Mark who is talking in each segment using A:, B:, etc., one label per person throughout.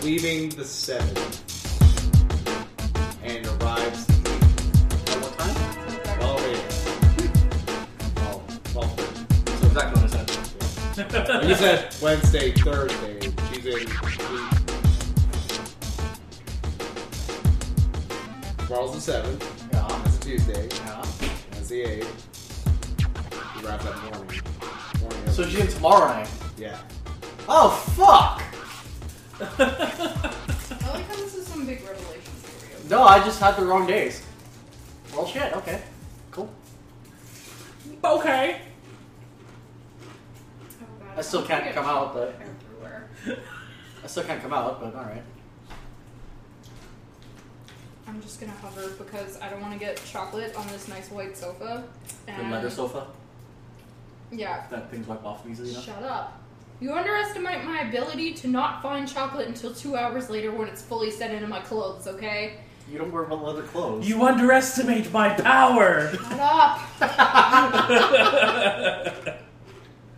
A: the seven and arrives at what time? All ready. All, all three.
B: So exactly what I said.
A: Yeah. And you said Wednesday, Thursday. She's in. she- Tomorrow's the seventh.
B: Yeah.
A: That's a Tuesday.
B: Yeah.
A: That's the eighth. She arrives that morning. morning of-
B: So she's in tomorrow night.
A: yeah.
B: Oh fuck!
C: I like how this is some big revelation for you.
B: No, I just had the wrong days. Well, shit. Okay. Cool.
D: Okay.
C: Oh, God.
B: I still can't come out, but
C: Everywhere.
B: I still can't come out. But all right.
C: I'm just gonna hover because I don't want to get chocolate on this nice white sofa.
B: The
C: And
B: leather sofa
C: Yeah.
B: that things wipe off easily enough.
C: Shut up. You underestimate my ability to not find chocolate until two hours later when it's fully set into my clothes. Okay.
B: You don't wear one leather clothes.
D: You underestimate my power.
C: Shut up.
D: Like.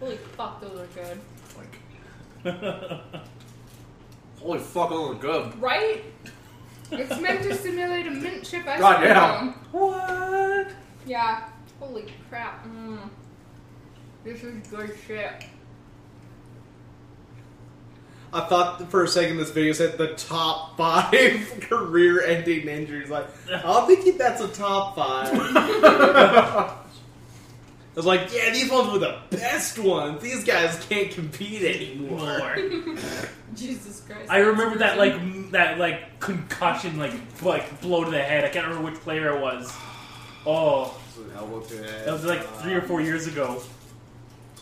C: Holy fuck, those are good.
B: Like, holy fuck, those look good.
C: Right? It's meant to simulate a mint chip ice
B: God
C: cream
B: damn.
C: cone.
D: what?
C: Yeah. Holy crap. Mm. This is good shit.
A: I thought for a second this video said the top five career-ending injuries. Like, I don't think that's a top five. I was like, yeah, these ones were the best ones. These guys can't compete anymore.
D: Lord.
C: Jesus Christ.
D: I remember that like m- that like concussion like like blow to the head. I can't remember which player it was. Oh,
A: Elbow to the head. Uh,
D: that was like three or four years ago.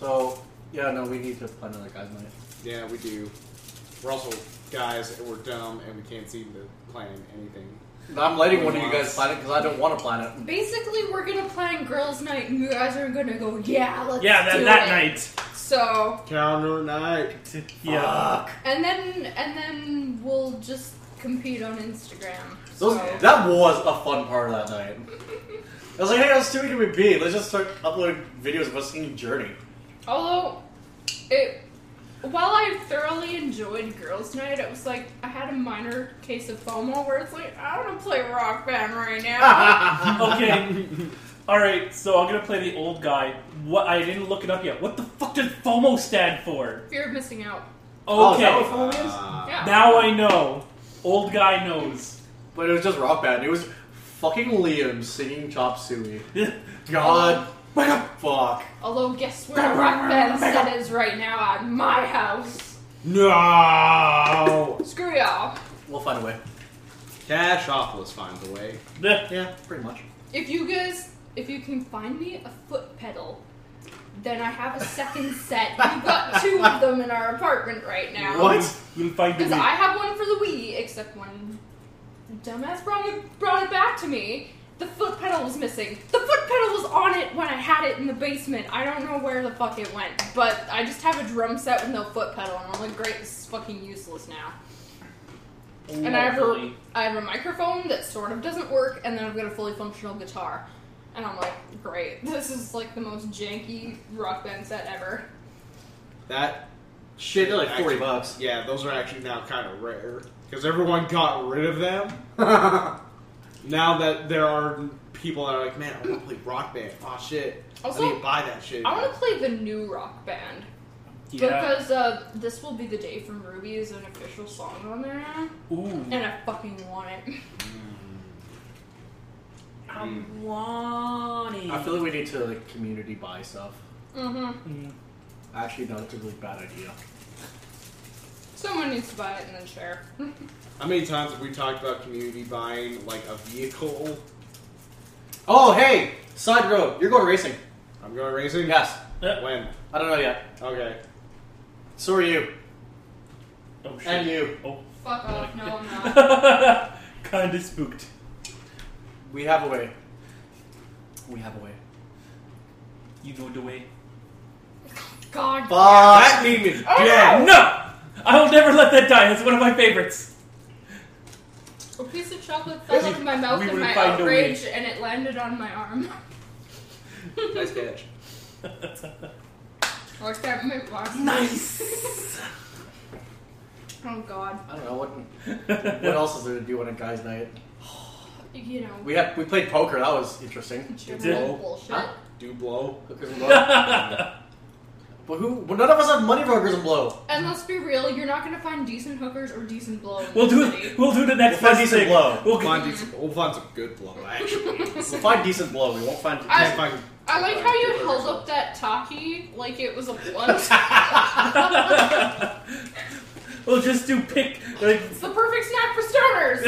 B: So, yeah, no, we need to plan another guys' night.
A: Yeah, we do. We're also guys, and we're dumb, and we can't seem to plan anything.
B: I'm letting one of you guys plan it because I don't want to plan it.
C: Basically, we're gonna plan girls' night, and you guys are gonna go, yeah, let's
D: Yeah,
C: do
D: that that
C: it."
D: night.
C: So,
A: Counter night.
D: Yeah.
B: Fuck.
C: and then and then we'll just compete on Instagram.
B: Those,
C: so.
B: that was a fun part of that night. I was like, hey, let's do what can we be? Let's just start uploading videos of us singing Journey.
C: Although, it while I thoroughly enjoyed girls' night, it was like I had a minor case of FOMO where it's like I want to play rock band right now.
D: Okay. All right. So I'm gonna play the old guy. What I didn't look it up yet. What the fuck does FOMO stand for?
C: Fear of missing out.
B: Oh, is
D: Okay.
B: that what FOMO is?
A: Ah.
C: Yeah.
D: now I know. Old guy knows.
B: But it was just rock band. It was fucking Liam singing Chop Suey. God. Fuck.
C: Although, guess where a rock band set is right now at my house?
A: No.
C: Screw y'all.
B: We'll find a way.
A: Cash Office finds a way.
B: Yeah, pretty much.
C: If you guys, if you can find me a foot pedal, then I have a second set. We've got two of them in our apartment right now.
B: What?
D: You'll find the
C: Because
D: week.
C: I have one for the Wii, except when dumbass brought it, brought it back to me, the foot pedal was missing. The foot pedal was on it when I had it in the basement. I don't know where the fuck it went, but I just have a drum set with no foot pedal, and I'm like, great, this is fucking useless now. And I have a,
D: Lovely.
C: I have a microphone that sort of doesn't work, and then I've got a fully functional guitar. And I'm like, great, this is like the most janky rock band set ever.
A: That
B: Shit, they're like 40
A: Actually,
B: bucks.
A: Yeah, those are actually now kind of rare because everyone got rid of them. now that there are people that are like, man, I want to play Rock Band. Oh shit, I need
C: Also,
A: to buy that shit.
C: I want to play the new rock band.
D: Yeah.
C: Because uh, this will be the day from Ruby is an official song on there now,
D: Ooh.
C: and I fucking want it.
D: I'm wanting.
B: I feel like we need to like community buy stuff.
C: Mm-hmm.
D: Mm.
B: Actually, no, it's a really bad idea.
C: Someone needs to buy it and then share.
A: How many times have we talked about community buying like a vehicle?
B: Oh, hey! Side road, you're going racing.
A: I'm going racing.
B: Yes.
A: When?
B: I don't know yet.
A: Okay.
B: So are you.
D: Oh shit.
B: And you.
D: Oh.
C: Fuck off! No, I'm not.
D: Kinda spooked.
B: We have a way. We have a way.
D: You know the way.
C: God.
A: that meme is
C: Oh,
A: dead.
D: No! I will never let that die. That's one of my favorites.
C: A piece of chocolate fell out of my mouth
D: We
C: in
D: will
C: my
D: find a way.
C: outrage, and it landed on my arm.
A: nice catch.
C: like that mint box.
D: Nice.
C: Oh god.
B: I don't know what. What else is there to do on a guy's night?
C: You know.
B: We had we played poker. That was interesting.
C: general bullshit.
B: Huh?
A: Do blow.
B: Hookers and blow. but who? Well, none of us have money for hookers and blow.
C: And let's be real, you're not gonna find decent hookers or decent blow. in
D: We'll
C: this
D: do
C: city.
D: we'll do the next
B: We'll find
D: best
B: decent
D: thing.
B: blow.
D: We'll
A: We'll find,
D: g-
A: decent, we'll find some good blow, actually.
B: We'll find decent blow. We won't find.
C: I-
A: Can't find-
C: I like how you held up that taki like it was a blunt.
D: we'll just do pick like
C: it's the perfect snack for stoners.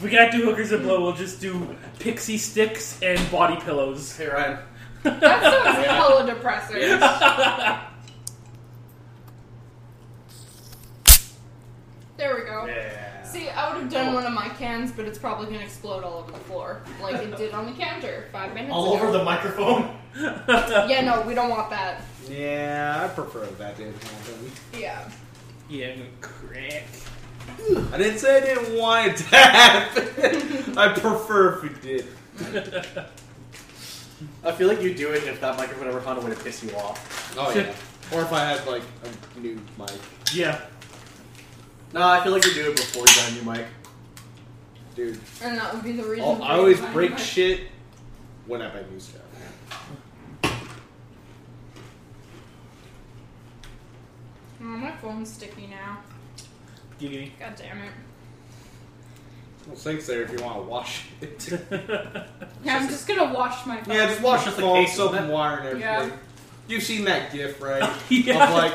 D: we can't do hookers and blow. We'll just do pixie sticks and body pillows.
B: Hey Ryan.
C: that sounds hella depressing. There we go.
B: Yeah.
C: See, I would have done one of my cans, but it's probably gonna explode all over the floor, like it did on the counter five minutes
B: All
C: ago.
B: over the microphone.
C: yeah, no, we don't want that.
A: Yeah, I prefer that didn't happen.
C: Yeah.
D: yeah, crack.
A: I didn't say I didn't want it to happen. I prefer if it did.
B: I feel like you do it if that microphone ever found a way to piss you off.
A: Oh yeah. Or if I had like a new mic.
D: Yeah,
B: No, I feel like you do it before you got a new mic.
A: Dude,
C: And that would be the
B: Oh,
C: reason.
A: I'll-
C: for
A: I always
C: buying
A: break
C: my-
A: shit when I buy new stuff.
C: Oh, my phone's sticky now.
D: giggity.
C: God damn it.
A: Well, sink's there if you want to wash it.
C: Yeah, I'm just gonna wash my phone.
A: yeah, just wash the
B: Just the
A: phone,
B: case,
A: soap
B: isn't
A: and wire and everything.
C: Yeah.
A: You've seen that gif, right?
D: Yeah.
A: Of like,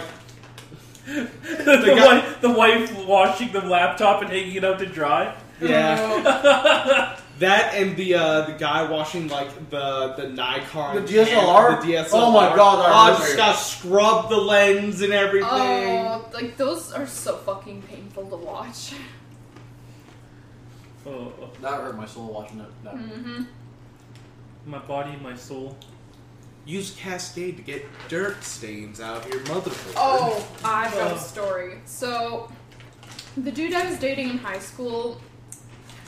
D: the,
A: The guy-
D: wife, the wife washing the laptop and hanging it out to dry.
A: yeah. That and the uh, the guy washing like the the Nikon,
B: The DSLR?
A: the DSLR.
B: Oh my God, I
A: I
B: remember
A: just
B: you.
A: got scrub the lens and everything.
C: Oh, like those are so fucking painful to watch.
D: Oh,
B: That hurt my soul watching it. No.
C: Mm-hmm.
D: my body, and my soul.
A: Use Cascade to get dirt stains out of your motherboard.
C: Oh, I've got a story. So, the dude I was dating in high school,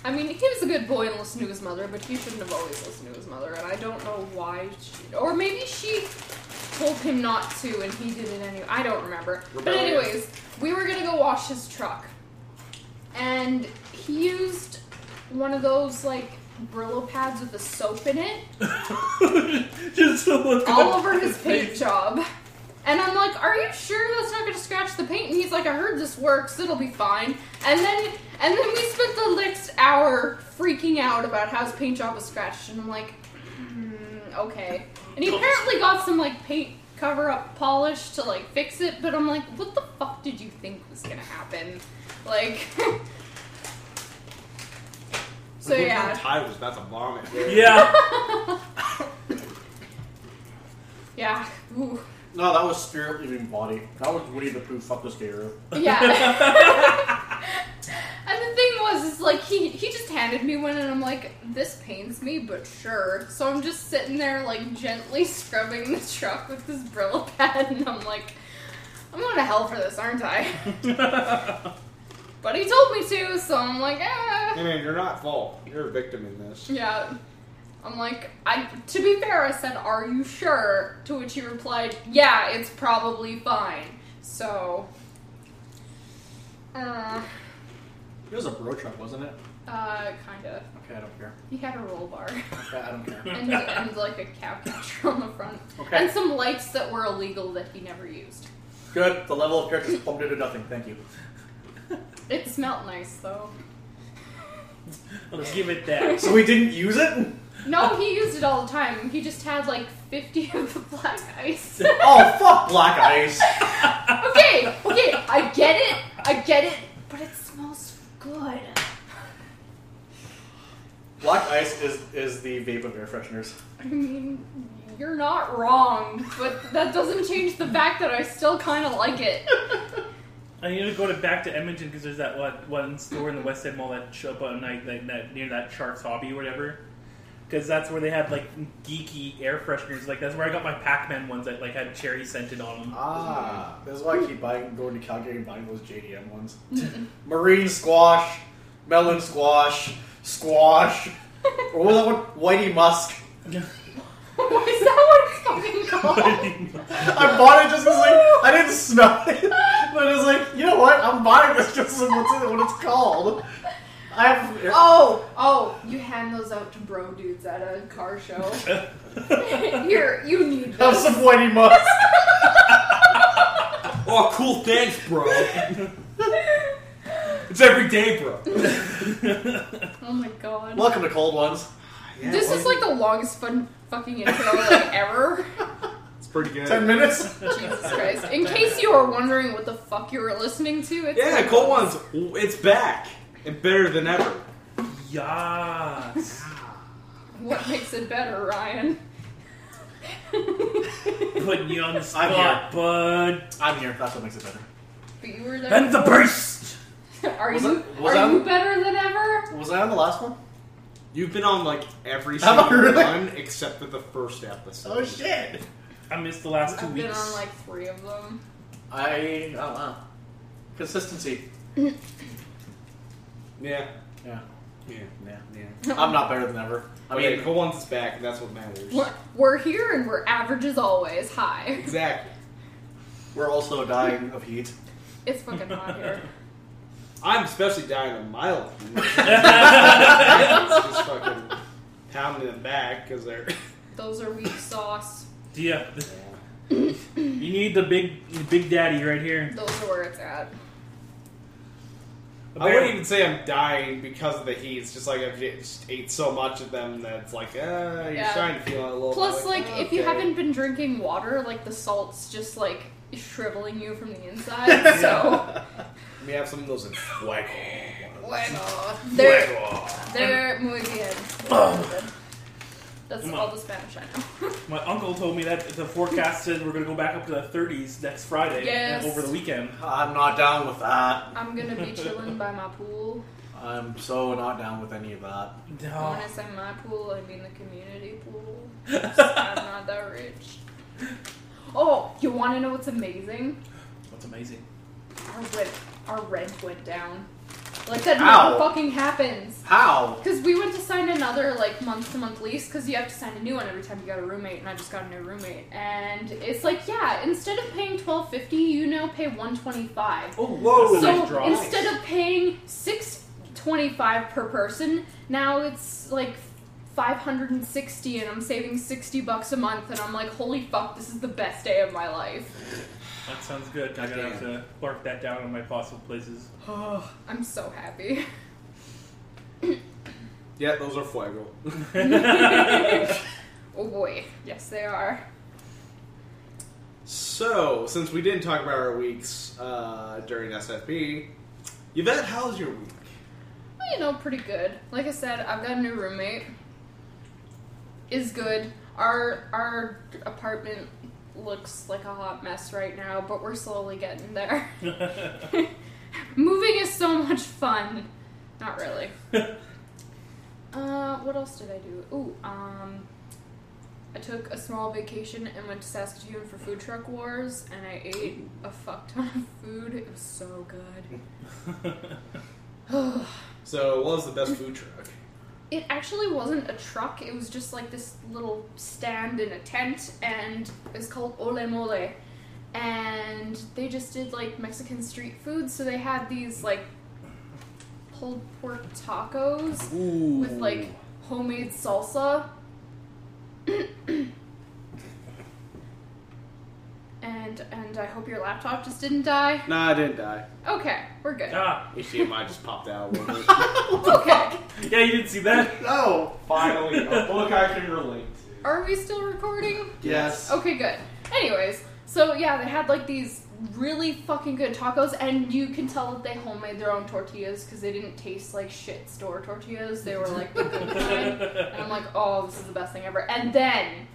C: I mean, he was a good boy and listened to his mother, but he shouldn't have always listened to his mother, and I don't know why she. Or maybe she told him not to and he did it anyway. I don't remember. But,
A: Rebellious.
C: anyways, we were gonna go wash his truck. And he used one of those, like, Brillo pads with the soap in it
D: just to look
C: all
D: up
C: over his paint
D: face.
C: job. And I'm like, are you sure that's not going to scratch the paint? And he's like, I heard this works. It'll be fine. And then, and then we spent the next hour freaking out about how his paint job was scratched. And I'm like, mm, okay. And he apparently got some like paint cover up polish to like fix it. But I'm like, what the fuck did you think was going to happen? Like, so yeah,
A: Ty was about to vomit.
D: Yeah.
C: yeah, Ooh.
B: No, that was spirit leaving body. That was Woody the Pooh. Fuck this gator.
C: Yeah. and the thing was, is like he he just handed me one, and I'm like, this pains me, but sure. So I'm just sitting there like gently scrubbing the truck with this Brillo pad, and I'm like, I'm going to hell for this, aren't I? but he told me to, so I'm like, ah.
A: I mean, you're not fault. You're a victim in this.
C: Yeah. I'm like, I. To be fair, I said, "Are you sure?" To which he replied, "Yeah, it's probably fine." So. Uh,
B: It was a bro truck, wasn't it?
C: Uh, kind of.
B: Okay, I don't care.
C: He had a roll bar
B: Okay, I don't care.
C: and, and like a cow catcher on the front,
B: Okay.
C: and some lights that were illegal that he never used.
B: Good. The level of character is pumped into nothing. Thank you.
C: It smelt nice though.
D: I'll give it that.
B: So we didn't use it.
C: No, he used it all the time. He just had like fifty of the black ice.
B: Oh fuck, black ice.
C: okay, okay, I get it, I get it, but it smells good.
B: Black ice is is the vape of air fresheners.
C: I mean, you're not wrong, but that doesn't change the fact that I still kind of like it.
D: I need to go to back to Edmonton because there's that one, one store in the West End Mall that showed up on night that, that near that Shark's Hobby or whatever. Because that's where they had like geeky air fresheners. Like that's where I got my Pac-Man ones that like had cherry scented on them.
B: Ah, that's why I keep buying, going to Calgary and buying those JDM ones. Marine squash, melon squash, squash. or what was that one? Whitey musk.
C: Why is that what it's fucking
B: I bought it just as like I didn't smell it, but it was like you know what? I'm buying this just as what's in, what it's called. I have
C: Oh, oh, you hand those out to bro dudes at a car show. Here, you need
B: I have
C: this.
B: some whitey musk.
E: Oh, cool. Thanks, bro. it's every day, bro.
C: Oh my god.
B: Welcome to cold ones.
C: this is like the longest fun fucking intro like, ever.
A: It's pretty good.
B: Ten minutes.
C: Jesus Christ. In case you were wondering what the fuck you were listening to, it's
A: Yeah,
C: like-
A: Cold One's it's back and better than ever.
D: Yas.
C: What makes it better, Ryan? but
D: Putting you on the
B: I'm
D: spot, bud.
B: I'm here. That's what makes it better.
C: you were there.
D: And the burst.
C: Are
B: Was
C: you
B: that- was
C: are
B: that-
C: you better than ever?
B: Was I on the last one?
A: You've been on like every
B: Have I
A: single
B: really?
A: one except for the first episode.
B: Oh shit!
D: I missed the last 2
C: I've
D: weeks.
C: been on like three of them.
B: I oh wow. Consistency.
A: Yeah,
B: Yeah.
A: yeah,
B: Yeah.
A: yeah.
B: I'm not better than ever. I
A: I mean,
B: mean,
A: Cold One's is back, and that's what matters.
C: We're, we're here and we're average as always. Hi.
A: Exactly.
B: we're also dying of heat.
C: It's fucking hot here.
A: I'm especially dying of mild heat. It's just fucking pounding them back because they're.
C: Those are weak sauce.
D: Yeah, you need the big, the big daddy right here.
C: Those are where it's at.
A: I wouldn't even say I'm dying because of the heat. It's just like I've just ate so much of them that it's like, ah, you're
C: Yeah.
A: starting to feel it a little.
C: Plus,
A: bit.
C: like, if you
A: Oh, okay.
C: haven't been drinking water, like, the salt's just, like, shriveling you from the inside. So,
A: Let me have some of those in Fuego.
C: bueno. They're,
A: Fuego.
C: they're muy bien. That's all the Spanish I know.
D: My uncle told me that the forecast said we're gonna go back up to the 30s next Friday
C: Yes.
D: over the weekend.
B: I'm not down with that.
C: I'm gonna be chilling by my pool.
B: I'm so not down with any of that.
C: When
D: No.
C: I say my pool, I mean the community pool. Just, I'm not that rich. Oh, you want to know what's amazing?
D: That's amazing.
C: Our rent, our rent went down. Like that
B: Ow.
C: never fucking happens.
B: How?
C: Cause we went to sign another like month to month lease, cause you have to sign a new one every time you got a roommate, and I just got a new roommate, and it's like yeah, instead of paying twelve fifty, you now pay one twenty five.
D: Oh,
A: whoa.
D: That's a
C: So
D: nice draw.
C: instead of paying six twenty five per person, now it's like five hundred and sixty, and I'm saving sixty bucks a month, and I'm like, holy fuck, this is the best day of my life.
D: that sounds good. I'm gonna have to mark that down on my possible places.
C: I'm so happy.
A: Yeah, those are Fuego.
C: Oh boy, yes they are.
A: So, since we didn't talk about our weeks uh, during SFP, Yvette, how's your week?
C: Well, you know, pretty good. Like I said, I've got a new roommate. Is good. Our our apartment looks like a hot mess right now, but we're slowly getting there. Moving is so much fun. Not really. uh, what else did I do? Ooh, um, I took a small vacation and went to Saskatoon for food truck wars, and I ate a fuck ton of food. It was so good.
A: So, what was the best food truck?
C: It actually wasn't a truck, it was just like this little stand in a tent, and it's called Ole Mole. And they just did like Mexican street food, so they had these like pulled pork tacos
A: Ooh.
C: with like homemade salsa. and and I hope your laptop just didn't die.
A: Nah, I didn't die.
C: Okay, we're good.
D: ah,
A: HDMI just popped out a little bit.
C: Okay.
D: yeah, you didn't see that.
B: No.
A: Finally, a book I can relate to.
C: Are we still recording?
B: Yes.
C: Okay, good. Anyways, so yeah, they had like these really fucking good tacos, and you can tell that they homemade their own tortillas because they didn't taste like shit store tortillas. They were like the good kind. And I'm like, oh, this is the best thing ever. And then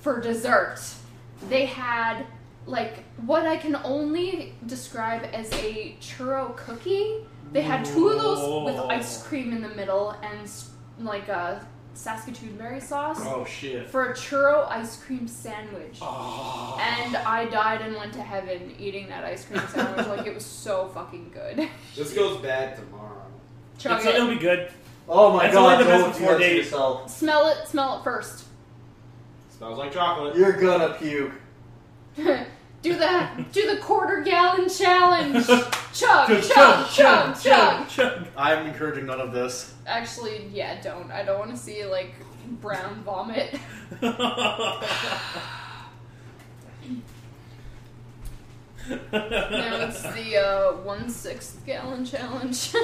C: for dessert, they had like what I can only describe as a churro cookie. They had two of those with ice cream in the middle and s- like a Saskatoon berry sauce
B: Oh shit.
C: for a churro ice cream sandwich.
B: Oh.
C: And I died and went to heaven eating that ice cream sandwich. like it was so fucking good.
A: This goes bad tomorrow.
C: Chug
D: It's, it'll
C: it.
D: be good.
B: Oh my
D: That's
B: god.
D: only the best
B: don't do
D: before
B: that to
D: date.
B: yourself.
C: Smell it. Smell it first.
A: Smells like chocolate.
B: You're gonna puke.
C: do the do the quarter gallon challenge. Chug, Uh, chug, chug,
D: Chug,
C: chug,
D: chug.
B: I'm encouraging none of this.
C: Actually, yeah, don't. I don't want to see like brown vomit. No, it's the uh, one sixth gallon challenge.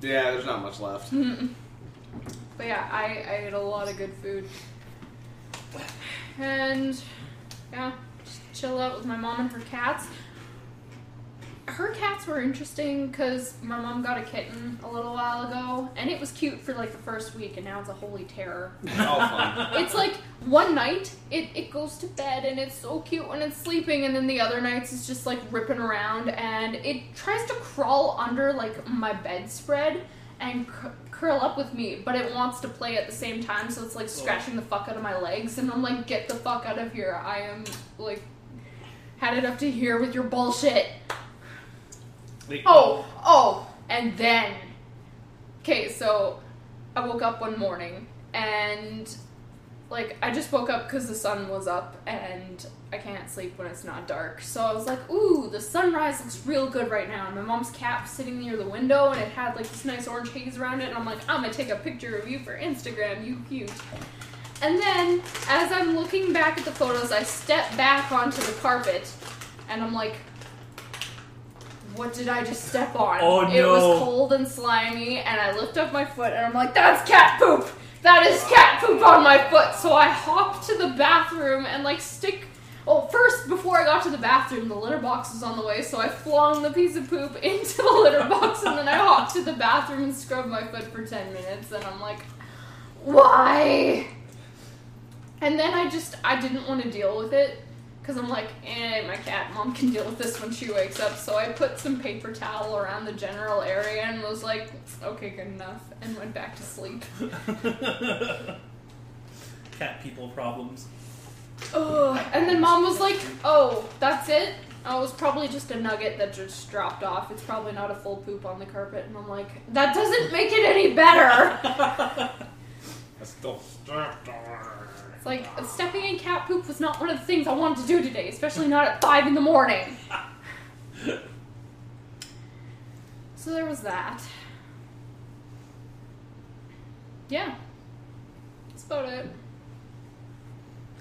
A: Yeah, there's not much left.
C: but yeah, I, I ate a lot of good food. And yeah, just chill out with my mom and her cats. Her cats were interesting because my mom got a kitten a little while ago, and it was cute for like the first week, and now it's a holy terror.
A: All fun.
C: It's like one night it, it goes to bed and it's so cute when it's sleeping, and then the other nights it's just like ripping around and it tries to crawl under like my bedspread and cur- curl up with me, but it wants to play at the same time, so it's like scratching the fuck out of my legs, and I'm like, get the fuck out of here. I am like, had it up to here with your bullshit.
D: Like,
C: Oh, oh, and then. Okay, so I woke up one morning and like I just woke up because the sun was up and I can't sleep when it's not dark. So I was like, ooh, the sunrise looks real good right now. And my mom's cat was sitting near the window and it had like this nice orange haze around it. And I'm like, I'm gonna take a picture of you for Instagram, you cute. And then as I'm looking back at the photos, I step back onto the carpet and I'm like, what did I just step on?
D: Oh,
C: It was
D: no.
C: cold and slimy, and I lift up my foot and I'm like, that's cat poop! That is cat poop on my foot! So I hop to the bathroom and like stick. Oh, first, before I got to the bathroom, the litter box was on the way, so I flung the piece of poop into the litter box and then I hopped to the bathroom and scrubbed my foot for 10 minutes, and I'm like, why? And then I just I didn't want to deal with it because I'm like, eh, my cat mom can deal with this when she wakes up. So I put some paper towel around the general area and was like, okay, good enough, and went back to sleep.
D: Cat people problems.
C: Ugh. And then mom was like, oh, that's it. Oh, it was probably just a nugget that just dropped off. It's probably not a full poop on the carpet. And I'm like, that doesn't make it any better.
A: I still strapped on.
C: It's like stepping in cat poop was not one of the things I wanted to do today, especially not at five in the morning. So there was that. Yeah. That's about it.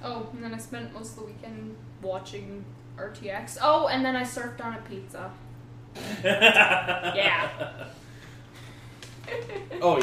C: Oh, and then I spent most of the weekend watching RTX. Oh, and then I surfed on a pizza.
D: yeah.
A: Oh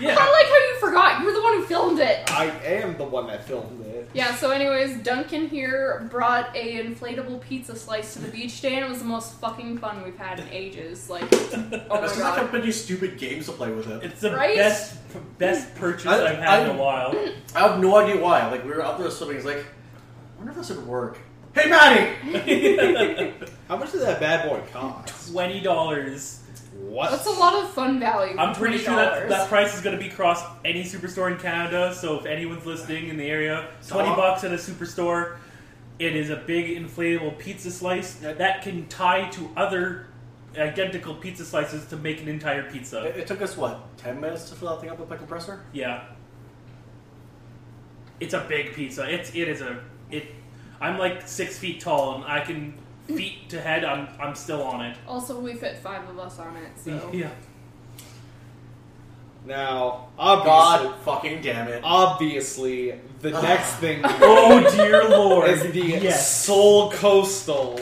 A: yeah,
C: I like how you forgot. You were the one who filmed it.
A: I am the one that filmed it.
C: Yeah, so anyways, Duncan here brought a inflatable pizza slice to the beach today and it was the most fucking fun we've had in ages. Like Oh my
B: That's
C: god.
B: because I've many stupid games to play with it.
D: It's the
C: Right?
D: best best purchase
B: I-
D: I've had in
B: I-
D: a while.
B: I have no idea why. Like we were out there swimming. He's like, I wonder if this would work. Hey, Maddie.
A: How much did that bad boy cost?
D: Twenty dollars.
A: What?
C: That's a lot of fun value. for
D: I'm pretty sure that
C: $20.
D: that price is going to be across any superstore in Canada. So if anyone's listening in the area, twenty
B: Oh.
D: bucks at a superstore. It is a big inflatable pizza slice
B: That-
D: that can tie to other identical pizza slices to make an entire pizza.
B: It, it took us what ten minutes to fill that thing up with my compressor.
D: Yeah. It's a big pizza. It's it is a it. I'm like six feet tall, and I can feet to head. I'm I'm still on it.
C: Also we fit five of us on it, so
D: Yeah.
A: Now,
B: God
A: obviously,
B: fucking damn it.
A: obviously, the next thing
D: Oh dear lord.
A: is the
D: yes.
A: Soul Coastal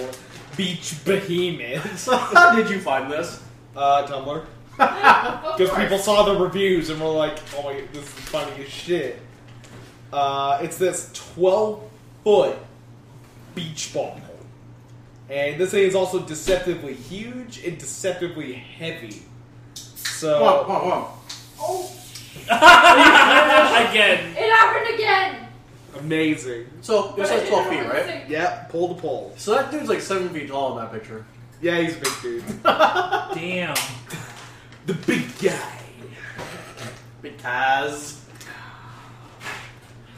A: Beach Behemoth.
B: How did you find this?
A: Uh, Tumblr.
C: Of
A: Because
C: course.
A: people saw the reviews and were like, oh my, this is funny as shit. Uh, it's this 12 foot beach ball. And this thing is also deceptively huge and deceptively heavy.
B: Whoa,
A: So,
B: whoa, whoa.
D: Again.
C: It happened again!
A: amazing.
B: So
C: But
B: this
C: I
B: is
C: didn't
B: twelve
C: know
B: feet,
C: it was
B: right?
C: sick.
A: Yep, pole to pole.
B: So that dude's like seven feet tall in that picture.
A: Yeah, he's a big dude.
D: Damn.
A: the big guy.
B: Because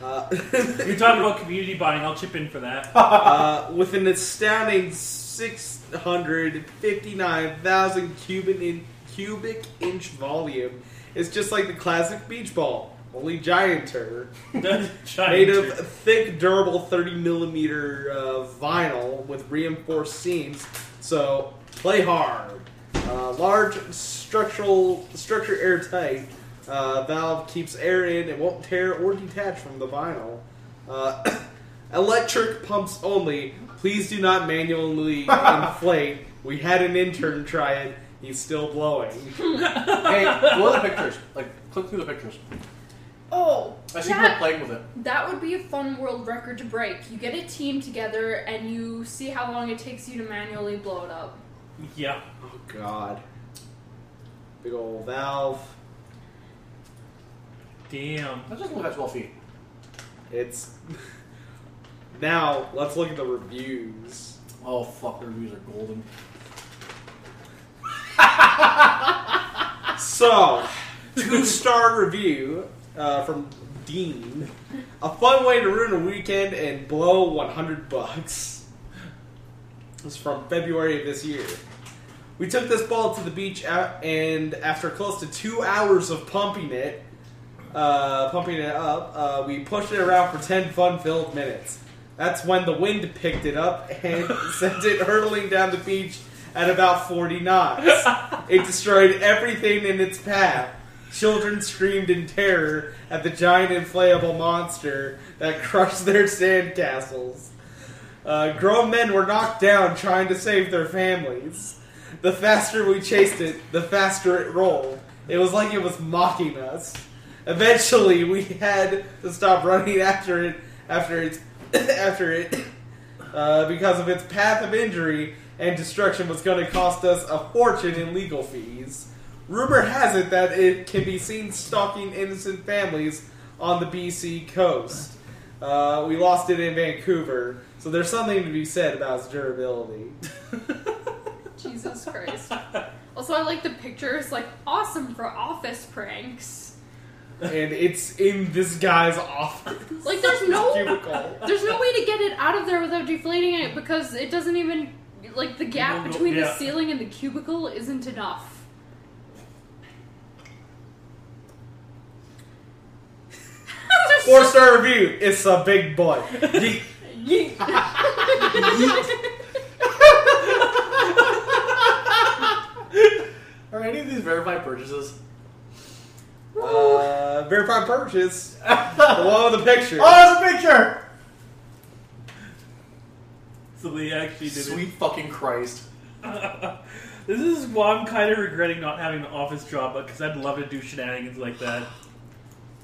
A: Uh,
D: You're talking about community buying. I'll chip in for that.
A: uh, with an astounding 659,000 cubic in, cubic inch volume. It's just like the classic beach ball. Only giant turd.
D: The giant
A: Made of
D: turd.
A: thick, durable 30 millimeter uh, vinyl with reinforced seams, so play hard. Uh, large structural structure airtight. Uh, valve keeps air in and won't tear or detach from the vinyl. Uh, electric pumps only. Please do not manually inflate. We had an intern try it. He's still blowing.
B: Hey, blow the pictures. Like, click through the pictures.
C: Oh,
B: I see people
C: that,
B: playing with it.
C: that would be a fun world record to break. You get a team together and you see how long it takes you to manually blow it up.
D: Yeah.
A: Oh God. Big old valve.
D: Damn.
B: That doesn't look at 12 feet.
A: It's now. Let's look at the reviews.
B: Oh, fuck, their reviews are golden.
A: So, two star review uh, from Dean. A fun way to ruin a weekend and blow 100 bucks. This is from February of this year. We took this ball to the beach a- and after close to two hours of pumping it, uh, pumping it up, uh, we pushed it around for 10 fun-filled minutes. That's when the wind picked it up and sent it hurtling down the beach at about 40 knots. It destroyed everything in its path. Children screamed in terror at the giant inflatable monster that crushed their sandcastles. Uh, grown men were knocked down trying to save their families. The faster we chased it, the faster it rolled. It was like it was mocking us. Eventually, we had to stop running after it after its after it uh, because of its path of injury and destruction was going to cost us a fortune in legal fees. Rumor has it that it can be seen stalking innocent families on the BC coast. Uh, we lost it in Vancouver, so there's something to be said about its durability.
C: Jesus Christ. Also, I like the pictures, like, awesome for office pranks.
A: and it's in this guy's office.
C: Like, there's no.
A: Cubicle.
C: There's no way to get it out of there without deflating it because it doesn't even like the gap
D: Won't go-
C: between the
D: yeah.
C: ceiling and the cubicle isn't enough. There's
A: Four
C: so-
A: star review. It's a big boy. Yeet.
B: Are any of these verified purchases?
A: Uh, verified purchase below the picture.
B: Oh, there's a picture!
D: So they actually did
B: Sweet fucking Christ.
D: it. this is why I'm kind of regretting not having an office job, because I'd love to do shenanigans like that.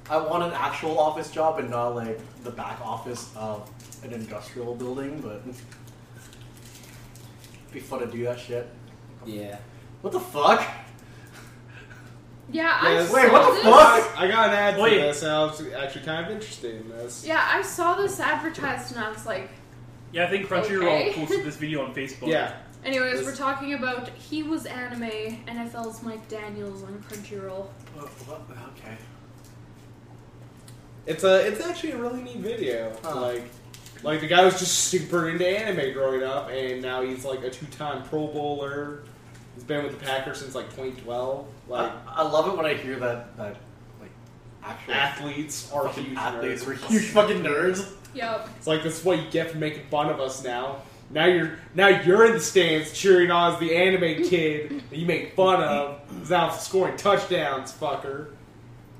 B: I want an actual office job and not like the back office of an industrial building, but it'd be fun to do that shit.
A: Yeah.
B: What the fuck?
C: yeah, I
A: Yes.
C: saw
B: Wait, what the
C: this.
B: fuck?
A: I got an ad
D: Wait.
A: for this, and I was actually kind of interested in this.
C: Yeah, I saw this advertised and I was like,
D: Yeah, I think Crunchyroll
C: Okay.
D: posted this video on Facebook.
A: Yeah.
C: anyways,
A: This-
C: we're talking about he was anime NFL's Mike Daniels on Crunchyroll.
B: What, what? Okay.
A: It's a. It's actually a really neat video.
B: Huh.
A: Like, like the guy was just super into anime growing up, and now he's like a two-time Pro Bowler. He's been with the Packers since like 2012. Like,
B: I, I love it when I hear that that like actual
A: athletes are
B: fucking
A: huge.
B: athletes
A: nerds.
B: were huge fucking nerds.
C: Yep.
A: It's like this is what you get for making fun of us now. Now you're now you're in the stands cheering on as the anime kid that you make fun of is now scoring touchdowns, fucker.
D: And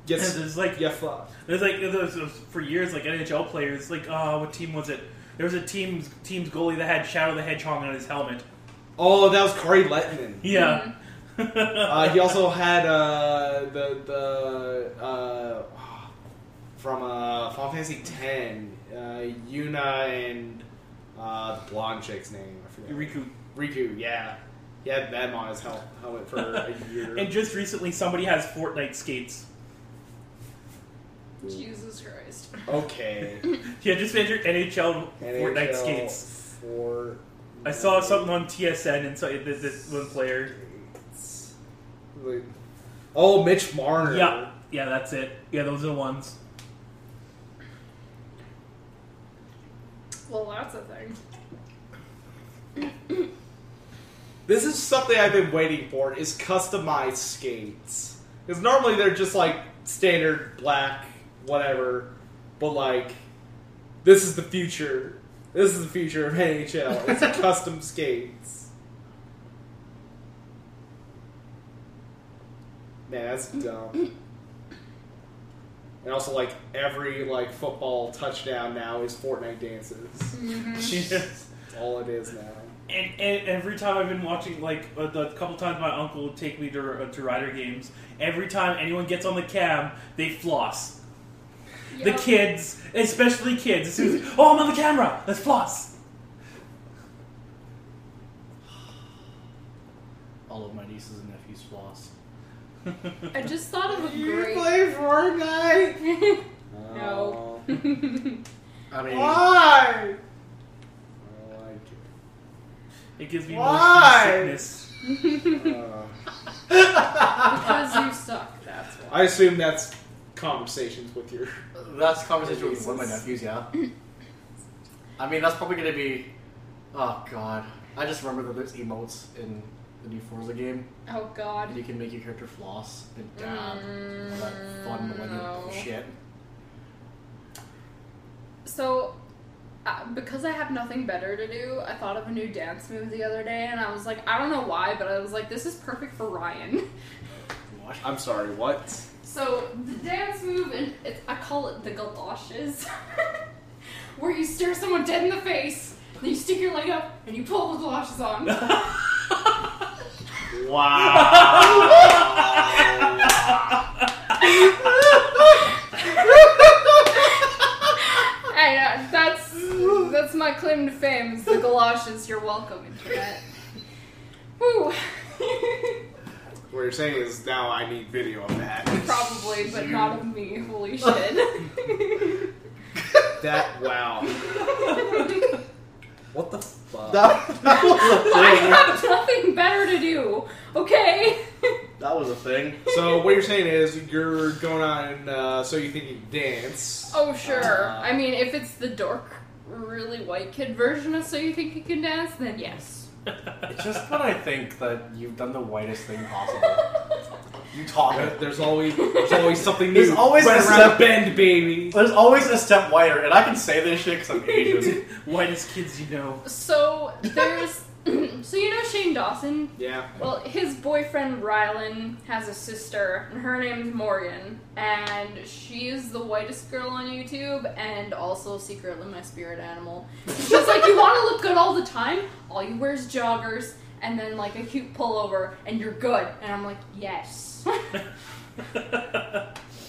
A: Yes,
D: there's like
A: yeah, fuck.
D: There's like there's, there's, for years, like NHL players, like uh, what team was it? There was a team's team's goalie that had Shadow the Hedgehog on his helmet.
A: Oh, that was Corey Lettman.
D: Yeah.
A: Uh, he also had uh, the the uh, from uh, Final Fantasy X, uh, Yuna and uh, the blonde chick's name. I forget.
D: Riku.
A: Riku, yeah, he had them on his hel- helmet for a year.
D: And just recently, somebody has Fortnite skates.
C: Jesus Christ.
A: Okay.
D: Yeah, just enter NHL, Fortnite
A: NHL
D: skates.
A: Fortnite
D: I saw something on TSN, and so it, this, this one player.
A: skates. Like- Oh, Mitch Marner.
D: Yeah, yeah, that's it. Yeah, those are the ones.
C: Well, that's a thing.
A: This is something I've been waiting for. Is customized skates because normally they're just like standard black whatever. But like, this is the future. This is the future of NHL. It's custom skates. Man, that's dumb. And also, like every like football touchdown now is Fortnite dances.
C: Mm-hmm.
D: Yes.
A: That's all it is now.
D: And, and every time I've been watching, like uh, the couple times my uncle would take me to, uh, to rider games, every time anyone gets on the cab, they floss. The
C: Yep.
D: kids, especially kids, as soon as oh I'm on the camera, let's floss.
B: All of my nieces and nephews floss.
C: I just thought of a
A: You
C: great.
A: play Fortnite?
C: no.
A: Oh,
B: I mean,
A: Why? Oh, I don't like it.
D: It gives me
A: Why?
D: motion sickness.
A: Uh,
C: because you suck. That's why.
A: I assume that's conversations with your.
B: that's a conversation with one of my nephews. Yeah. I mean, that's probably gonna be. Oh god, I just remember that there's emotes in the new Forza game.
C: Oh
B: And
C: God.
B: you can make your character floss and dab. and all that fun millennial
C: no.
B: bullshit.
C: So, uh, because I have nothing better to do, I thought of a new dance move the other day, and I was like, I don't know why, but I was like, this is perfect for Ryan.
B: What?
A: I'm sorry, what?
C: So the dance move, and it, I call it the galoshes, where you stare someone dead in the face, then you stick your leg up and you pull the galoshes on.
D: Ah.
C: Hey, uh, that's that's my claim to fame is the galoshes. You're welcome, internet. Woo.
A: What you're saying is now I need video of that.
C: Probably, but not of me. Holy shit.
A: That wow. What the fuck?
B: That, that was
C: I have nothing better to do. Okay.
B: a, that was a thing.
A: So what you're saying is you're going on. Uh, so you think you can dance?
C: Oh sure.
A: Uh,
C: I mean, if it's the dork, really white kid version of "So You Think You Can Dance," then yes.
B: It's just when I think that you've done the whitest thing possible. You talk
A: There-
B: it.
A: There's always there's always something new.
B: There's always
A: right
B: a
A: around
B: step-
A: the bend, baby.
B: There's always a step wider, and I can say this shit because I'm Asian.
D: Whitest kids you know.
C: so there's, so you know Shane Dawson.
A: Yeah.
C: Well, his boyfriend Rylan has a sister, and her name's Morgan, and she is the whitest girl on YouTube, and also secretly my spirit animal. She's like, you want to look good all the time? All you wear is joggers, and then like a cute pullover, and you're good. And I'm like, yes.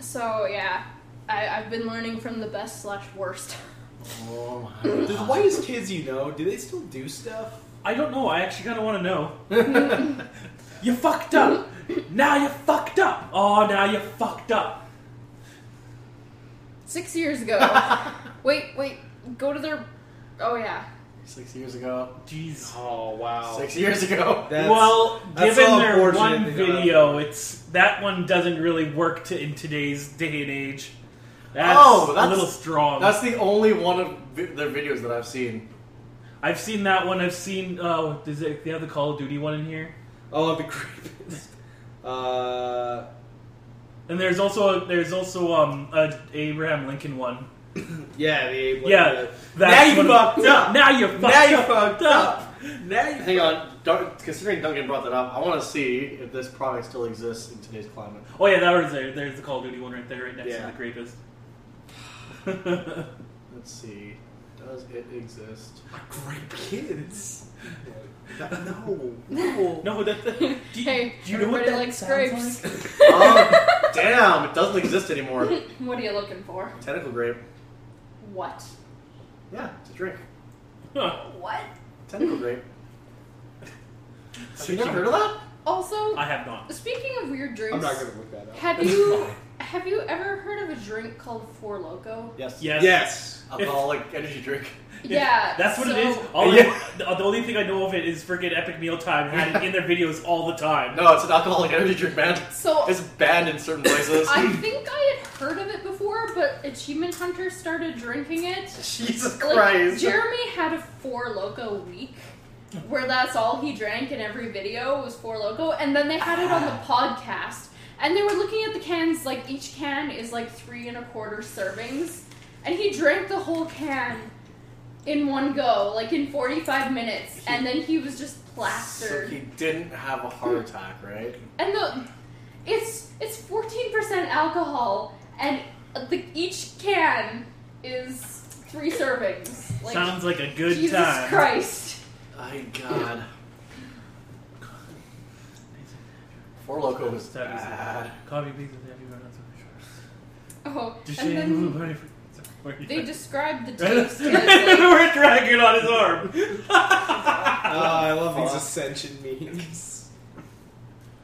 C: so yeah, I, I've been learning from the best slash worst.
B: Oh my
A: The
B: God.
A: whitest kids you know, do they still do stuff?
D: I don't know. I actually kind of want to know. you fucked up. Now you fucked up. Oh, now you fucked up.
C: Six years ago. wait, wait, go to their. Oh yeah.
B: Six years ago.
D: Jeez.
A: Oh wow.
B: Six years ago.
A: That's,
D: well,
A: that's
D: given
A: all
D: their
A: unfortunate
D: one
A: to go.
D: video, it's that one doesn't really work to, in today's day and age. That's,
B: Oh,
D: a
B: that's-
D: little strong.
B: That's the only one of vi- their videos that I've seen.
D: I've seen that one. I've seen. Oh, does it, they have the Call of Duty one in here?
A: Oh, the creepiest. Uh,
D: And there's also a, there's also um a Abraham Lincoln one.
A: yeah, the Abe.
D: Yeah,
A: you
D: one-
A: fucked up.
D: Now you fucked
A: Now you
D: up.
A: fucked up. Now you
B: Hang on, Dun- considering Duncan brought that up, I want to see if this product still exists in today's climate.
D: Oh yeah, that was there. There's the Call of Duty one right there, right next
A: Yeah.
D: to the Grapist.
B: Let's see. Does it exist?
A: great kids. No, no.
D: no, that. that do you,
C: Hey,
D: do you know what
C: everybody
D: that
C: likes
D: sounds
C: grapes.
D: like?
B: Oh, damn! It doesn't exist anymore.
C: What are you looking for?
B: Tentacle grape.
C: What?
B: Yeah, it's a drink.
D: Huh.
C: What?
B: Tentacle grape. Have you never
D: Speaking-
B: heard of that?
C: Also,
D: I have not.
C: speaking of weird drinks,
A: I'm not gonna look that up.
C: have you have you ever heard of a drink called Four Loco?
B: Yes.
D: Yes.
A: Yes.
B: Alcoholic energy drink.
C: Yeah,
D: That's what
C: so-
D: it is. All
B: Yeah.
D: I- the, the only thing I know of it is freaking Epic Mealtime had it in their videos all the time.
B: No, it's an alcoholic energy drink, man.
C: So
B: It's banned in certain places.
C: I think I had heard of it before, but Achievement Hunter started drinking it.
B: Jesus
C: Like,
B: Christ.
A: Uh,
C: Jeremy had a Four Loco week. Where that's all he drank in every video was Four Loco, and then they had it on the podcast, And they were looking at the cans, like each can is like three and a quarter servings. And he drank the whole can in one go, like in 45 minutes. and then he was just
B: So
C: plastered.
B: he didn't have a heart attack, right?
C: and the, it's it's 14% alcohol, and the, each can is three servings. Like,
D: Sounds like a good
C: Jesus
D: time.
C: Christ.
B: My God. Four Loco was
D: That was-
B: bad.
D: Coffee pieces everywhere. Not so much.
C: Oh,
D: Just
C: and
D: saying,
C: then
D: party for-
C: they described the taste. and it's like-
D: We're dragging on his arm.
A: I love
B: Fuck.
A: these ascension memes.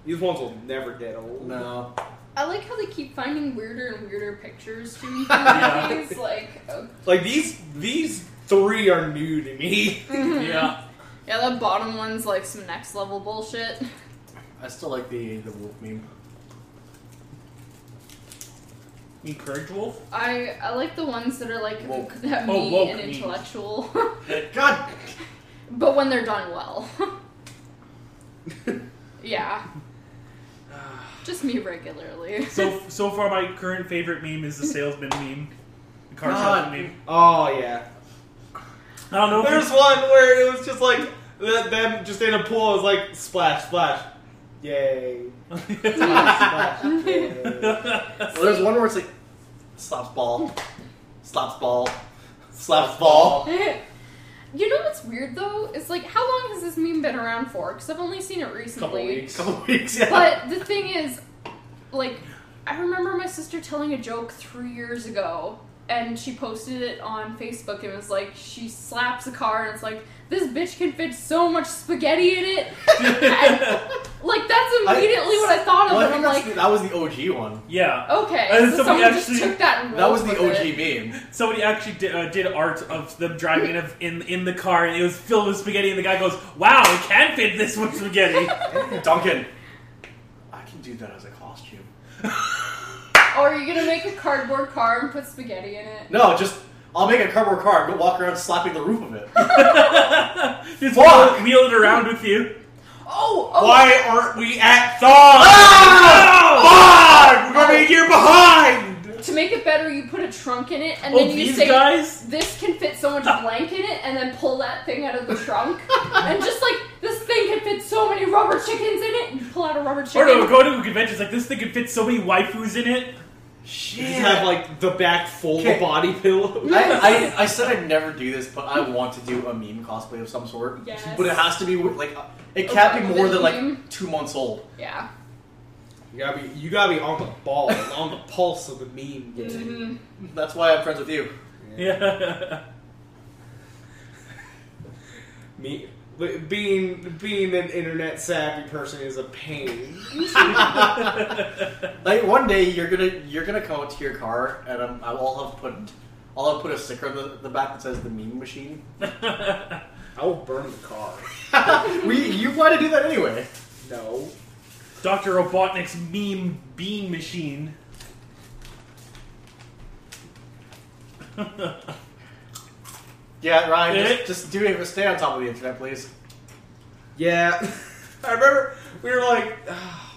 A: These ones will never get old.
B: No.
C: I like how they keep finding weirder and weirder pictures to me.
D: Yeah.
C: It's like, oh,
A: Like these these three are new to me.
D: yeah.
C: yeah, that bottom one's like some next level bullshit.
B: I still like the, the wolf meme.
D: Encourage Wolf?
C: I I like the ones that are like
B: Woke.
C: that
D: Oh,
C: mean
D: woke
C: and
D: memes.
C: intellectual,
B: God!
C: but when they're done well, yeah, just me regularly.
D: So so far, my current favorite meme is the salesman meme. The car
B: God.
D: salesman meme.
A: oh yeah.
D: I don't know if
A: There's one where it was just like th- them just in a pool. It was like splash, splash, yay, splash, splash, yay.
D: it's-
B: Well, there's one where it's like slaps ball, slaps ball, slaps ball.
C: you know what's weird though? It's like how long has this meme been around for? Because I've only seen it recently.
D: Couple weeks.
B: Couple weeks, yeah.
C: But the thing is, like, I remember my sister telling a joke three years ago, and she posted it on Facebook, and it was like, she slaps a car, and it's like, this bitch can fit so much spaghetti in it. Like, that's immediately what I thought of,
B: Well, I
C: and I'm
B: think
C: like,
B: that's the- that was the OG one.
D: yeah.
C: okay,
D: And
C: so
D: somebody
C: someone
D: actually-
C: just took that and
B: That was
C: rolled
B: the
C: with
B: OG
C: it.
B: meme.
D: Somebody actually did, uh, did art of them driving of in in the car, and it was filled with spaghetti. And the guy goes, "Wow, it can fit this much spaghetti."
B: Duncan, I can do that as a costume.
C: Or are you gonna make a cardboard car and put spaghetti in it?
B: No, just I'll make a cardboard car and go walk around slapping the roof of it.
D: Just
B: Fuck.
D: wheel, wheel it around with you.
C: Oh, oh,
A: Why aren't we at
B: Ah!
A: Thon? Thon, we're gonna be a year behind.
C: to make it better, you put a trunk in it, and
D: Oh,
C: then you
D: these
C: say,
D: guys?
C: "This can fit so much blank in it," and then pull that thing out of the trunk, and just like this thing can fit so many rubber chickens in it, and you pull out a rubber
D: Or
B: Oh,
C: chicken.
D: no, go to a convention. It's like this thing could fit so many waifus in it.
B: Shit.
A: Just have like the back full
B: Okay.
A: of body pillows.
B: I, I, I said I'd never do this, but I want to do a meme cosplay of some sort.
C: Yes. Mm-hmm.
B: But it has to be with, like, uh, it can't be more than
C: meme?
B: like two months old.
C: yeah.
A: You gotta be you gotta be on the ball, on the pulse of the meme game.
C: Mhm.
B: That's why I'm friends with you.
D: Mm-hmm. Yeah.
A: Me, but being being an internet savvy person is a pain.
B: Like one day you're gonna you're gonna come up to your car and I'm, I'll have put I'll have put a sticker on the, the back that says the meme machine.
A: I will burn the car.
B: we you want to do that anyway?
A: No.
D: Dr. Robotnik's meme bean machine.
B: Yeah, Ryan,
D: Eh?
B: just, just do it. Stay on top of the internet, please.
A: Yeah, I remember we were like, ah,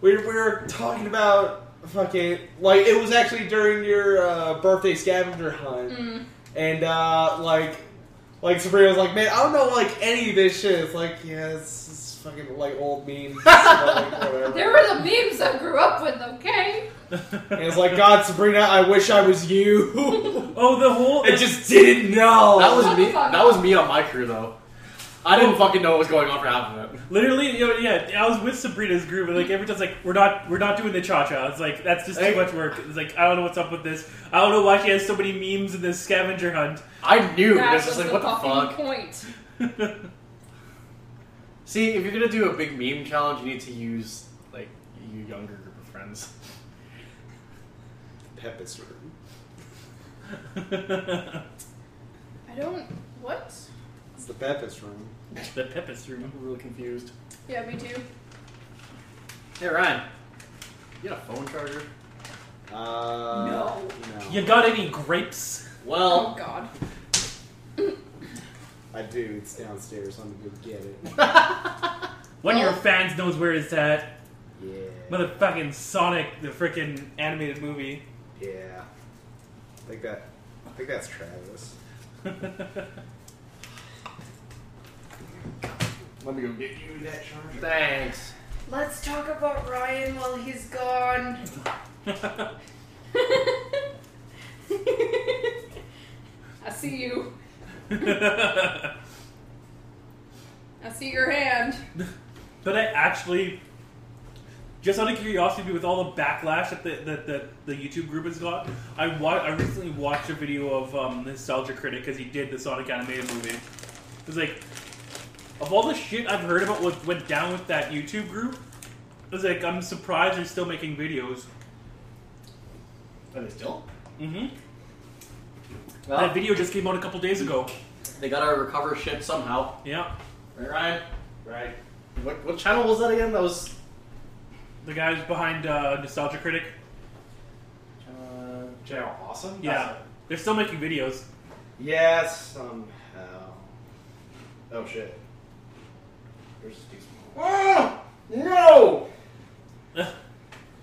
A: we, we were talking about fucking like it was actually during your uh, birthday scavenger hunt,
C: Mm.
A: and uh, like like Sabrina was like, man, I don't know like any of this shit. It's like yeah, it's, it's fucking like old memes, but, like, whatever.
C: There were the memes I grew up with. Okay.
A: and it's like, God, Sabrina, I wish I was you.
D: Oh, the whole.
A: I just didn't know.
B: That was
C: Oh, Shut
B: me.
C: the fuck
B: That
C: up.
B: was me on my crew though. I didn't fucking know what was going on for half of it.
D: Literally, you know, yeah. I was with Sabrina's group, and like every time's like, we're not, we're not doing the cha cha. It's like that's just
B: Hey.
D: too much work. It's like I don't know what's up with this. I don't know why she has so many memes in this scavenger hunt.
B: I knew.
C: that
B: I was
C: was
B: just like,
C: the
B: what the
C: fucking
B: fuck?
C: point.
B: See, if you're gonna do a big meme challenge, you need to use like your younger group of friends.
A: Peppa's room.
D: the
C: I don't. What?
A: It's the Peppa's room.
D: Peppa's room.
B: I'm really confused.
C: Yeah, me too.
B: Hey Ryan, you got a phone charger?
A: Uh,
C: No.
A: no.
D: You got any grapes?
C: Oh
B: Well,
C: God.
A: I do. It's downstairs. I'm gonna go get it.
D: One of your
C: Well-
D: fans knows where it's at.
A: Yeah.
D: Motherfucking Sonic, the freaking animated movie.
A: Yeah. I think that. I think that's Travis.
B: Let me go get you that charger. Thanks.
C: Let's talk about Ryan while he's gone. I see you.
D: but
C: I see your hand.
D: I actually, just out of curiosity, with all the backlash that the, that the, the YouTube group has got, I wa- I recently watched a video of um, Nostalgia Critic because he did the Sonic animated movie. It's like, of all the shit I've heard about what went down with that YouTube group, I was like, I'm surprised they're still making videos.
B: Are they still?
D: Mm-hmm.
B: Well,
D: That video just came out a couple days ago.
B: they gotta recover shit somehow.
D: Yeah,
B: Right, Ryan?
A: Right.
B: What, what channel was that again? That was.
D: the guys behind uh, Nostalgia Critic,
B: Uh, General Awesome?
D: Yeah. they're still making videos.
B: Yes, somehow. Oh shit. There's a decent Oh! No!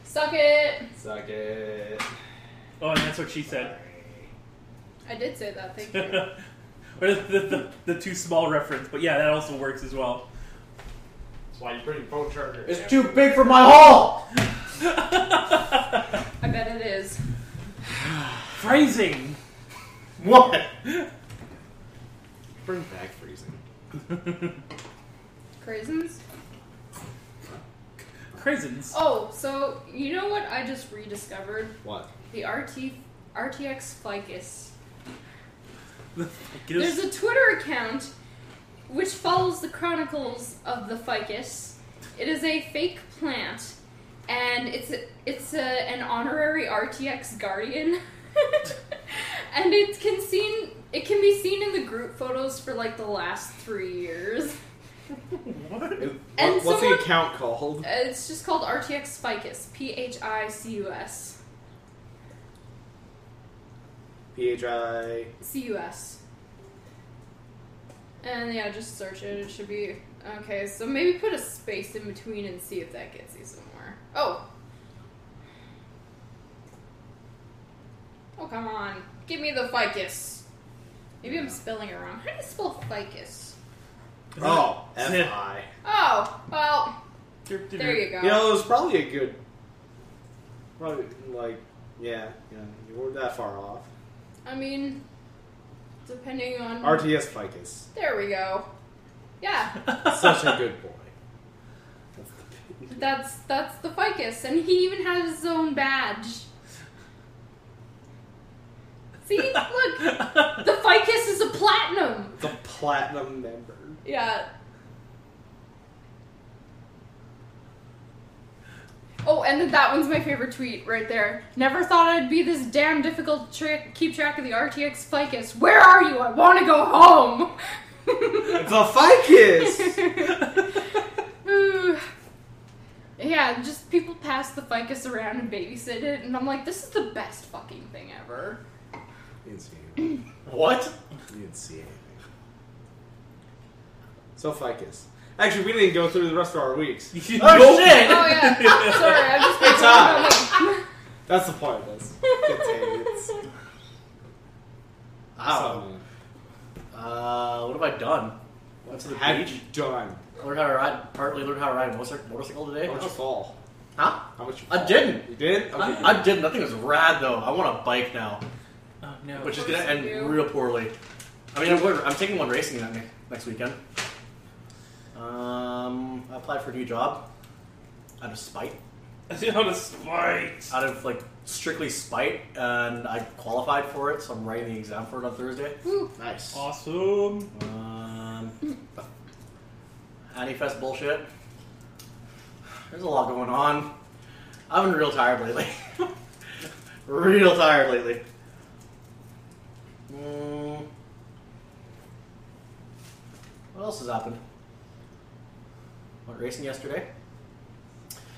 C: Suck it.
B: Suck it.
D: Oh, and that's what she said.
C: I did say that. Thank
D: or
C: you.
D: the, the, the, the too small reference, but yeah, that also works as well.
A: That's why you bring your phone charger.
B: It's too big for my hole!
C: I bet it is.
D: Phrasing!
B: What?
A: Bring back freezing.
C: Craisins.
D: Craisins.
C: Oh, so you know what I just rediscovered?
A: What?
C: The RT RTX Ficus.
D: Get us-
C: There's a Twitter account which follows the chronicles of the ficus. It is a fake plant, and it's a, it's a, an honorary RTX guardian, and it can seen it can be seen in the group photos for like the last three years.
A: What- what's
C: someone-
A: the account called?
C: Uh, It's just called RTX Ficus, P H I C U S,
A: PHI.
C: C U S. And yeah, just search it. It should be okay. So maybe put a space in between and see if that gets you somewhere. Oh. Oh come on! Give me the ficus. Maybe I'm spelling it wrong. How do you spell ficus?
D: Isn't
A: Oh,
D: it-
A: F I.
C: Oh well,
D: it-
C: there you go.
A: You know, it was probably a good. Probably like, yeah, you know, you weren't that far off.
C: I mean, depending on
A: RTS Ficus,
C: There we go. Yeah.
A: such a good boy. That's the pin.
C: That's that's the ficus, and he even has his own badge. See, look, the ficus is a platinum.
A: The platinum member.
C: Yeah. Oh, and then that one's my favorite tweet right there. Never thought I'd be this damn difficult to keep track of the RTX ficus. Where are you? I want to go home.
A: The Ficus.
C: Ooh. yeah, just people pass the ficus around and babysit it, and I'm like, this is the best fucking thing ever.
A: You didn't see anything.
B: What?
A: You didn't see anything. So Ficus. Actually, we didn't go through the rest of our weeks.
D: You
B: Oh,
D: know-
B: shit!
C: Oh yeah, sorry, I just
A: It's
C: on.
A: That's the point of this. It's, it's,
B: Ow. Uh, what have I done? Went to
A: so,
B: the
A: have
B: beach.
A: you done?
B: Learned how to ride, partly learned how to ride a motorcycle, motorcycle today.
A: How much you fall?
B: Huh?
A: How much you fall?
B: oh. I didn't.
A: You did? Okay.
B: I, I didn't. That thing was rad though. I want a bike now,
D: Oh, no.
B: which is gonna
C: course
B: end
C: you do.
B: real poorly. I mean, I'm, going- I'm taking one racing that ne- next weekend. Um, I applied for a new job out of spite,
D: Out of spite.
B: out of like strictly spite, and I qualified for it, so I'm writing the exam for it on Thursday.
C: Ooh,
A: nice.
B: Oh,
D: Awesome.
B: Um, Anifest bullshit. There's a lot going on. I've been real tired lately. real tired lately. Mm. What else has happened? Went racing yesterday.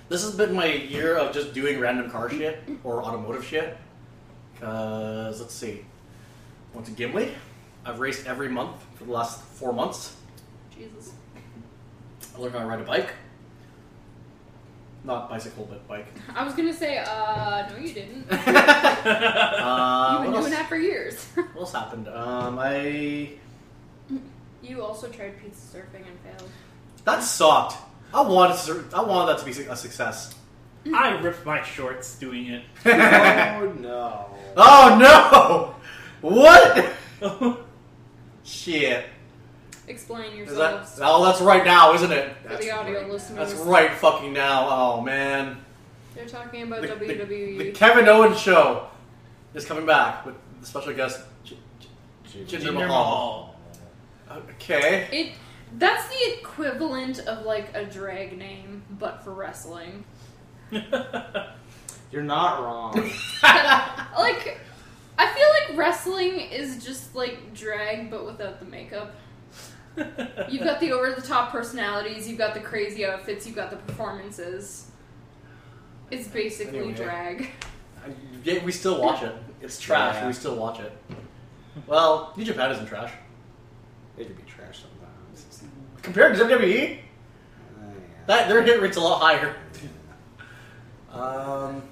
B: This has been my year of just doing random car shit or automotive shit. Cause let's see, went to Gimli. I've raced every month for the last four months.
C: Jesus.
B: I learned how to ride a bike. Not bicycle, but bike.
C: I was gonna say, uh, no, you didn't. You've
B: Uh,
C: been
B: what,
C: doing
B: else,
C: that for years.
B: what else happened? Um, I
C: you also tried pizza surfing and failed.
B: that sucked. I wanted sur- I wanted that to be su- a success.
D: I ripped my shorts doing it.
A: oh no.
B: oh no! What?
D: I
B: Shit!
C: Explain
B: Is that?
C: yourselves
B: Oh, that's right now, isn't it?
C: for the audio
A: right.
C: listeners.
B: That's right fucking now. Oh man.
C: They're talking about E.
B: the, the-
C: WWE.
B: the Kevin Owens show is coming back with the special guest J- J- Jinder Mahal. Okay.
C: It that's the equivalent of like a drag name, but for wrestling.
A: You're not wrong.
C: Like I feel like wrestling is just like drag but without the makeup. You've got the over the top personalities, you've got the crazy outfits, you've got the performances. It's basically
B: Anyway.
C: drag.
B: I- Yeah, we still watch it. It's trash.
A: Yeah.
B: We still watch it. Well, New Japan isn't trash
A: it could be trash sometimes.
B: compared to WWE.
A: Uh, yeah.
B: That their hit rate's a lot higher. Um.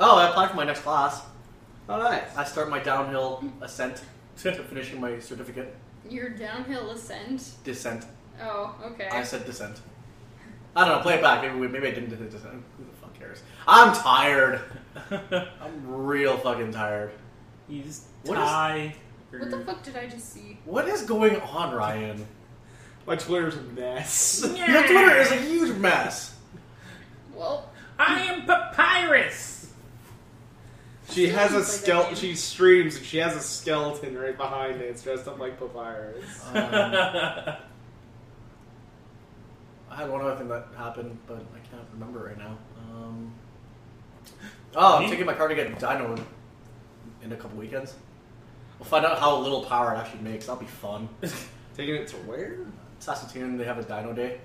B: Oh, I applied for my next class.
A: Oh nice.
B: I start my downhill ascent to finishing my certificate.
C: Your downhill ascent.
B: Descent.
C: Oh, okay.
B: I said descent. I don't know. Play it back. Maybe we, maybe I didn't say descent. Who the fuck cares? I'm tired. I'm real fucking tired.
D: you just
B: What is-
D: tie.
C: what the fuck did I just see?
B: What is going on, Ryan?
A: My Twitter's a mess.
B: Your Twitter is a huge mess.
C: Well,
D: I am papyrus.
A: She has a
C: Sounds like a
A: skeleton. She streams and she has a skeleton right behind it. It's dressed up like Papyrus.
B: Um, I had one other thing that happened, but I can't remember right now. Um, oh, I'm
D: Me?
B: taking my car to get dynoed in a couple weekends. We'll find out how little power it actually makes. That'll be fun.
A: Taking it to where?
B: Saskatoon, they have a dyno day.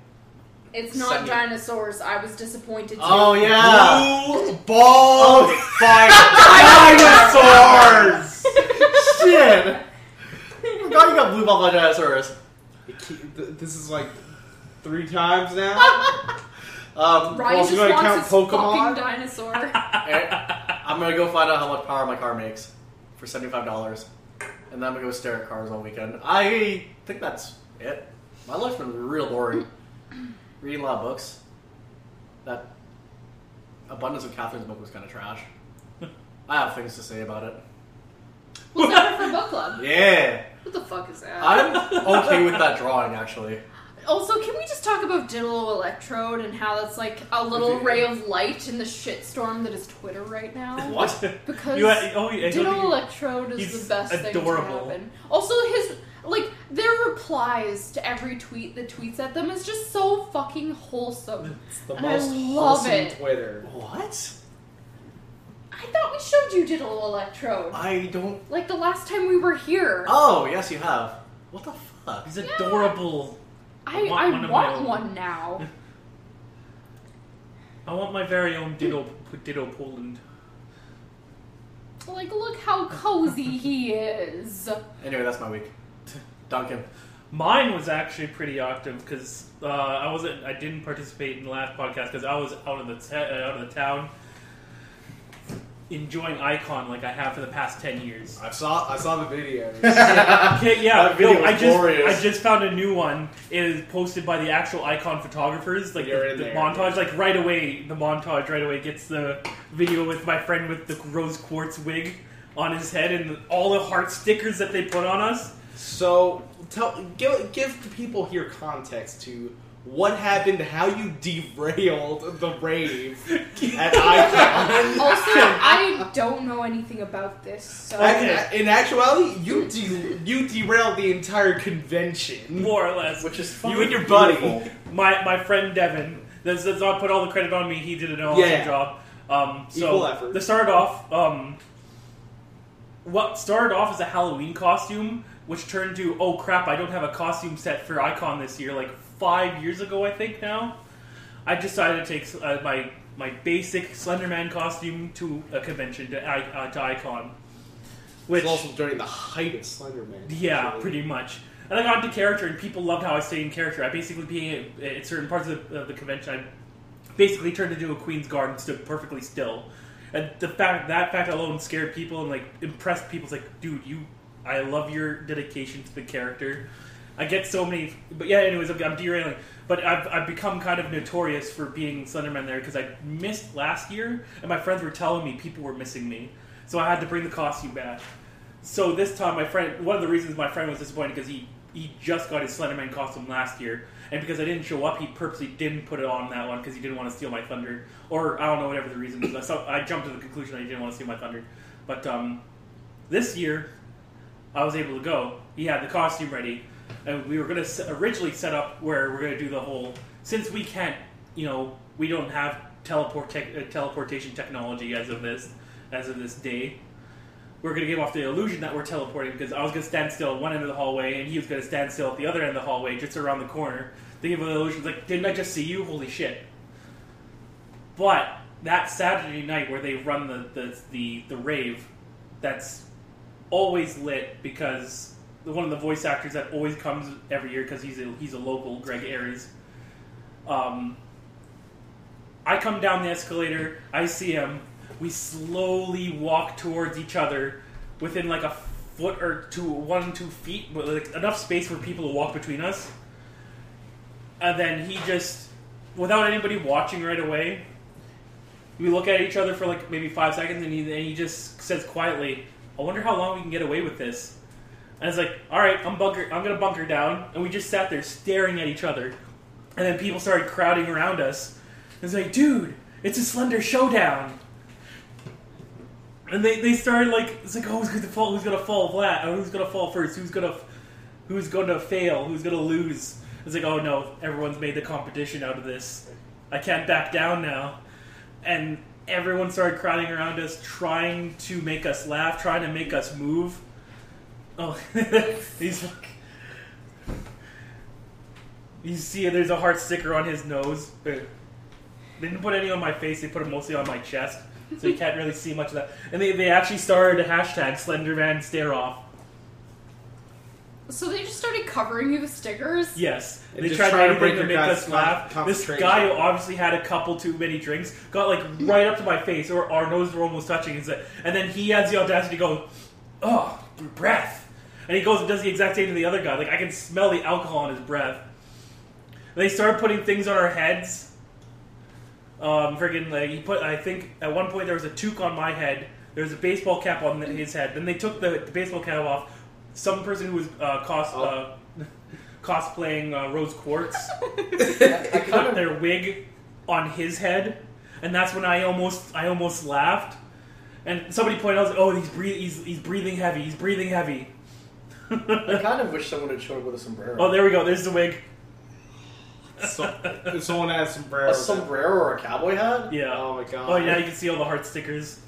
C: it's not
B: Sunny.
C: dinosaurs. I was disappointed too.
B: Oh yeah, Oh,
A: Blue ball dinosaurs.
B: shit! I forgot you got blue ball by dinosaurs.
A: It keep- th- this is like three times now.
B: Um,
C: Ryan
A: Well,
C: just
A: you wanna
C: wants
A: count
C: his
A: Pokemon?
C: fucking dinosaur.
B: and Eh, I'm gonna go find out how much power my car makes for seventy five dollars, and then I'm gonna go stare at cars all weekend. I think that's it. My life's been real boring. Reading a lot of books. That abundance of Catherine's book was kind of trash. I have things to say about it.
C: We'll start it for book club.
B: Yeah,
C: What the fuck is that?
B: I'm okay with that drawing actually.
C: also, can we just talk about Digital Electrode and how that's like a little ray of light in the shitstorm that is Twitter right now?
B: What?
C: Because
D: You, uh, oh, yeah, I
C: Digital
D: don't think
C: Electrode is
D: he's
C: the best
D: adorable.
C: thing to happen. Also, his like their replies to every tweet that tweets at them is just so fucking wholesome.
A: It's the
C: I
A: most
C: love
A: wholesome
C: it.
A: Twitter.
B: What?
C: I thought we showed you Digital Electrode
B: I don't.
C: like the last time we were here.
B: Oh yes, you have. What the fuck?
D: he's
C: Yeah.
D: adorable.
C: I,
D: I want
C: I
D: one of my
C: want
D: own.
C: one now.
D: I want my very own Ditto, Ditto Poland.
C: Like, look how cozy he is.
B: Anyway, that's my week. Duncan.
D: Mine was actually pretty active because uh, I wasn't. I didn't participate in the last podcast because I was out of the t- uh, out of the town, enjoying Icon like I have for the past ten years.
A: I saw I saw the videos.
D: Okay, yeah,
B: That video
D: no,
B: was
D: I just
B: glorious.
D: I just found a new one. It is posted by the actual Icon photographers. Like
A: You're
D: the,
A: in
D: the
A: there.
D: montage, like right away, the montage right away gets the video with my friend with the rose quartz wig on his head and all the heart stickers that they put on us.
A: so tell give give the people here context to what happened, how you derailed the rave at Icon.
C: Also, I don't know anything about this, so
D: Okay.
A: In actuality, you de- you derailed the entire
B: Mm.
A: convention.
D: More or less,
B: Which is
A: You and your buddy.
B: beautiful.
D: my my friend Devin. Let's, let's not put all the credit on me. He did an awesome
A: Yeah.
D: job. Um, so
A: Equal effort.
D: They started off. Um, what started off as a Halloween costume, which turned to oh crap, I don't have a costume set for Icon this year. Like five years ago, I think now. I decided to take uh, my my basic Slenderman costume to a convention to, I- uh, to Icon,
A: Which
D: which
A: was also during the height of Slenderman.
D: yeah,
A: actually.
D: pretty much. And I got into character, and people loved how I stayed in character. I basically being at, at certain parts of the, of the convention, I basically turned into a Queen's Guard and stood perfectly still. And the fact that fact alone scared people and like impressed people. It's like, dude, you, I love your dedication to the character. I get so many, but yeah. Anyways, I'm, I'm derailing. But I've, I've become kind of notorious for being Slenderman there because I missed last year, and my friends were telling me people were missing me, so I had to bring the costume back. So this time, my friend, one of the reasons my friend was disappointed because he he just got his Slenderman costume last year, and because I didn't show up, he purposely didn't put it on that one because he didn't want to steal my thunder, or I don't know whatever the reason. is. I, saw, I jumped to the conclusion that he didn't want to steal my thunder, but um, this year I was able to go. He had the costume ready, and we were going to originally set up where we're going to do the whole. Since we can't, you know, we don't have teleport tech uh, teleportation technology as of this as of this day. We're going to give off the illusion that we're teleporting because I was going to stand still at one end of the hallway and he was going to stand still at the other end of the hallway just around the corner. They give an illusion like, didn't I just see you? Holy shit! But that Saturday night where they run the the the, the rave, that's always lit because the- one of the voice actors that always comes every year because he's a, he's a local, Greg Aries. Um, I come down the escalator, I see him. We slowly walk towards each other within like a foot or two, one two feet, but like enough space for people to walk between us. And then he just, without anybody watching right away, we look at each other for like maybe five seconds, and he, and he just says quietly, "I wonder how long we can get away with this." And it's like, "All right, I'm bunker. I'm gonna bunker down." And we just sat there staring at each other, and then people started crowding around us. It's like, "Dude, it's a slender showdown." And they, they started like it's like, "Oh, who's gonna fall? Who's gonna fall flat? Oh, who's gonna fall first? Who's gonna who's gonna fail? Who's gonna lose?" It's like, "Oh no, everyone's made the competition out of this. I can't back down now." and everyone started crowding around us, trying to make us laugh, trying to make us move. Oh, he's like, you see, there's a heart sticker on his nose. They didn't put any on my face; they put it mostly on my chest, so you can't really see much of that. And they, they actually started a hashtag Slenderman Stare Off.
C: So they just started covering you with stickers?
D: Yes,
A: And
D: they
A: just
D: tried
A: trying to
D: everything
A: break
D: to
A: your
D: make
A: guy's
D: us laugh.
A: con-
D: This
A: concentration.
D: guy who obviously had a couple too many drinks got like right up to my face, or our noses were almost touching. He's like- And then he has the audacity to go, "Oh, breath," and he goes and does the exact same to the other guy. Like I can smell the alcohol on his breath. They started putting things on our heads. Um, friggin' like he put. I think at one point there was a toque on my head. There was a baseball cap on his head. Then they took the, the baseball cap off. Some person who was uh, cos
A: Oh.
D: uh, cosplaying uh, Rose Quartz
B: I, I kind
D: put
B: of
D: their wig on his head, and that's when I almost I almost laughed. And somebody pointed out, "Oh, he's breathing. He's, he's breathing heavy. He's breathing heavy."
B: I kind of wish someone had showed up with a sombrero.
D: oh, there we go. There's the wig.
A: So, if someone has sombrero.
B: a sombrero or a cowboy hat?
D: Yeah.
A: Oh my god.
D: Oh yeah, you can see all the heart stickers.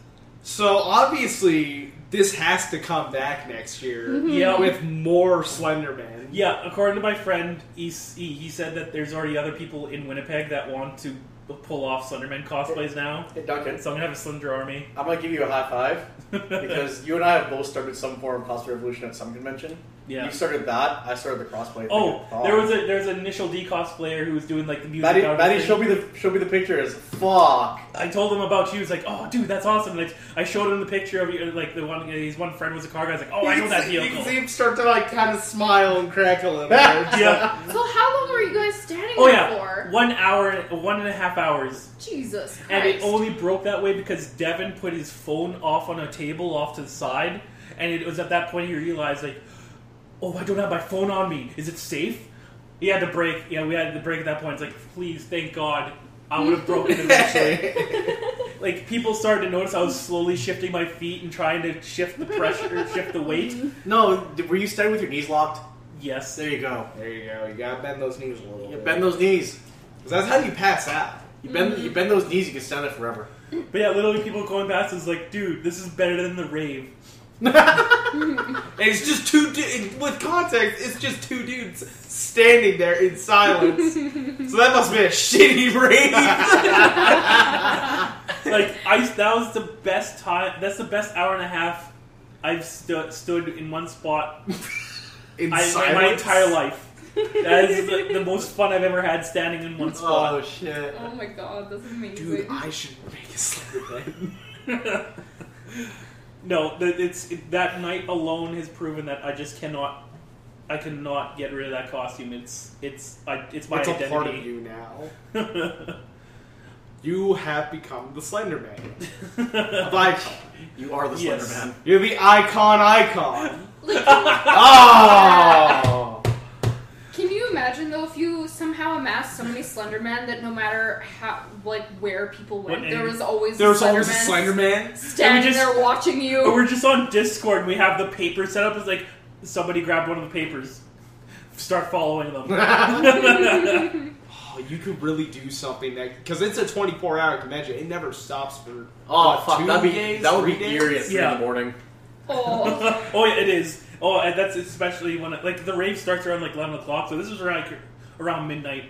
A: So obviously, this has to come back next year
C: Mm-hmm.
D: Yeah,
A: with more Slenderman.
D: yeah. According to my friend, he, s- he he said that there's already other people in Winnipeg that want to pull off Slenderman cosplays now.
B: Hey, Duncan,
D: So I'm gonna have a Slender army.
B: I'm gonna give you a high five because you and I have both started some form of cosplay revolution at some convention.
D: yeah.
B: You started that. I started the crossplay. thing
D: Oh,
B: at Thaw.
D: there was a there's an initial D cosplayer who was doing like the music.
B: Maddie,
D: out of
B: Maddie
D: the-
B: show me the show me the pictures. Fuck.
D: I told him about you. He's like, "Oh, dude, that's awesome!" Like, I showed him the picture of you. Like the one, his one friend was a car guy. I was like, "Oh, I know
A: You can
D: that
A: see- You can see
D: vehicle."
A: him start to like kind of smile and crack a little bit. It's
D: Yeah.
A: like-
C: So how long were you guys standing
D: Oh
C: there
D: yeah,
C: for?
D: one hour, one and a half hours,
C: Jesus Christ.
D: and it only broke that way because Devin put his phone off on a table off to the side, and it was at that point he realized, like, "Oh, I don't have my phone on me. Is it safe?" He had to break. Yeah, we had to break at that point. It's like, please, thank God, I would have broken eventually. like people started to notice I was slowly shifting my feet and trying to shift the pressure, shift the weight.
B: No, d- were you standing with your knees locked?
D: Yes,
B: There you go.
A: there you go. You gotta bend those knees a little
B: You
A: bit.
B: bend those knees.
A: 'Cause that's how you pass out.
B: You bend you bend those knees. You can stand it forever.
D: but yeah, literally people going past is like, dude, this is better than the rave.
A: And it's just two du- with context. It's just two dudes standing there in silence. so that must be a shitty race.
D: Like I, that was the best time. That's the best hour and a half I've stu- stood in one spot
A: in
D: I, my
A: silence.
D: entire life. That is the, the most fun I've ever had standing in
A: Oh,
D: one spot.
B: shit.
C: Oh my god, that's amazing.
A: Dude, I should make a slender man.
D: no, that it's it, that night alone has proven that I just cannot, I cannot get rid of that costume. It's it's I, it's my
A: It's a
D: identity.
A: part of you now. You have become the Slender Man. Of icon.
B: You are the
D: Yes.
B: Slender Man.
A: You're the icon icon.
C: like, can
A: Oh!
C: you, can you imagine though if you somehow amassed so many Slendermen that no matter how, like where people went,
D: What
C: there
D: area?
C: was always
A: There's
C: a
A: always a
C: Slenderman
A: Slender Man.
C: standing
D: And we just-
C: there watching you.
D: We're just on Discord. and We have the paper set up. It's like somebody grabbed one of the papers, start following them.
A: Oh, you could really do something that because it's a 24 hour convention. It never stops for
B: Oh,
A: what,
B: fuck.
A: two
B: That'd be,
A: days,
B: that would
A: three
B: be
A: days?
B: eerie at 3 in
D: Yeah.
B: the morning.
C: oh.
D: oh, yeah, it is. Oh, and that's especially when it, like the rave starts around like eleven o'clock. So this is around like, around midnight.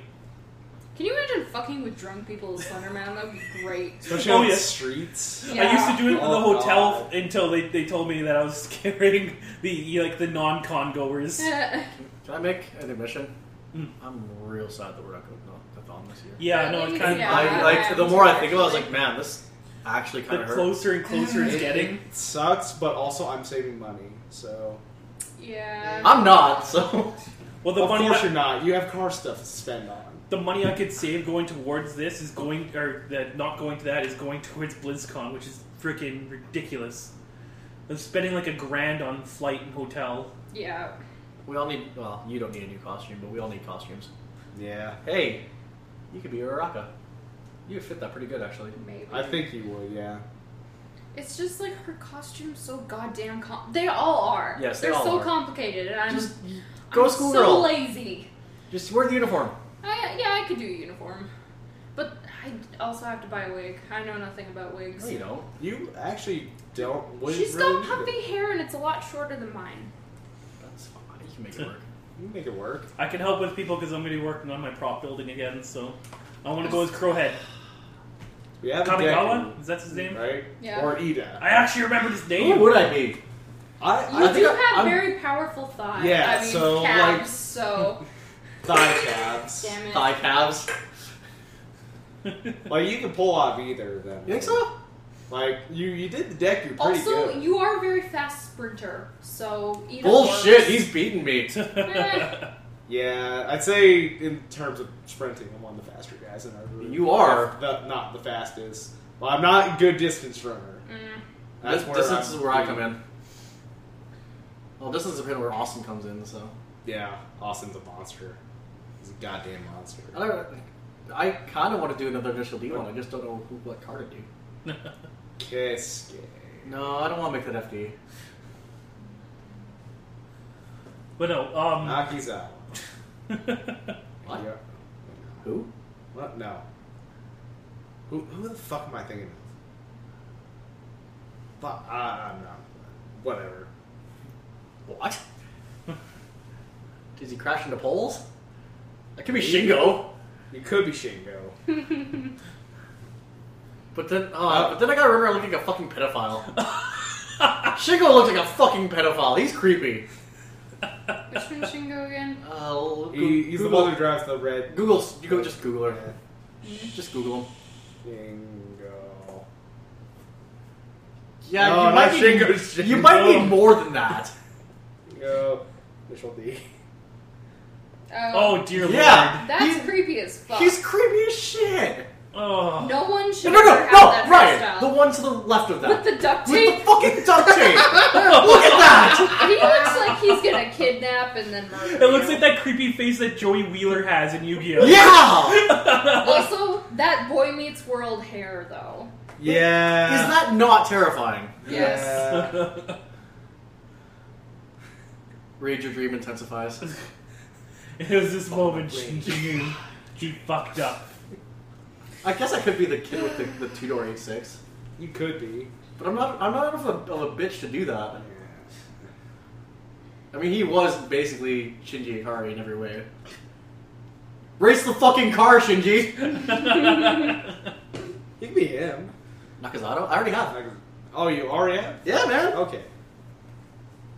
C: Can you imagine fucking with drunk people as Slenderman? That would be great.
A: Especially
D: Oh,
A: on
D: yeah.
A: the streets.
C: Yeah.
D: I used to do it in the
A: Oh,
D: hotel
A: God.
D: until they, they told me that I was scaring the like the non con goers.
C: Yeah.
B: Can I make an admission?
D: Mm.
B: I'm real sad that we're not going to Thon this year.
D: Yeah, no, it's kind of
C: Yeah.
B: I, like, the more I think about it, I was like, man, this actually kind
D: the
B: of hurt.
D: closer and closer it's getting.
A: It sucks, but also I'm saving money. So
C: yeah.
B: I'm not, so.
D: Well, the
A: of
D: money
A: course
D: I,
A: you're not. You have car stuff to spend on.
D: the money I could save going towards this is going or that not going to that is going towards BlizzCon, which is freaking ridiculous. I'm spending like a grand on flight and hotel.
C: Yeah.
B: We all need, well, you don't need a new costume, but we all need costumes.
A: Yeah,
B: Hey, you could be Uraraka. You would fit that pretty good, actually.
C: Maybe.
A: I think you would. Yeah,
C: It's just like her costume's so goddamn com- They all are.
B: Yes, they
C: They're
B: all
C: so
B: are.
C: complicated, and I'm
B: Just
C: I'm
B: go school
C: so
B: girl.
C: lazy.
B: Just wear the uniform.
C: I, yeah, I could do a uniform. But I also have to buy a wig. I know nothing about wigs.
B: No, you don't.
A: you actually don't. Wouldn't
C: She's
A: really
C: got
A: need
C: puffy
A: it.
C: hair and it's a lot shorter than mine.
B: That's fine. You can make it work.
A: You can make it work.
D: I can help with people because I'm going to be working on my prop building again. So I want to go as Crowhead.
A: We have a
D: Kamigawa
A: deck,
D: is that his name?
A: right?
C: Yeah.
A: Or Ida.
D: I actually remembered his
B: Who
D: name.
B: would I be?
A: I,
C: You
A: I
C: do
A: think I- I'm
C: have very powerful thighs.
A: Yeah,
C: I mean,
A: so,
C: calves,
A: like-
C: so.
A: thigh calves.
C: Damn it.
B: Thigh calves.
A: Like you can pull off either of them.
B: You think so?
A: Like you, you did the deck. You're pretty
C: Also,
A: good.
C: you are a very fast sprinter, so either
B: Bullshit.
C: works.
B: He's beating me.
A: Yeah, I'd say in terms of sprinting, I'm one of the faster guys in our group.
B: You are.
A: If the- not the fastest. Well, I'm not a good distance runner.
C: Mm.
A: That's
B: This-
A: where
B: distance
A: I'm-
B: is where I come in. Well, distance is where Austin comes in. So
A: Yeah, Austin's a monster. He's a goddamn monster.
B: I don't. I kind of want to do another initial D one. I just don't know who what card to do.
A: Kiske.
B: No, I don't want to make that FD.
D: But no, um,
A: Nakizawa.
B: What?
A: Yeah.
B: Who?
A: What? No. Who, who the fuck am I thinking of? Fuck, I, I'm not. Whatever.
B: What? Does he crash into poles? That could be Shingo.
A: It could be Shingo.
B: But then, uh, but then I gotta remember I look like a fucking pedophile. Shingo looks like a fucking pedophile. He's creepy.
C: Which one should go again?
B: Uh, Google,
A: He, he's the
B: Google,
A: one who drives the red.
B: Google, you go just Google her. Just Google him.
A: Shingo.
B: Yeah,
C: Oh,
A: No,
B: you
A: not
B: might need,
A: Shingo,
B: you
A: Shingo.
B: might need more than that.
A: Go. Initial D.
D: oh dear
B: yeah,
C: Um, that's
B: he's,
C: creepy as fuck.
B: he's creepy as shit.
D: lord. Oh.
C: No one
B: No,
C: should
B: no,
C: ever
B: no,
C: have
B: no,
C: that
B: Ryan,
C: hairstyle.
B: the one to the left of
C: With
B: that,
C: the duct
B: with
C: tape,
B: the fucking duct tape. Look at that.
C: he looks like he's gonna kidnap and then murder.
D: It looks
C: you.
D: like that creepy face that Joey Wheeler has in Yu-Gi-Oh.
B: Yeah,
C: Also, that Boy Meets World hair, though.
A: Yeah.
B: is that not terrifying?
C: Yes.
A: Yeah.
B: Rage your dream intensifies.
D: it was this moment she,
A: Probably.
D: she knew she fucked up.
B: I guess I could be the kid with the, the two door eight six,
A: you could be.
B: but I'm not. I'm not enough of a, of a bitch to do that. I mean, he was basically Shinji Ikari in every way. Race the fucking car, Shinji.
A: He could be him.
B: Nakazato, I already have.
A: Like, oh, you are yeah?
B: Yeah, man.
A: Okay.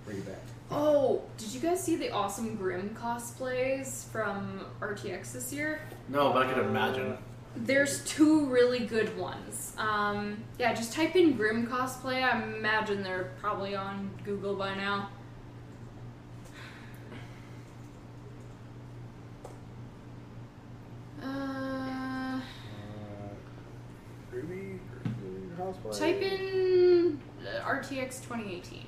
A: Bring it back.
C: Oh, did you guys see the awesome Grim cosplays from RTX this year?
B: No, but I could imagine.
C: There's two really good ones. Um, yeah, just type in Grim cosplay. I imagine they're probably on Google by now. Uh,
A: Ruby, Ruby
C: type in uh, RTX 2018.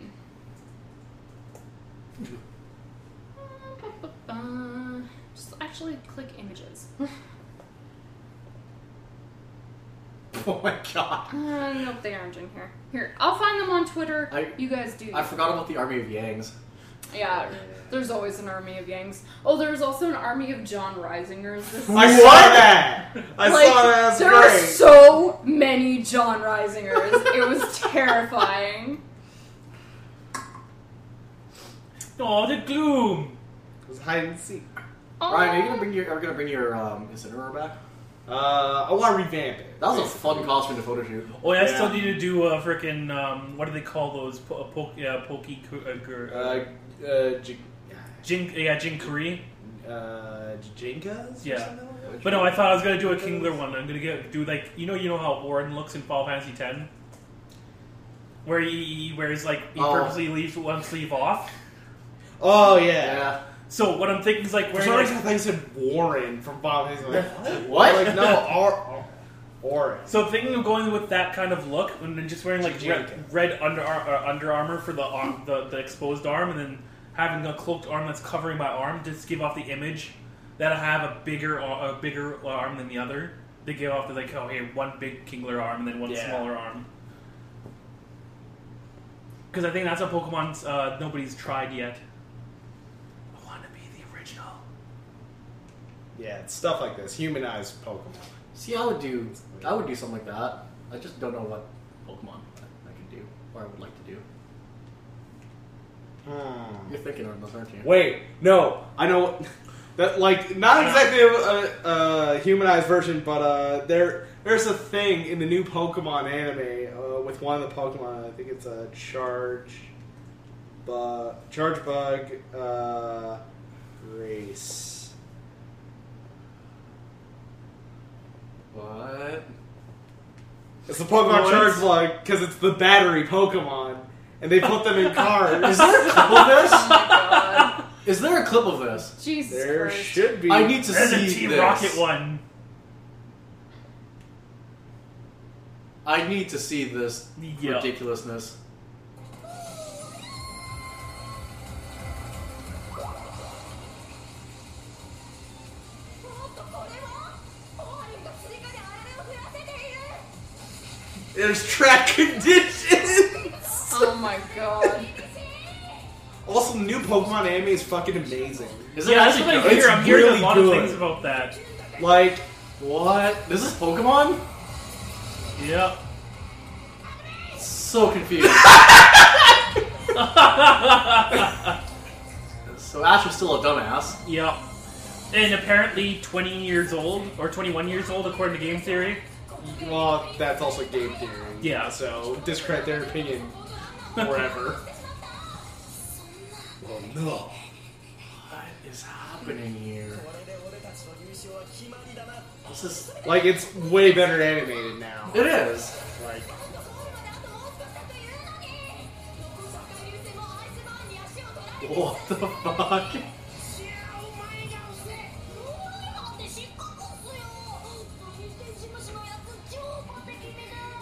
C: Uh, Just actually click images. Uh,
B: Oh my god.
C: Uh, nope, they aren't in here. Here, I'll find them on Twitter.
B: I-
C: you guys do.
B: I forgot about the army of Yangs.
C: yeah, there's always an army of Yangs. Oh, there's also an army of John Risingers. This
A: I saw that. I
C: like,
A: saw that. That's
C: there are
A: great.
C: so many John Risingers. it was terrifying.
D: Oh, the gloom.
A: It was hide and seek.
B: Ryan, are you gonna
C: Aw.
B: bring your are we gonna bring your um, incinerator back?
A: Uh, I want to revamp it.
B: That was a fun costume to photo shoot.
D: Oh, yeah, I still
A: Yeah.
D: need to do a freaking um, what do they call those? Po- uh, poke, yeah, pokey, cur- uh, gr-
A: Uh, uh, j-
D: jin, yeah, jinkari.
A: uh, Jinkas?
D: Yeah.
A: Or something like that?
D: But no, I thought I was gonna do a Kingler one. I'm gonna get do like you know you know how Warren looks in Final Fantasy X, where he wears like he
B: Oh.
D: purposely leaves one sleeve off.
A: Oh yeah.
B: Yeah.
D: So what I'm thinking is like
A: For
D: wearing.
A: some
D: like-
A: reason, I thought you said Warren from Bob Hanks. I'm Like,
B: What?
A: I'm like no, or, or, Orin.
D: so I'm thinking of going with that kind of look, and then just wearing like
A: Jinka.
D: red, red under ar- uh, Under Armour for the, arm, the the exposed arm, and then having a cloaked arm that's covering my arm just to give off the image that I have a bigger ar- a bigger uh, arm than the other. They give off the like oh hey one big Kingler arm and then one
A: Yeah.
D: smaller arm. Because I think that's a Pokemon uh, nobody's tried yet. I want to be the original.
A: Yeah, it's stuff like this. Humanized Pokemon.
B: See, I would do I would do something like that. I just don't know what Pokemon I could do or I would like to do.
A: Hmm.
B: You're thinking on those, aren't you?
A: Wait, no, I know what- that like not exactly a, a, a humanized version, but uh, there there's a thing in the new Pokemon anime uh, with one of the Pokemon. I think it's a charge, bu- charge bug uh, race.
B: What?
A: It's the Pokemon
D: What?
A: charge bug because it's the battery Pokemon, and they put them in
B: Is
A: cars.
B: there a clip of
C: Oh
B: this?
C: my god.
B: Is there a clip of this?
C: Jesus
A: there
C: Christ.
A: should be.
B: I need to
D: There's
B: see
D: a Team
B: this.
D: Rocket one.
B: I need to see this
D: Yeah.
B: ridiculousness.
A: There's track conditions.
C: Oh my god.
A: also, new Pokemon anime is fucking amazing.
B: Is
D: Yeah,
B: it
D: that's
B: actually
D: what I
B: good?
D: hear.
A: It's
D: I'm hearing
A: really
D: a lot of
A: good.
D: things about that.
A: Like.
B: What? This is Pokemon?
D: Yep.
B: So confused. so Ash was still a dumbass.
D: Yep. And apparently 20 years old, or 21 years old, according to game theory.
A: Well, that's also game theory.
D: Yeah.
A: So discredit their opinion forever. well, no.
B: What is happening here? This is.
A: Like it's way better animated now.
B: It is.
A: Like
B: What the fuck?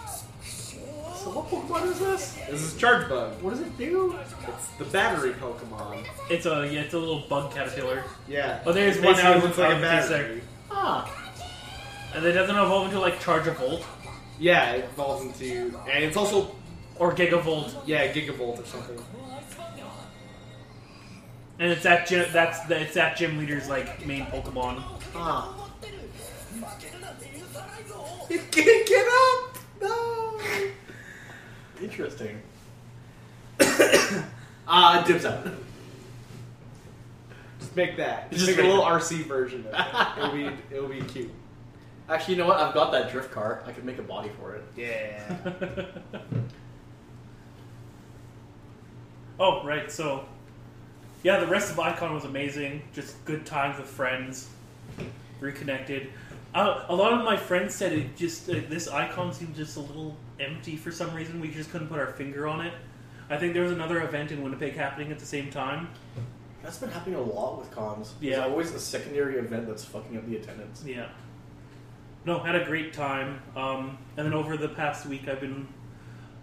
B: So what Pokemon is this?
A: this is Charge Bug.
B: What does it do?
A: It's the battery Pokemon.
D: It's a yeah, it's a little bug caterpillar.
A: Yeah.
D: Oh, there's
A: It
D: one
A: basically
D: out
A: looks like a
D: of the
A: battery.
B: Ah.
D: And it doesn't evolve into like Chargavolt
A: Yeah, it falls into, and it's also
D: or Gigavolt.
A: yeah gigavolt or something.
D: And it's that gym, that's the, it's that gym leader's like main Pokemon.
B: Ah.
A: It can't get up. No.
B: Interesting. Ah, it dips out.
A: Just make that.
B: Just
A: Just make a
B: make
A: little
B: it.
A: RC version of it. It'll be it'll be cute.
B: Actually, you know what? I've got that drift car. I could make a body for it.
A: Yeah.
D: oh right, so yeah, the rest of Icon was amazing. Just good times with friends, reconnected. Uh, a lot of my friends said it just uh, this Icon seemed just a little empty for some reason. We just couldn't put our finger on it. I think there was another event in Winnipeg happening at the same time.
B: That's been happening a lot with cons.
D: Yeah.
B: There's always a secondary event that's fucking up the attendance.
D: Yeah. No, had a great time. Um, and then over the past week, I've been.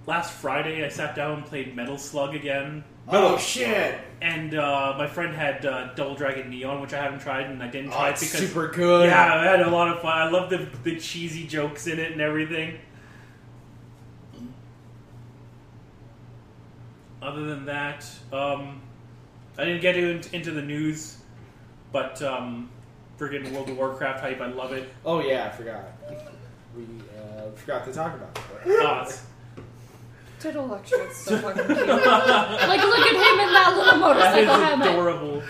D: Last Friday, I sat down and played Metal Slug again.
B: Oh shit!
D: And uh, my friend had uh, Double Dragon Neon, which I haven't tried, and I didn't
A: Oh,
D: try it
A: it's
D: because.
A: super good.
D: Yeah, I had a lot of fun. I love the, the cheesy jokes in it and everything. Other than that, um, I didn't get in, into the news, but um, friggin' World of Warcraft hype, I love it.
A: Oh yeah, I forgot. We uh, forgot to talk about it.
D: Thoughts?
C: Tittle lecture is so fucking cute. like, look at him in that little motorcycle
D: That is
C: helmet.
D: adorable.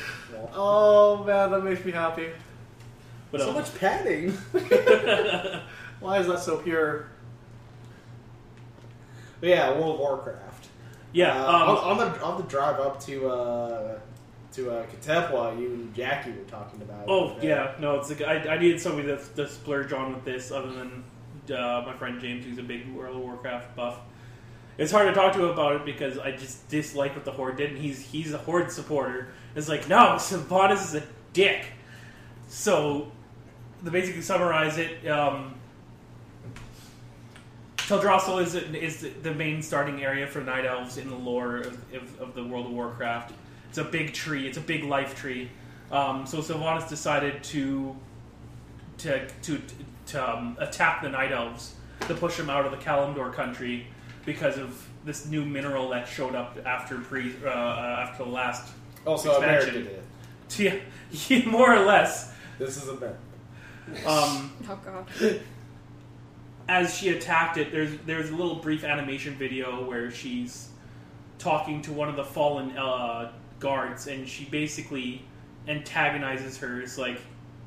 B: Oh man, that makes me happy.
D: But,
A: so
D: um,
A: much padding.
B: Why is that so pure?
A: yeah, World of Warcraft.
D: yeah,
A: Uh,
D: um,
A: on, on the on the drive up to uh, to uh, Katepwa, you and Jackie were talking about. it.
D: Oh yeah, no, it's like I, I needed somebody to, to splurge on with this, other than uh, my friend James, who's a big World of Warcraft buff. It's hard to talk to him about it because I just dislike what the Horde did, and he's he's a Horde supporter. It's like no, Sylvanas is a dick. So, to basically summarize it, um, Teldrassil is is the main starting area for night elves in the lore of, of, of the World of Warcraft. It's a big tree. It's a big life tree. Um, so Sylvanas decided to to to, to um, attack the night elves to push them out of the Kalimdor country because of this new mineral that showed up after pre uh, after the last
A: Also, America
D: Expansion.
A: did. it.
D: yeah, more or less.
A: This is America.
D: Um,
C: Oh god.
D: as she attacked it, there's there's a little brief animation video where she's talking to one of the fallen uh, guards, and she basically antagonizes her. It's like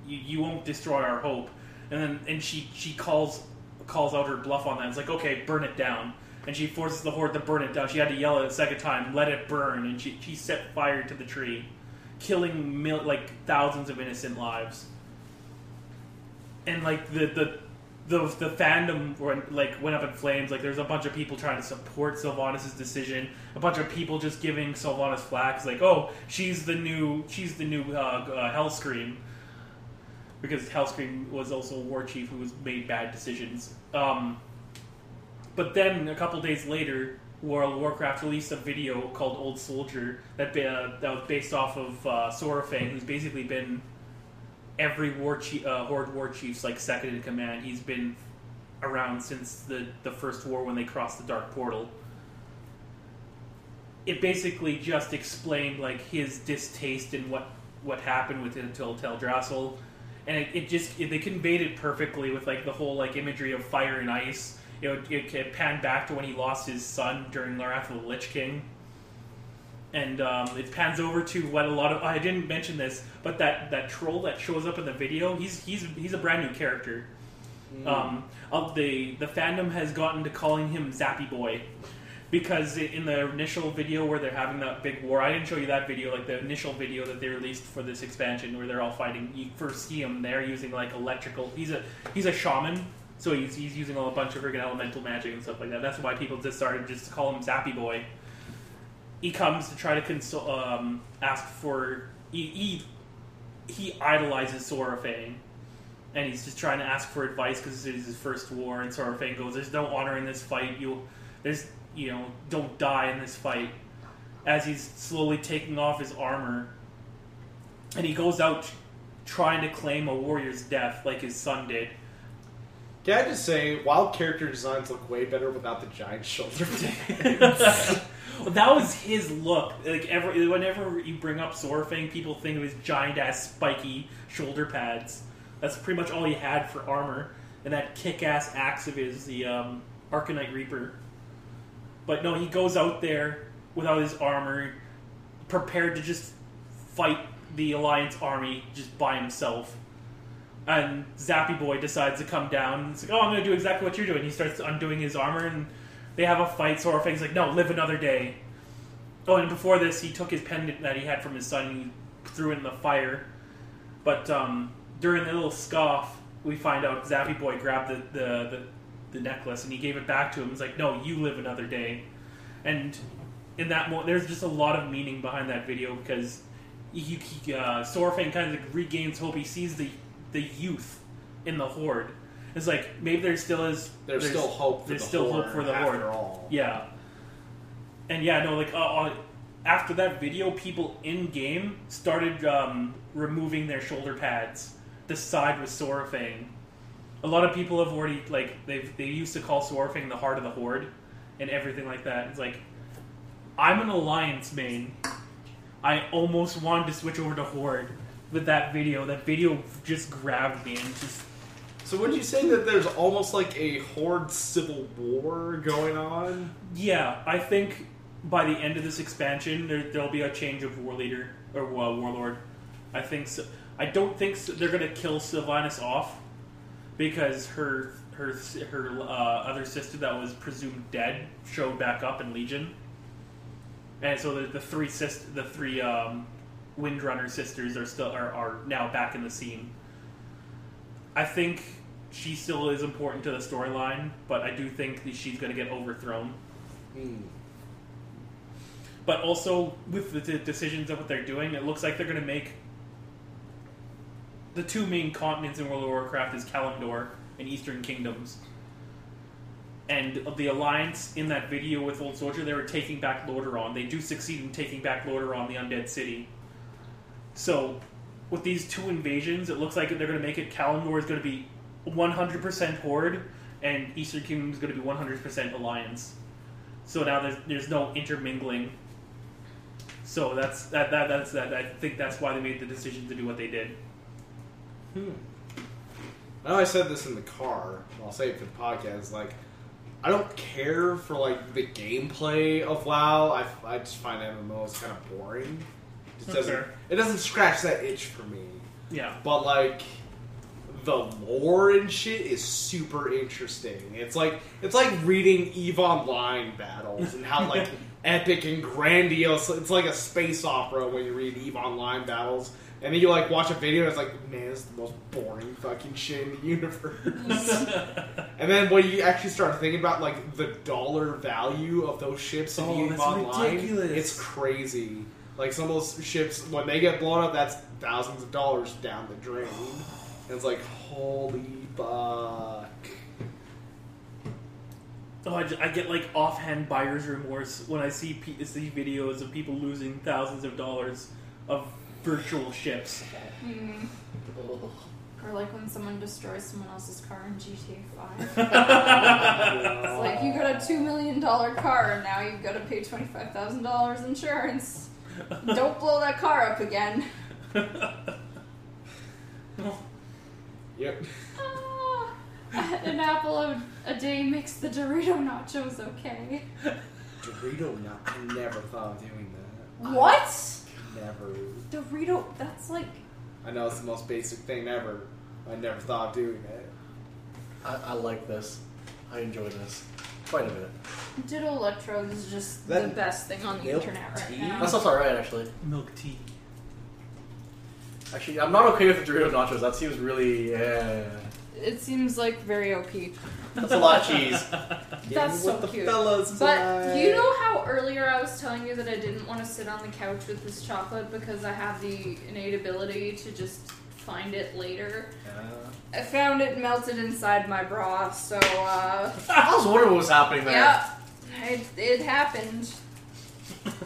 D: you, you won't destroy our hope, and then and she she calls calls out her bluff on that. It's like okay, burn it down, and she forces the horde to burn it down. She had to yell it a second time, let it burn, and she she set fire to the tree, killing mil- like thousands of innocent lives. And like the the the, the fandom went, like went up in flames. Like there's a bunch of people trying to support Sylvanas' decision. A bunch of people just giving Sylvanas flack. It's like, oh, she's the new she's the new uh, uh, Hellscream because Hellscream was also a war chief who was made bad decisions. Um, but then a couple days later, World of Warcraft released a video called "Old Soldier" that ba- uh, that was based off of uh, Sorafang, who's basically been every war chief, uh, horde war chief's like second in command. He's been around since the the first war when they crossed the dark portal. It basically just explained like his distaste and what what happened with until Teldrassil, and it, it just it, they conveyed it perfectly with like the whole like imagery of fire and ice. You know, it, it panned back to when he lost his son during the Wrath of the Lich King and um, it pans over to what a lot of I didn't mention this, but that that troll that shows up in the video, he's he's he's a brand new character. Um, of the the fandom has gotten to calling him Zappy Boy because i- in the initial video where they're having that big war, I didn't show you that video, like the initial video that they released for this expansion where they're all fighting. You first see him there using like electrical. He's a he's a shaman. So he's, he's using a bunch of freaking elemental magic and stuff like that. That's why people just started just to call him Zappy Boy he comes to try to console, um, ask for he, he he idolizes Sorafang, and he's just trying to ask for advice because this is his first war. And Sorafang goes, "There's no honor in this fight. You, there's you know, don't die in this fight." As he's slowly taking off his armor, and he goes out trying to claim a warrior's death like his son did.
A: Can I just say, wild character designs look way better without the giant shoulder pads.
D: well, that was his look. Like every, whenever you bring up Zorfang, people think of his giant ass spiky shoulder pads. That's pretty much all he had for armor, and that kick ass axe of his, the um, Arcanite Reaper. But no, he goes out there without his armor, prepared to just fight the Alliance army just by himself. And Zappy Boy decides to come down. and It's like, oh, I'm going to do exactly what you're doing. He starts undoing his armor, and they have a fight. Sora Fang's like, no, live another day. Oh, and before this, he took his pendant that he had from his son and he threw it in the fire. But um, during the little scoff, we find out Zappy Boy grabbed the, the, the, the necklace and he gave it back to him. He's like, no, you live another day. And in that moment, there's just a lot of meaning behind that video because he, he, uh, Sorfang kind of regains hope. He sees the, the youth in the Horde. It's like, maybe there still is.
A: There's, still hope for
D: there's
A: the
D: still
A: Horde
D: hope for the
A: after
D: Horde.
A: all.
D: Yeah. And yeah, no, like uh, uh, after that video, people in game started um, removing their shoulder pads to side with Sorafang. A lot of people have already like they they used to call Sorafang the heart of the Horde and everything like that. It's like I'm an alliance main. I almost wanted to switch over to Horde with that video. That video just grabbed me and just
A: So would you say that there's almost like a horde civil war going on?
D: Yeah, I think by the end of this expansion, there, there'll be a change of war leader or uh, warlord. I think so. I don't think so. they're gonna kill Sylvanas off because her her her uh, other sister that was presumed dead showed back up in Legion, and so the, the three sis the three um, Windrunner sisters are still are, are now back in the scene. I think she still is important to the storyline, but I do think that she's gonna get overthrown
A: Hmm.
D: but also with the d- decisions of what they're doing, it looks like they're going to make the two main continents in World of Warcraft is Kalimdor and Eastern Kingdoms. And of the alliance in that video with Old Soldier, they were taking back Lordaeron. They do succeed in taking back Lordaeron, the undead city. So, with these two invasions, it looks like they're going to make it Kalimdor is going to be 100% Horde, and Eastern Kingdom is going to be 100% Alliance. So now there's there's no intermingling. So that's that, that that's that. I think that's why they made the decision to do what they did.
A: I know I said this in the car. and I'll say it for the podcast. Like, I don't care for like the gameplay of WoW. I, I just find MMOs kind of boring. It just doesn't
D: Okay.
A: it doesn't scratch that itch for me.
D: Yeah.
A: But like, the lore and shit is super interesting. It's like it's like reading Eve Online battles and how like epic and grandiose. It's like a space opera when you read Eve Online battles. And then you like watch a video and it's like, man, this is the most boring fucking shit in the universe. and then when you actually start thinking about like the dollar value of those ships in
D: Oh,
A: Eve
D: that's
A: Online,
D: ridiculous.
A: it's crazy. Like some of those ships, when they get blown up, that's thousands of dollars down the drain. And it's like, holy fuck.
D: So Oh, I, ju- I get like offhand buyer's remorse when I see pe- see videos of people losing thousands of dollars of virtual ships.
C: Mm. Or like when someone destroys someone else's car in GTA 5. It's like you got a $2 million car and now you've got to pay $25,000 insurance. Don't blow that car up again.
A: Yep.
C: Ah, an apple a, a day makes the Dorito nachos okay.
A: Dorito nut. I never thought of doing that. I
C: What?
A: never.
C: Dorito, that's like.
A: I know it's the most basic thing ever. I never thought of doing it.
B: I, I like this. I enjoy this quite a bit.
C: Ditto Electro is just the
A: That
C: best thing on the
A: milk
C: internet right
A: tea?
C: now.
B: That stuff's alright, actually.
D: Milk tea.
B: Actually, I'm not okay with the Dorito nachos. That seems really. Yeah.
C: It seems like very OP.
B: That's a lot of cheese.
C: That's
A: Getting
C: so
A: with the
C: cute.
A: Fellas
C: But you
A: tonight.
C: know how earlier I was telling you that I didn't want to sit on the couch with this chocolate because I have the innate ability to just find it later? I found it melted inside my bra, so, uh.
B: I was wondering what was happening there.
C: Yep. It, it happened.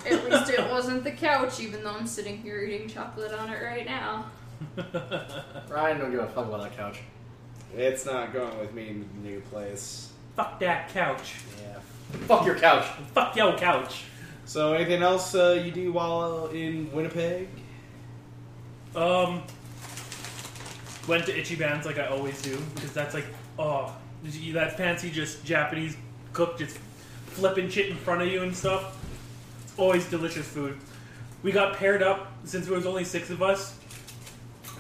C: At least it wasn't the couch, even though I'm sitting here eating chocolate on it right now.
B: Ryan don't give a fuck about that couch.
A: It's not going with me in the new place.
D: Fuck that couch.
A: Yeah.
B: Fuck your couch.
D: Fuck yo couch.
A: So, anything else uh, you do while in Winnipeg?
D: Um, went to Itchy Bands like I always do because that's like, oh, you- that fancy just Japanese cook just flipping shit in front of you and stuff. It's always delicious food. We got paired up since there was only six of us.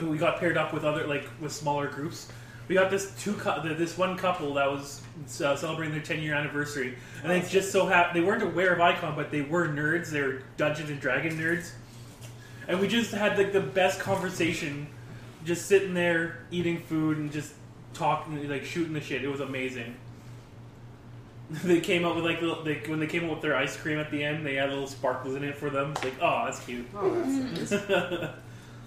D: and We got paired up with other like with smaller groups. we got this two cou- th- this one couple that was uh, celebrating their 10 year anniversary, and they just so happened they weren't aware of Icon, but they were nerds. They were Dungeons and Dragon nerds, and we just had like the best conversation, just sitting there eating food and just talking, like shooting the shit. It was amazing. They came up with like little, they, when they came up with their ice cream at the end, they had little sparkles in it for them. It's like, oh, that's cute.
A: Oh, that's nice.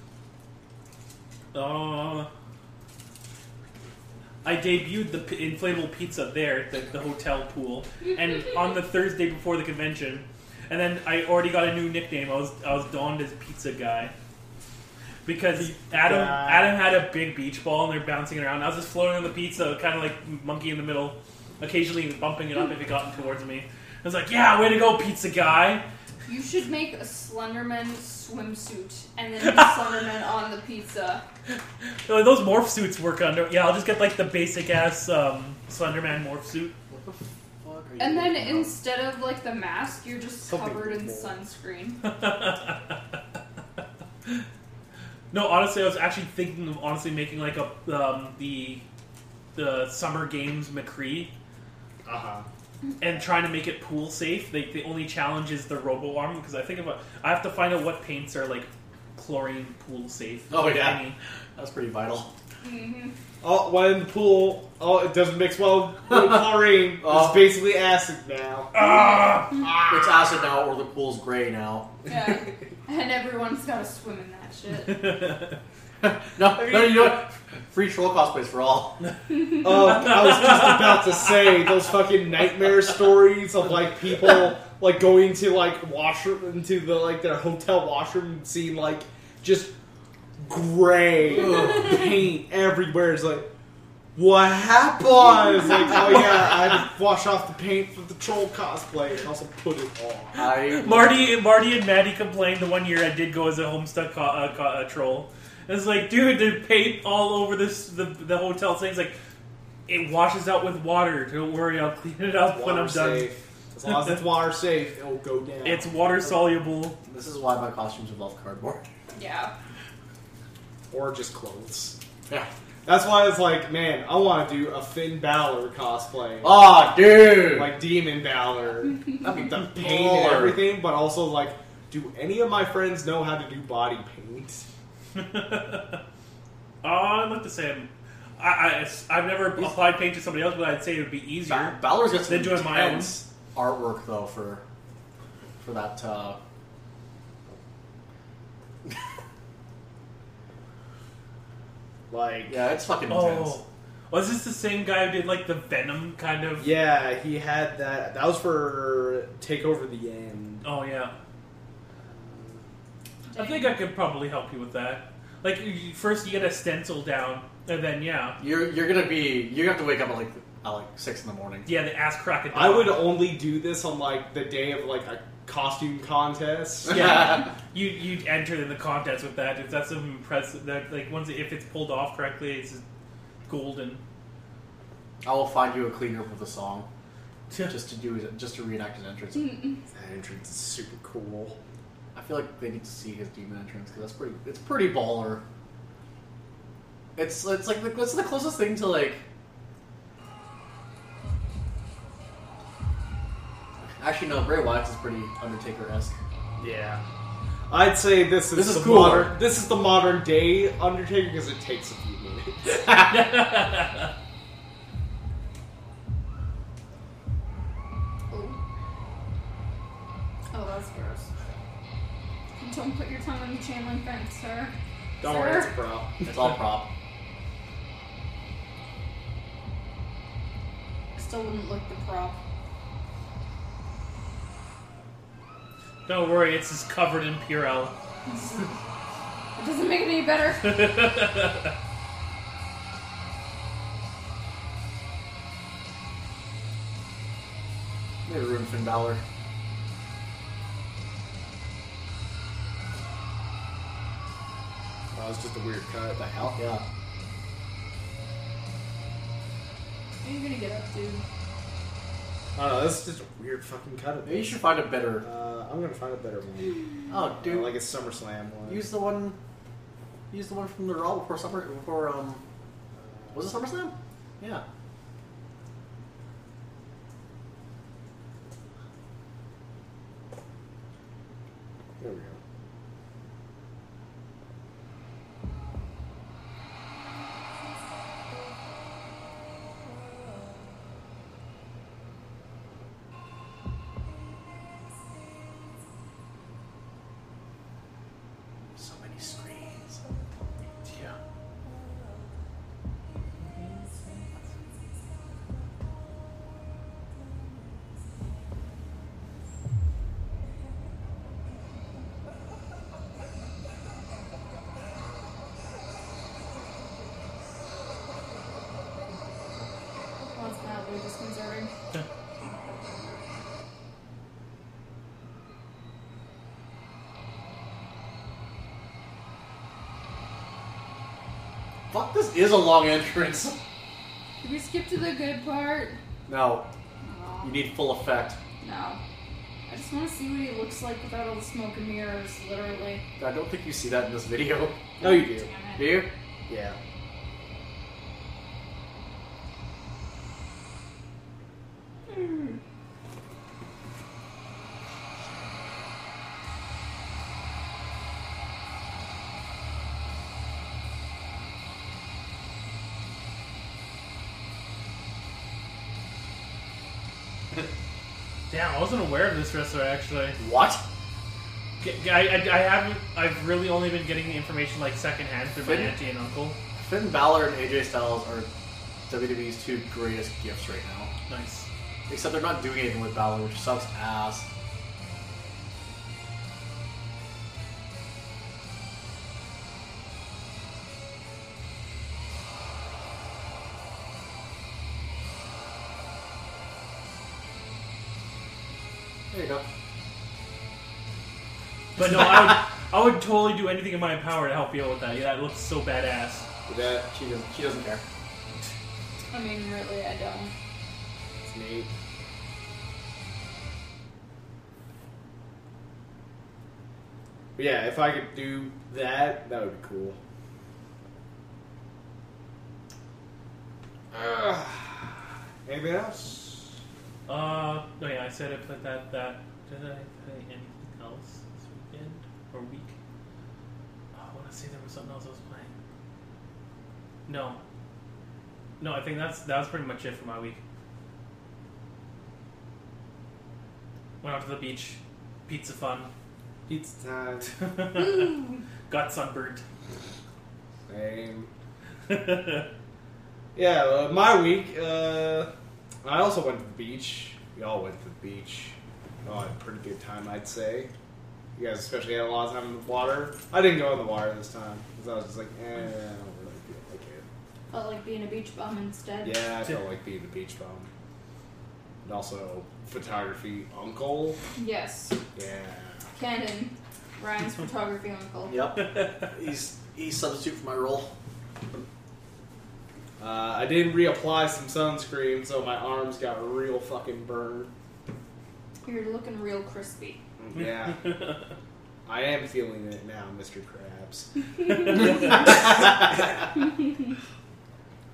D: Uh, I debuted the p- inflatable pizza there at the, the hotel pool, and on the Thursday before the convention, and then I already got a new nickname. I was I was donned as Pizza Guy because Adam
A: Guy.
D: Adam had a big beach ball and they're bouncing it around. I was just floating on the pizza, kind of like monkey in the middle, occasionally bumping it up if it got towards me. I was like, "Yeah, way to go, Pizza Guy!"
C: You should make a Slenderman swimsuit and then put Slenderman on the pizza.
D: Oh, Those morph suits work under. Yeah, I'll just get like the basic ass um, Slenderman morph suit.
B: What the fuck are you
C: And then
B: talking about?
C: instead of like the mask, you're just
A: Something
C: covered in
A: cool.
C: sunscreen.
D: no, honestly, I was actually thinking of honestly making like a um, the the summer games McCree
A: Uh huh.
D: and trying to make it pool safe. They, the only challenge is the Robo Arm because I think about I have to find out what paints are like chlorine pool safe.
B: Oh,
D: Like,
B: yeah.
D: any.
B: that's pretty vital.
C: hmm
A: Oh, when in the pool, oh, it doesn't mix well with chlorine.
B: Oh.
A: It's basically acid now.
D: Ah!
B: It's acid now, or the pool's gray now.
C: Yeah. and everyone's gotta swim in that shit.
B: No, no, you know what? Free troll cosplays for all.
A: Oh, I was just about to say those fucking nightmare stories of like people like going to like washroom into the like their hotel washroom and seeing like just gray paint everywhere. It's like, what happened? It's like, oh yeah, I had to wash off the paint from the troll cosplay and also put it on.
B: I
D: Marty, Marty, and Maddie complained the one year I did go as a Homestuck co- uh, co- uh, troll. And It's like, dude, they paint all over this the, the hotel thing. It's like, it washes out with water. Don't worry, I'll clean it up when I'm
A: Water
D: done.
A: safe. As long as it's water safe, it'll go down.
D: It's water soluble.
B: This is why my costumes involve cardboard.
C: Yeah.
A: or just clothes.
B: Yeah.
A: That's why it's like, man, I want to do a Finn Balor cosplay.
B: Oh, dude.
A: like demon valor,
B: That'd be
A: the paint and
B: baller.
A: everything, but also like, do any of my friends know how to do body paint?
D: Oh, I'd like to say I'm, I, I, I've never applied paint to somebody else, but I'd say it would be easier.
B: Ba- Balor's got some
D: Then join my own.
B: intense artwork though for for that. Uh...
A: Like,
B: Yeah, it's fucking intense.
D: Oh, was this the same guy who did like the Venom kind of?
A: yeah, he had that. That was for take over the end.
D: Oh yeah. I think I could probably help you with that. Like, you- first you get a stencil down, and then yeah,
B: You're you're gonna be you have to wake up at like at like six in the morning.
D: yeah, the ass crack. of
A: I
D: dawn.
A: would
B: Uh-huh.
A: only do this on like the day of like a costume contest.
D: Yeah. You you'd enter in the contest with that. If that's some impressive, that like once if it's pulled off correctly, it's golden.
B: I will find you a cleaner with a song just to do just to reenact his entrance.
A: that entrance is super cool.
B: I feel like they need to see his demon entrance because that's pretty. It's pretty baller. It's it's like the, that's the closest thing to like. Actually, no. Bray Wyatt is pretty Undertaker esque.
A: Yeah. I'd say this is,
B: This is
A: the
B: cooler.
A: modern. This is the modern day Undertaker because it takes a few minutes.
C: Oh. Oh, that's gross. Don't put your tongue on the chain link fence, sir.
A: Don't
C: Sir?
A: worry, it's a pro.
B: It's all prop.
C: Still wouldn't look the prop.
D: Don't worry, it's just covered in Purell.
C: It doesn't make it any better.
B: They ruined Finn Balor.
A: That was just a weird cut.
B: What the hell? Yeah.
C: What are you gonna get up to?
A: I don't know. This is just a weird fucking cut of
B: Maybe you
A: it.
B: should find a better.
A: Uh, I'm gonna find a better one.
B: Oh,
A: Dude,
B: dude.
A: like a SummerSlam one.
B: Use the one. Use the one from the Raw before supper before um Was it SummerSlam? Yeah.
A: There we go.
B: So many screens. Yeah.
C: Well, Oh, it's mildly disconcerting.
B: Fuck, this is a long entrance.
C: Did we skip to the good part?
B: No,
C: Aw,
B: you need full effect.
C: no. I just want to see what he looks like without all the smoke and mirrors, literally.
B: I don't think you see that in this video. No, you do.
C: Damn it.
B: Do you?
A: Yeah.
D: Damn, I wasn't aware of this wrestler actually.
B: What?
D: G- I, I, I haven't. I've really only been getting the information like secondhand through my
B: Finn?
D: auntie and uncle.
B: Finn Balor and AJ Styles are WWE's two greatest gifts right now.
D: Nice.
B: Except they're not doing anything with Balor, which sucks ass. There you go.
D: But no, I would, I would totally do anything in my power to help you out with that. Yeah, that looks so badass.
B: That she doesn't. She doesn't care.
C: I mean, really, I don't.
B: It's Nate.
A: But yeah, if I could do that, that would be cool. Ugh. Anything else?
D: Uh, no, yeah, I said I played that. That did I play anything else this weekend or week? Oh, I want to say there was something else I was playing. No. No, I think that's that was pretty much it for my week. Went out to the beach, pizza fun,
A: Pizza time.
D: got sunburned.
A: Same.
D: yeah,
A: Yeah, uh, my week. Uh, I also went to the beach. We all went to the beach. We all had a pretty good time, I'd say. You guys especially had a lot of time in the water. I didn't go in the water this time because I was just like, eh, I don't really feel like it.
C: Felt like being a beach bum instead.
A: Yeah, I felt like being a beach bum. And also photography uncle.
C: Yes.
A: Yeah.
C: Canon. Ryan's photography uncle.
B: Yep. He's he's substitute for my role.
A: Uh, I did reapply some sunscreen, so my arms got real fucking burned.
C: You're looking real crispy.
A: Yeah, I am feeling it now, Mr. Krabs.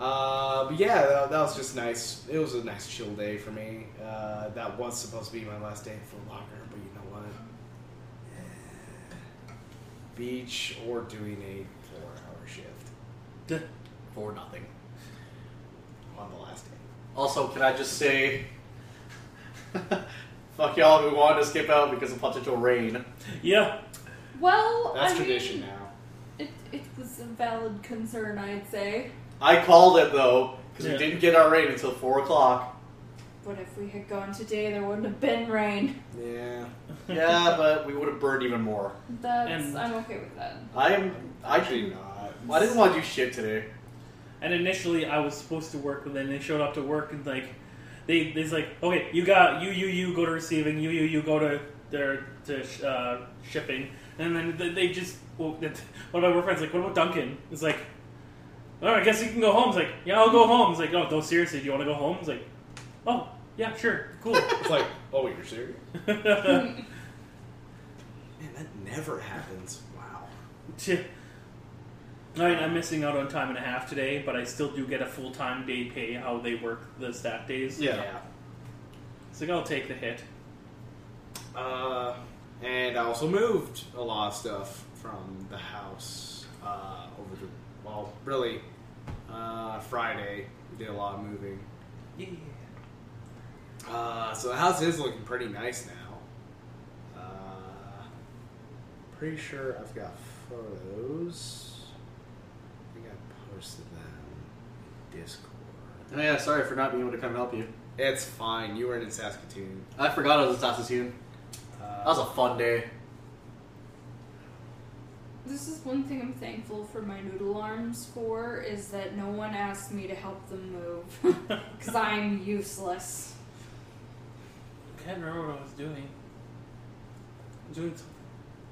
A: Uh, but yeah, that, that was just nice. It was a nice chill day for me. Uh, that was supposed to be my last day at Foot Locker, but you know what? Beach or doing a four-hour shift
B: For nothing.
A: on the last day.
B: Also, can I just say, fuck y'all who wanted to skip out because of potential rain.
D: yeah.
C: Well,
A: That's
C: I
A: tradition
C: Mean,
A: now.
C: it, it was a valid concern, I'd say.
B: I called it though because
D: Yeah.
B: we didn't get our rain until four o'clock.
C: But if we had gone today, there wouldn't have been rain.
A: Yeah.
B: yeah, but we would have burned even more.
C: That's
D: And-
C: I'm okay with that.
B: I'm I
A: Actually,
B: can.
A: not.
B: I didn't want to do shit today.
D: And initially, I was supposed to work, but then they showed up to work and like, they they's like, okay, you got you you you go to receiving, you you you go to their to sh- uh, shipping, and then they- they just well, that- one of my friends like, what about Duncan? It's like, all right, I guess you can go home. It's like, yeah, I'll go home. It's like, oh, no, seriously, do you want to go home? It's like, oh, yeah, sure, cool.
A: It's like, oh, wait, you're serious?
D: Tch.
A: Man, that never happens. Wow.
D: I mean, I'm missing out on time and a half today, but I still do get a full time day pay how they work the staff days.
A: Yeah.
D: It's like I'll take the hit.
A: Uh, and I also moved a lot of stuff from the house uh, over to, well, really, uh, Friday. We did a lot of moving.
B: Yeah.
A: Uh, so the house is looking pretty nice now. Uh, pretty sure I've got photos. I think I posted them in Discord.
B: Oh yeah, sorry for not being able to come help you.
A: It's fine. You weren't in Saskatoon.
B: I forgot I was in Saskatoon. That was
A: Uh,
B: a fun day.
C: This is one thing I'm thankful for my noodle arms for is that no one asked me to help them move because I'm useless.
D: can't remember what I was doing. I was doing something.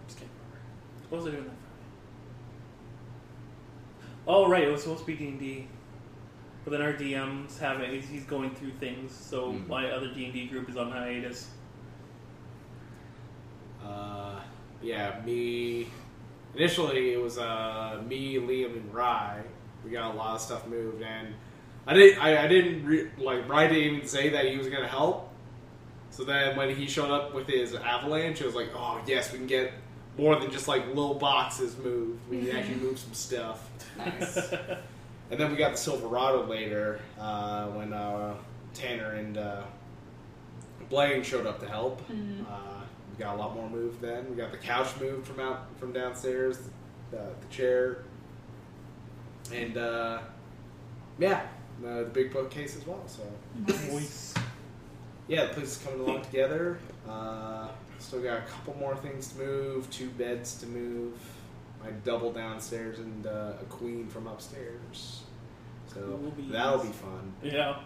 D: I just can't remember. What was I doing that Friday? Oh right, it was supposed to be D and D, but then our DM's having he's, he's going through things, so
B: Mhm.
D: my other D and D group is on hiatus.
A: Uh, yeah, me. Initially, it was uh, me, Liam, and Rye. We got a lot of stuff moved, and I didn't. I, I didn't re- like Rye didn't even say that he was gonna help. So then, when he showed up with his avalanche, it was like, "Oh yes, we can get more than just like little boxes moved. We can actually move some stuff."
C: Nice.
A: And then we got the Silverado later uh, when uh, Tanner and uh, Blaine showed up to help.
C: Mhm.
A: Uh, we got a lot more moved then. We got the couch moved from out from downstairs, the, the chair, and uh, yeah, uh, the, the big bookcase as well. So
C: nice.
D: Voice.
A: yeah, the place is coming along together. Uh, still got a couple more things to move, two beds to move, my double downstairs, and uh, a queen from upstairs. So
D: Cool beans.
A: that'll be fun.
D: Yeah.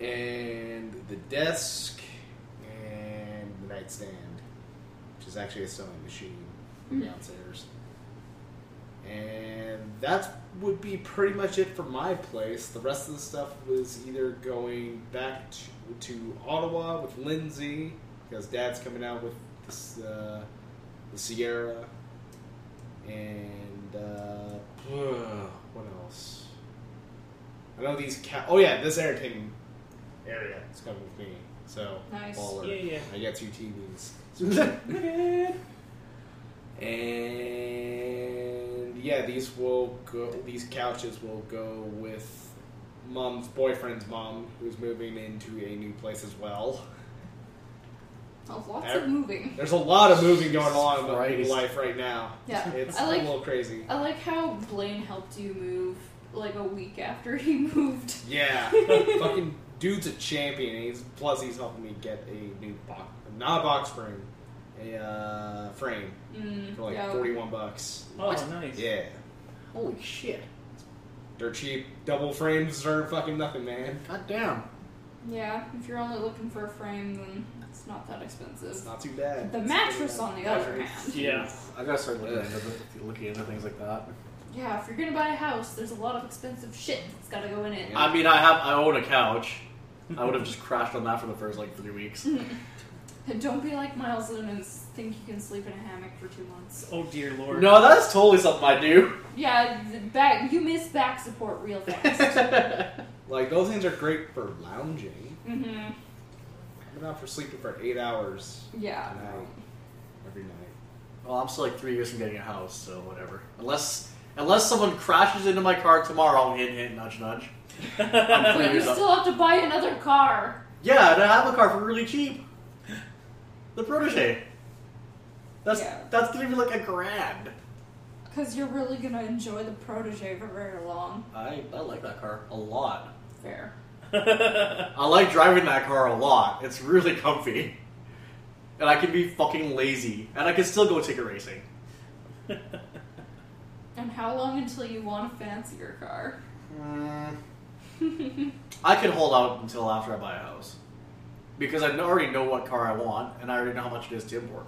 A: And the desk and the nightstand, which is actually a sewing machine from
C: Mm.
A: downstairs. And that would be pretty much it for my place. The rest of the stuff was either going back to, to Ottawa with Lindsay, because Dad's coming out with this, uh, the Sierra, and uh, what else? I know these cat. Oh yeah, this entertainment area is coming with me. So
C: Nice.
A: baller.
D: Yeah, yeah.
A: I got two TVs. and yeah, these will go. These couches will go with mom's boyfriend's mom, who's moving into a new place as well.
C: Oh, lots of moving.
A: There's a lot of moving going on in
B: Christ.
A: life right now.
C: Yeah.
A: It's
C: I like-
A: a little crazy.
C: I like how Blaine helped you move like a week after he moved.
A: Yeah, fucking dude's a champion. and He's plus he's helping me get a new box, not a box spring, a uh, frame
C: Mm,
A: for like
C: yeah.
A: forty-one bucks.
D: Oh,
B: What?
D: nice.
A: Yeah,
B: Holy shit.
A: they're cheap. Double frames are fucking nothing, man.
B: God damn.
C: Yeah, if you're only looking for a frame, then it's not that expensive.
A: It's not too bad.
C: The
A: It's
C: mattress
A: not
C: on the other hand.
D: Yeah.
B: I gotta start looking into, the- looking into things like that.
C: Yeah, if you're gonna buy a house, there's a lot of expensive shit that's gotta go in it.
A: Yeah.
B: I mean, I have I own a couch. I would have just crashed on that for the first like three weeks.
C: And Don't be like Miles Loomis, think you can sleep in a hammock for two months.
D: Oh dear lord.
B: No, that's totally something I do.
C: Yeah, the back you miss back support real fast.
A: bad. Like those things are great for lounging,
C: mm-hmm.
A: but not for sleeping for eight hours a
C: Yeah.
A: night every night.
B: well, I'm still like three years from getting a house, so whatever. Unless unless someone crashes into my car tomorrow, hint hint, nudge nudge. I'm three
C: But you
B: years up.
C: still have to buy another car.
B: Yeah, and I have a car for really cheap. The protege. That's
C: Yeah.
B: that's gonna be like a grand.
C: Because you're really gonna enjoy the protege for very long.
B: I, I like that car a lot.
C: Fair.
B: I like driving that car a lot. It's really comfy. And I can be fucking lazy. And I can still go ticket racing.
C: And how long until you want a fancier car?
B: Mm, I can hold out until after I buy a house. Because I already know what car I want, and I already know how much it is to import.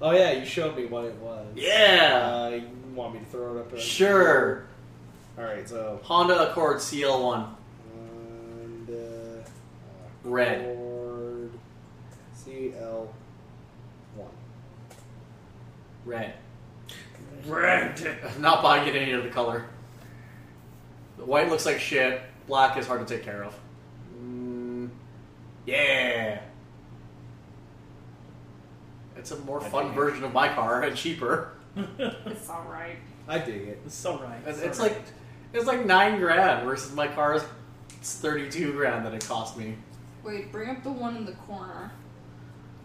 A: Oh yeah, you showed me what it was.
B: Yeah!
A: Uh, you want me to throw it up? there?
B: Sure.
A: All right, so
B: Honda Accord CL1.
A: And uh,
B: Red.
A: Ford CL1.
B: Red.
D: Red.
B: Not buying it any of the color. The white looks like shit. Black is hard to take care of. Mm, yeah. It's a more fun version of my car and cheaper.
C: It's alright.
A: I dig it.
D: It's so right.
B: It's,
D: so
B: it's
D: right.
B: like it's like nine grand versus my car's it's thirty-two grand that it cost me.
C: Wait, bring up the one in the corner.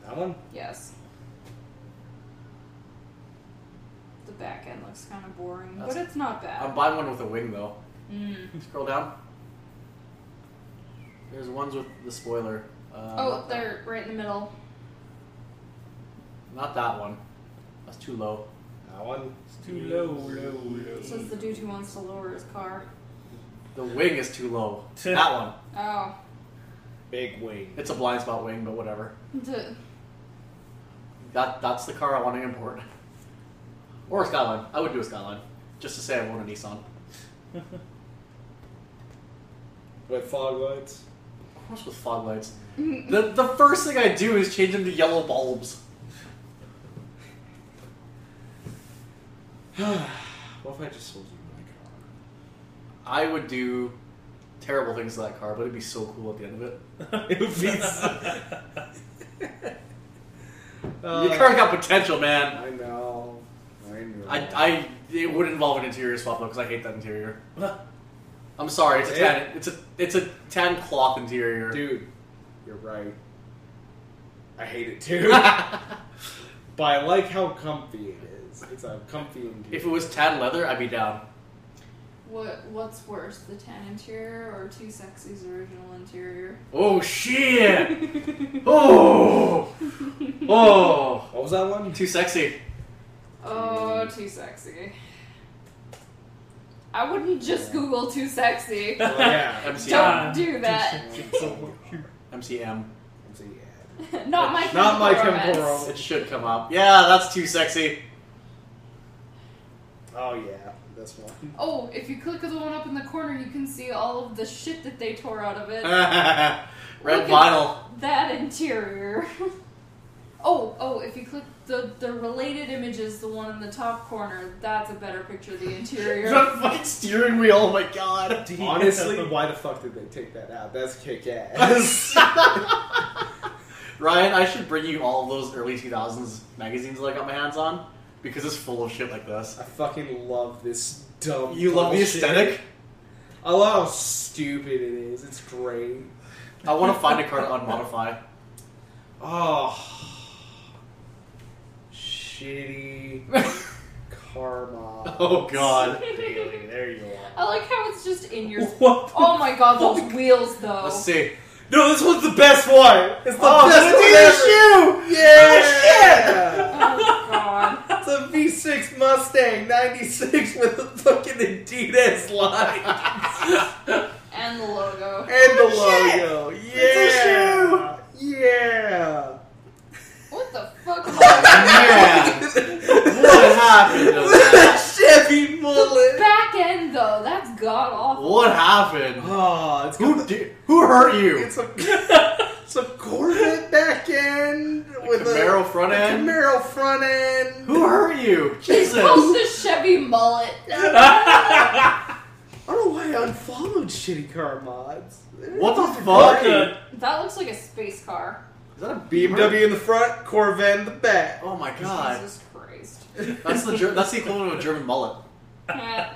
A: That one?
C: Yes. The back end looks kind of boring, but
B: That's-
C: it's not bad.
B: I'm buying one with a wing though.
C: Mm.
B: Scroll down. There's ones with the spoiler. Uh,
C: Oh,
B: not that-
C: they're right in the middle.
B: Not that one. That's too low.
A: That one?
D: it's too low, low, low.
C: This is the dude who wants to lower his car.
B: The wing is too low.
D: To-
B: that one.
C: Oh.
A: Big wing.
B: It's a blind spot wing, but whatever.
C: The,
B: That that's the car I want to import. Or a Skyline. I would do a Skyline. Just to say I want a Nissan.
A: With fog lights.
B: Of course with fog lights. the the first thing I do is change them to yellow bulbs.
A: What if I just sold you my car?
B: I would do terrible things to that car, but it'd be so cool at the end of it.
A: It would be so- Uh,
B: Your car got potential, man.
A: I know. I know.
B: I, I it would involve an interior swap though, because I hate that interior. I'm sorry, it's a
A: Yeah.
B: tan it's a it's a tan cloth interior.
A: Dude, you're right. I hate it too. but I like how comfy it is. It's a comfy interior.
B: if it was tan leather, I'd be down.
C: what What's worse, the tan interior or Two Sexy's original interior?
B: Oh shit! oh oh,
A: What was that one?
B: too sexy.
C: Oh, Too Sexy. I wouldn't just Google Too Sexy.
A: Oh, yeah.
B: MC
C: Don't
D: Yeah.
C: do that.
B: MCM.
A: MC, yeah.
C: Not my
A: Not My Chemical
C: Chemical Romance.
A: Romance.
B: It should come up. Yeah, that's too sexy.
A: Oh yeah, this one.
C: Oh, if you click the one up in the corner, you can see all of the shit that they tore out of
B: Uh.
C: it.
B: Red
C: Look at
B: vinyl.
C: That interior. oh, oh, if you click the, the related images, the one in the top corner, that's a better picture of the interior.
B: The fucking steering wheel. Oh my god.
A: Honestly, why the fuck did they take that out? That's kick ass.
B: Ryan, I should bring you all those early 2000s magazines that I got my hands on because it's full of shit like this.
A: I fucking love this dumb.
B: You love the
A: bullshit.
B: aesthetic?
A: I love how stupid it is. It's great.
B: I want to find a car to unmodify.
A: Oh, shitty karma.
B: Oh, God.
A: Really? There you
C: I
A: are.
C: like how it's just in your.
D: What?
C: Oh my god, those wheels though.
B: Let's see.
A: No, this one's the best one. It's the
B: Oh,
A: best
B: it's
A: one
B: a
A: ever. Yeah.
C: Oh god.
A: It's a V6 Mustang 96 with the fucking Adidas line
C: And the logo.
A: and the
B: Shit.
A: logo. Yeah.
B: It's
A: Yeah.
C: What the fuck? was that?
B: Yeah. What happened to that?
A: Chevy
C: the
A: mullet.
C: back end though, that's god awful.
B: What happened?
A: Oh, it's
B: Who
A: got
B: di- who hurt you?
A: It's a, it's a Corvette back end with
B: Camaro
A: a,
B: front
A: a
B: end?
A: Camaro front end.
B: Who hurt you?
C: It's called
B: Jesus.
C: the Chevy mullet.
A: I don't know why I unfollowed shitty car mods.
B: What the fuck?
D: the?
C: That looks like a space car.
B: Is that a Beamer?
A: BMW in the front, Corvette in the back.
B: Oh my god.
C: Jesus Christ.
B: That's the Ger- that's the equivalent of a German mullet.
C: Eh.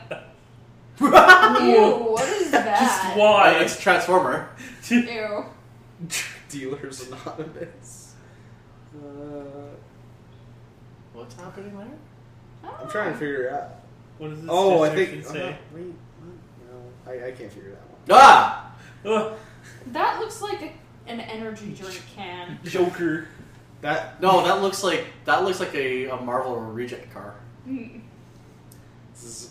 B: Uh,
C: Ew, what is
D: Just
C: that?
D: why?
B: it's Transformer.
C: Ew.
A: Dealers Anonymous. Uh,
B: What's happening there?
A: I'm trying to figure it out.
D: What does this
A: Oh, I
D: description
A: think.
D: say?
A: oh, wait, no, I, I can't figure that one.
B: Ah!
D: Ugh,
C: That looks like a, an energy drink can.
D: Joker.
A: That
B: No, that looks like that looks like a, a Marvel reject car.
C: Mm.
A: this is,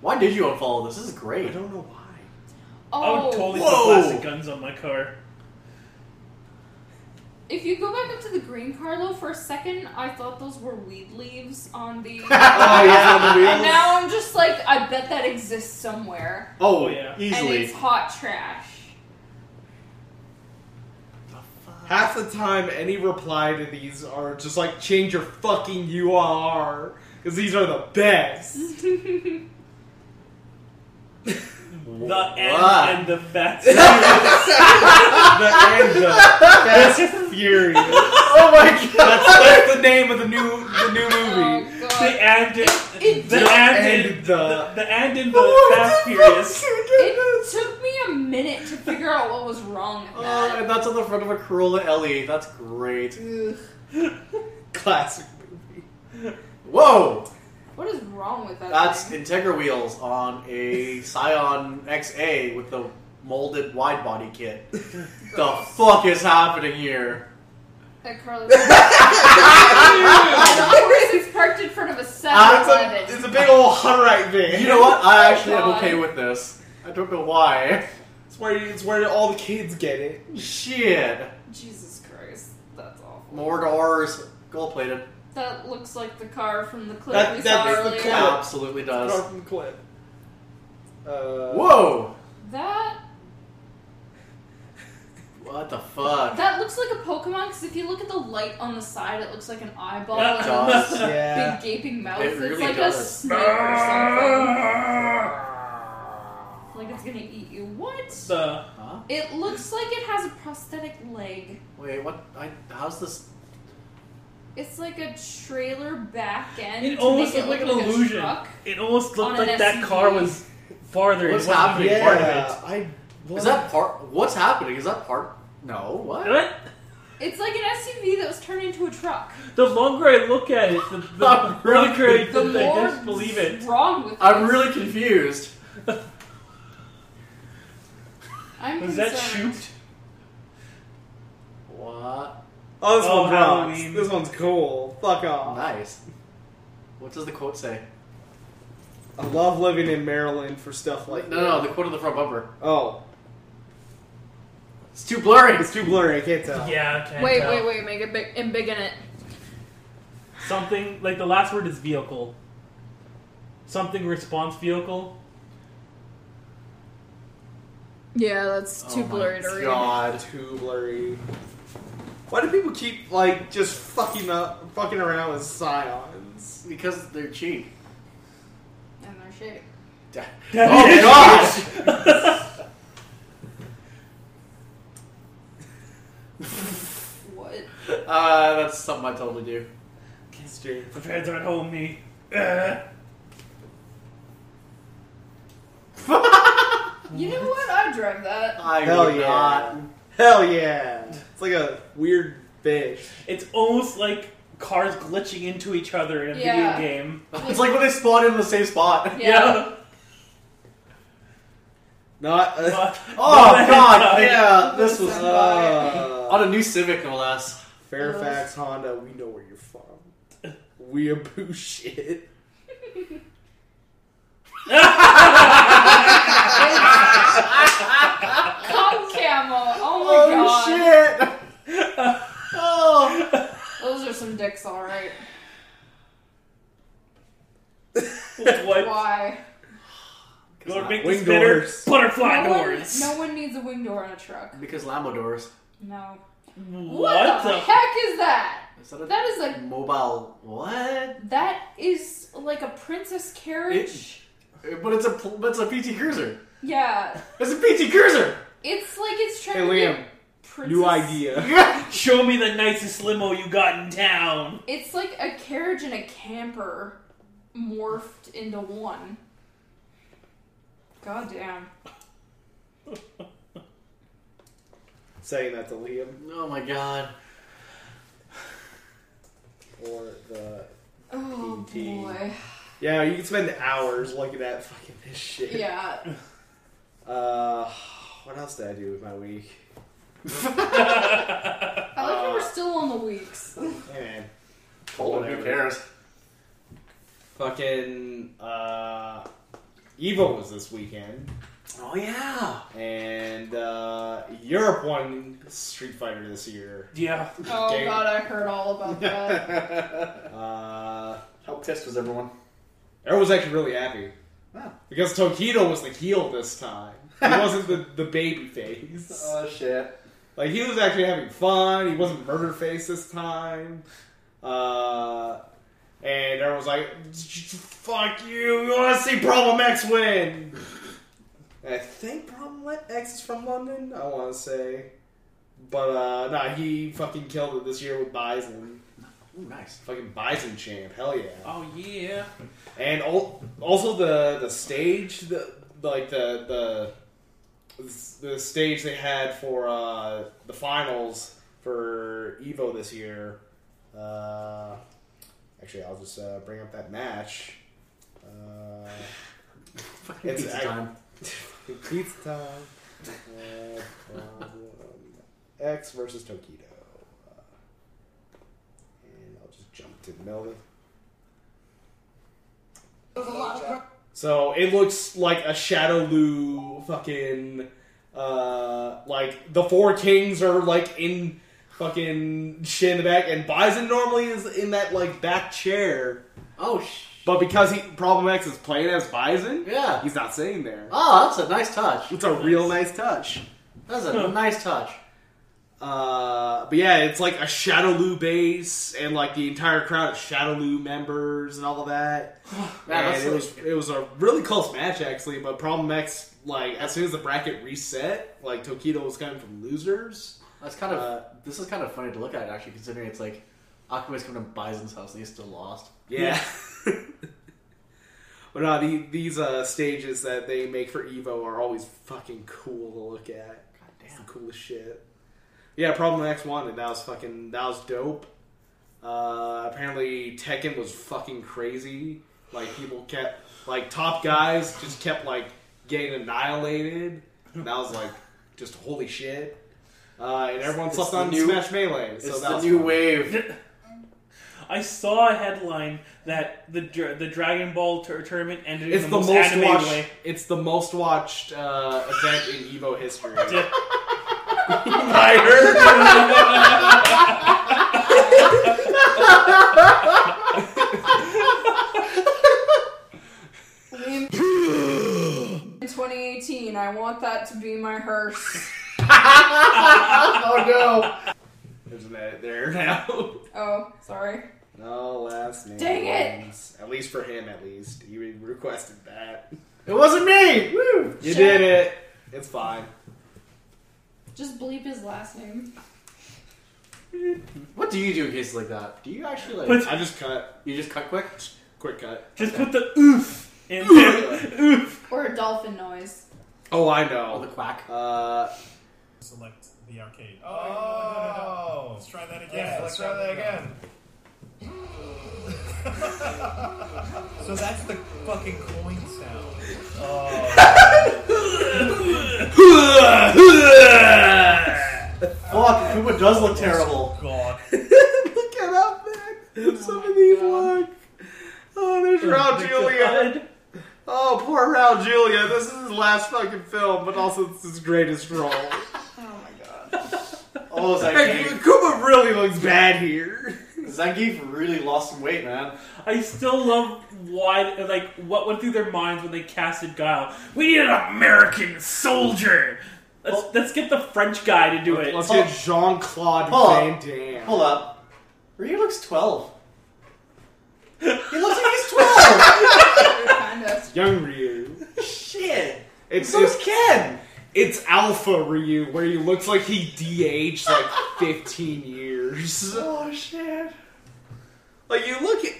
B: Why did you unfollow this? This is
A: I
B: great.
A: don't know why.
D: I would
C: Oh,
D: totally
B: Whoa.
D: put plastic guns on my car.
C: if you go back up to the green Carlo for a second, I thought those were weed leaves on the.
A: Oh, yeah, on the
C: and
A: wheels.
C: now I'm just like, I bet that exists somewhere.
B: Oh,
D: yeah.
C: And
B: easily.
C: it's hot trash.
A: Half the time, any reply to these are just like, change your fucking URL. Because these are the
C: Oh,
A: best.
D: The end
B: Why?
D: and the fast. the end. The,
A: Fast Furious.
B: Oh my god!
A: That's, that's the name of the new the new movie.
C: Oh
D: the
C: god.
D: end.
C: It, it,
D: The
C: took,
D: end.
A: And
D: in-
A: the-
D: The, the end in the Fast Furious.
C: it took me a minute to figure out what was wrong with
B: Oh,
C: that.
B: and that's on the front of a Corolla LE. That's great.
C: Oh.
A: Classic movie.
B: Whoa!
C: What is wrong with that?
B: That's
C: thing?
B: Integra wheels on a Scion XA with the molded wide body kit. The fuck is happening here?
C: That Carlos. the horse is parked in front of a
A: It's a,
C: 7-Eleven.
A: it's a big old Hunterite van.
B: You know what? I actually am
C: God.
B: okay with this. I don't know why.
A: It's where you, it's where all the kids get it.
B: Shit.
C: Jesus Christ, that's awful.
B: More doors. Gold plated.
C: That looks like the car from the clip
A: That-
C: we saw
A: that is the
C: earlier.
A: clip.
B: Absolutely
A: Drawn
B: does.
A: from Clip. Uh,
B: Whoa!
C: That
B: What the fuck?
C: that looks like a Pokemon because if you look at the light on the side, it looks like an eyeball
D: Yeah.
C: and a
B: Does.
A: Yeah.
C: big gaping mouth.
B: It
C: it's
B: really
C: like a
B: does.
C: snake or
D: Ah!
C: something. Like it's gonna eat you. What?
D: The
B: Huh?
C: It looks like it has a prosthetic leg.
B: Wait, what? I, how's this?
C: It's like a trailer back end.
D: It
C: to
D: almost
C: make it
D: looked like an
C: look like a
D: illusion.
C: truck.
D: It
C: On
D: almost looked
C: an
D: like that
C: SUV.
D: car was farther.
B: What's
D: it wasn't
B: happening?
D: even part of
A: Yeah. I.
B: Is that part? What's happening? Is that part? No.
D: it.
B: What?
D: What?
C: It's like an SUV that was turned into a truck.
D: The longer I look at it, the, the
B: I'm really-
D: longer I,
C: The
D: I
C: more
D: just believe it.
C: wrong with
B: I'm
C: this.
B: really confused.
C: I'm
D: Was that
C: concerned.
D: shoot?
B: What?
A: Oh, this
D: Oh,
A: one rocks.
D: Halloween.
A: This one's cool. Fuck off.
B: Nice. What does the quote say?
A: I love living in Maryland for stuff like
B: No,
A: that.
B: no, the quote on the front bumper.
A: Oh,
B: It's too blurry.
A: it's too blurry. I can't tell.
D: Yeah, I can't
C: Wait,
D: tell.
C: wait, wait, make it big and big in it.
D: Something like the last word is vehicle. Something response vehicle.
C: Yeah, that's
B: Oh my God.
A: Too blurry. Why do people keep like just fucking up, fucking around with scions?
B: Because they're cheap.
C: And their shape.
B: Oh gosh!
C: What?
B: Uh, that's something I totally do.
A: It's true.
D: The fans aren't home me. Uh,
C: You know what? I'd drive that.
B: I
A: Hell
B: would
A: yeah.
B: not.
A: Hell yeah! It's like a weird fish.
D: it's almost like cars glitching into each other in a
C: Yeah.
D: video game.
B: It's like when they spawn in the same spot.
C: Yeah.
A: Not. A,
D: But- uh,
B: Oh
D: but-
B: god!
D: Yeah.
B: Yeah, this was
A: uh,
B: on a new Civic, no less.
A: Fairfax Honda. We know where you're from. Weeaboo shit.
C: Cotton camo. Oh my
B: Oh
C: god.
B: shit! oh.
C: Those are some dicks, alright.
D: What?
C: Why?
D: You wanna make
A: Wing
D: this better?
A: doors.
D: Butterfly
C: no
D: doors.
C: One, no one needs a wing door on a truck.
B: Because Lamodors.
C: No.
D: What,
C: What, the,
D: the?
C: heck is that?
B: Is that a
C: That is a
B: mobile? What?
C: that is like a princess carriage.
B: But it's a pl- but it's a PT Cruiser.
C: yeah.
B: It's a PT Cruiser.
C: It's like it's
A: Hey
C: trying to be
A: Liam,
C: a princess.
A: new idea.
D: Show me the nicest limo you got in town.
C: It's like a carriage and a camper morphed into one. God damn.
A: Saying that to Liam
B: Oh my god.
A: or the
C: Oh
A: PT.
C: boy.
A: yeah, you can spend hours looking at fucking this shit.
C: Yeah.
A: Uh, what else did I do with my week?
C: I like how we're still on the weeks. Oh,
A: Hey man,
B: Hold on, who
A: Whatever.
B: cares?
A: Fucking uh, Evo was this weekend,
B: Oh yeah.
A: and uh, Europe won Street Fighter this year.
D: Yeah.
C: Oh
A: Dang.
C: god, I heard all about that.
A: Uh,
B: How pissed was everyone?
A: everyone was actually really happy
B: Wow.
A: because Tokido was the heel this time. He wasn't the the baby face.
B: Oh shit.
A: Like he was actually having fun. He wasn't murder face this time. Uh, and everyone was like, "Fuck you! We want to see Problem X win." And I think Problem X is from London. I want to say, but uh, nah, he fucking killed it this year with Bison.
B: Ooh, nice.
A: Fucking Bison champ, hell yeah!
D: Oh yeah.
A: And al- also the the stage, the like the the the stage they had for uh, the finals for Evo this year. Uh, actually, I'll just uh, bring up that match. Uh,
B: Fucking
A: It's-
B: pizza
A: I-
B: time.
A: pizza time. Uh, problem X versus Tokido. Uh, and I'll just jump to Melly. So it looks like a Shadow Lu fucking uh like the four kings are like in fucking shit in the back and Bison normally is in that like back chair.
B: Oh, sh-
A: But because he Problem X is playing as Bison,
B: yeah.
A: he's not sitting there.
B: Oh, that's a nice touch.
A: It's a real nice touch.
B: That's a nice touch.
A: Uh, but yeah, it's like a Shadowloo base, and like the entire crowd of Shadowloo members and all of that.
B: Man,
A: And
B: that's
A: it
B: like-
A: was it was a really close match actually. But Problem X, like as soon as the bracket reset, like Tokido was coming from losers.
B: That's kind of.
A: Uh,
B: this is kind of funny to look at, actually, considering it's like Akuma's coming to Bison's house and he's still lost.
A: Yeah. but no, the, these uh, stages that they make for Evo are always fucking cool to look at.
B: God
A: It's
B: damn.
A: the coolest shit. Yeah, Problem X won, and that was fucking that was dope. Uh, apparently Tekken was fucking crazy. Like people kept like top guys just kept like getting annihilated. And that was like just holy shit. Uh, and everyone
B: It's
A: slept
B: the
A: on
B: new-
A: Smash Melee. So
B: it's
A: that
B: the
A: was
B: new
A: fun.
B: wave.
D: I saw a headline that the dra- the Dragon Ball tur- tournament ended
A: It's
D: in
A: the
D: the,
A: most
D: anime
A: watched.
D: way.
A: It's the most watched uh, event in Evo history.
D: Yeah.
A: I heard.
C: In 2018, I want that to be my hearse.
A: oh no! There's an edit there now.
C: Oh, sorry.
A: No last name.
C: Dang it!
A: At least for him, at least you requested that.
B: It wasn't me! Woo!
A: You
C: Shit.
A: did it. It's fine.
C: Just bleep his last name.
B: What do you do in cases like that? Do you actually like.
D: But-
A: I just cut.
B: you just cut quick?
A: Quick cut.
D: Just put the oof in there. oof.
C: Or a dolphin noise.
A: Oh, I
B: Oh, the
A: know.
B: quack.
A: Uh,
F: Select the arcade.
G: Oh!
F: Let's try that again.
G: Yeah, let's try that again. so that's the fucking coin sound.
B: Fuck, Akuma does look terrible.
F: God.
A: look it up, man. Some of these look. Oh, there's Raul Julia. Oh, poor Raul Julia. This is his last fucking film, but also it's his greatest role.
C: Oh my god.
B: Oh, Zangief.
A: Kuma really looks bad here.
B: Zangief really lost some weight, man.
D: I still love why, like, what went through their minds when they casted Guile. We need an American soldier. Let's, let's get the French guy to do it.
A: Oh. Let's get Jean Claude
B: Hold
A: Van
B: on.
A: Damme.
B: Hold up. Ryu looks 12. He looks like he's 12!
C: kind of.
A: Young Ryu.
B: Shit!
A: It's
B: So is
A: just
B: Ken!
A: It's Alpha Ryu, where he looks like he de-aged like 15 years.
B: Oh, shit.
A: Like, you look at...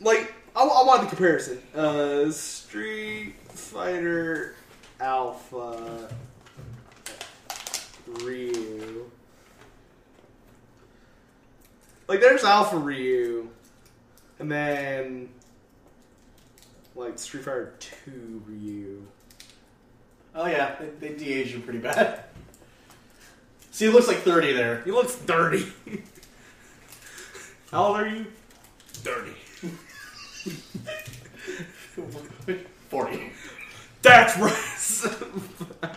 A: Like, I, I want the comparison. Uh, Street Fighter Alpha Ryu. Like, there's Alpha Ryu. And then... Like, Street Fighter 2 Ryu.
B: Oh yeah, they, they de-aged him pretty bad. See, he looks like 30 there.
A: He looks dirty. How old are you? Dirty.
B: 40.
A: That's right.
B: God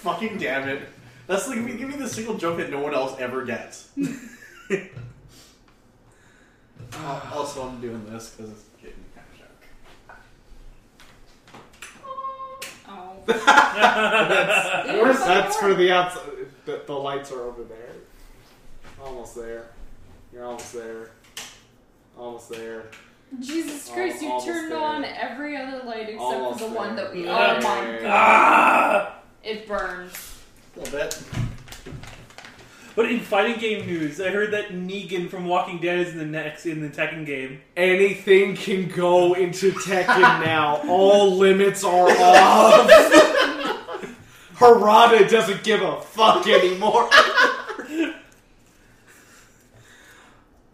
B: fucking damn it. That's like, give me the single joke that no one else ever gets. Uh, also, I'm doing this because it's getting kind of junk.
C: Oh.
A: Where's that's for the outside? The, the lights are over there. Almost there. You're almost there. Almost there.
C: Jesus Christ, you
A: Almost
C: turned
A: there.
C: on every other light except
A: Almost
C: for the one
A: there.
C: that we.
A: Yeah.
C: Oh my god.
D: Ah!
C: It burned.
B: A little bit.
D: But in fighting game news, I heard that Negan from Walking Dead is in the next in the Tekken game.
A: Anything can go into Tekken now. All limits are off. Harada doesn't give a fuck anymore.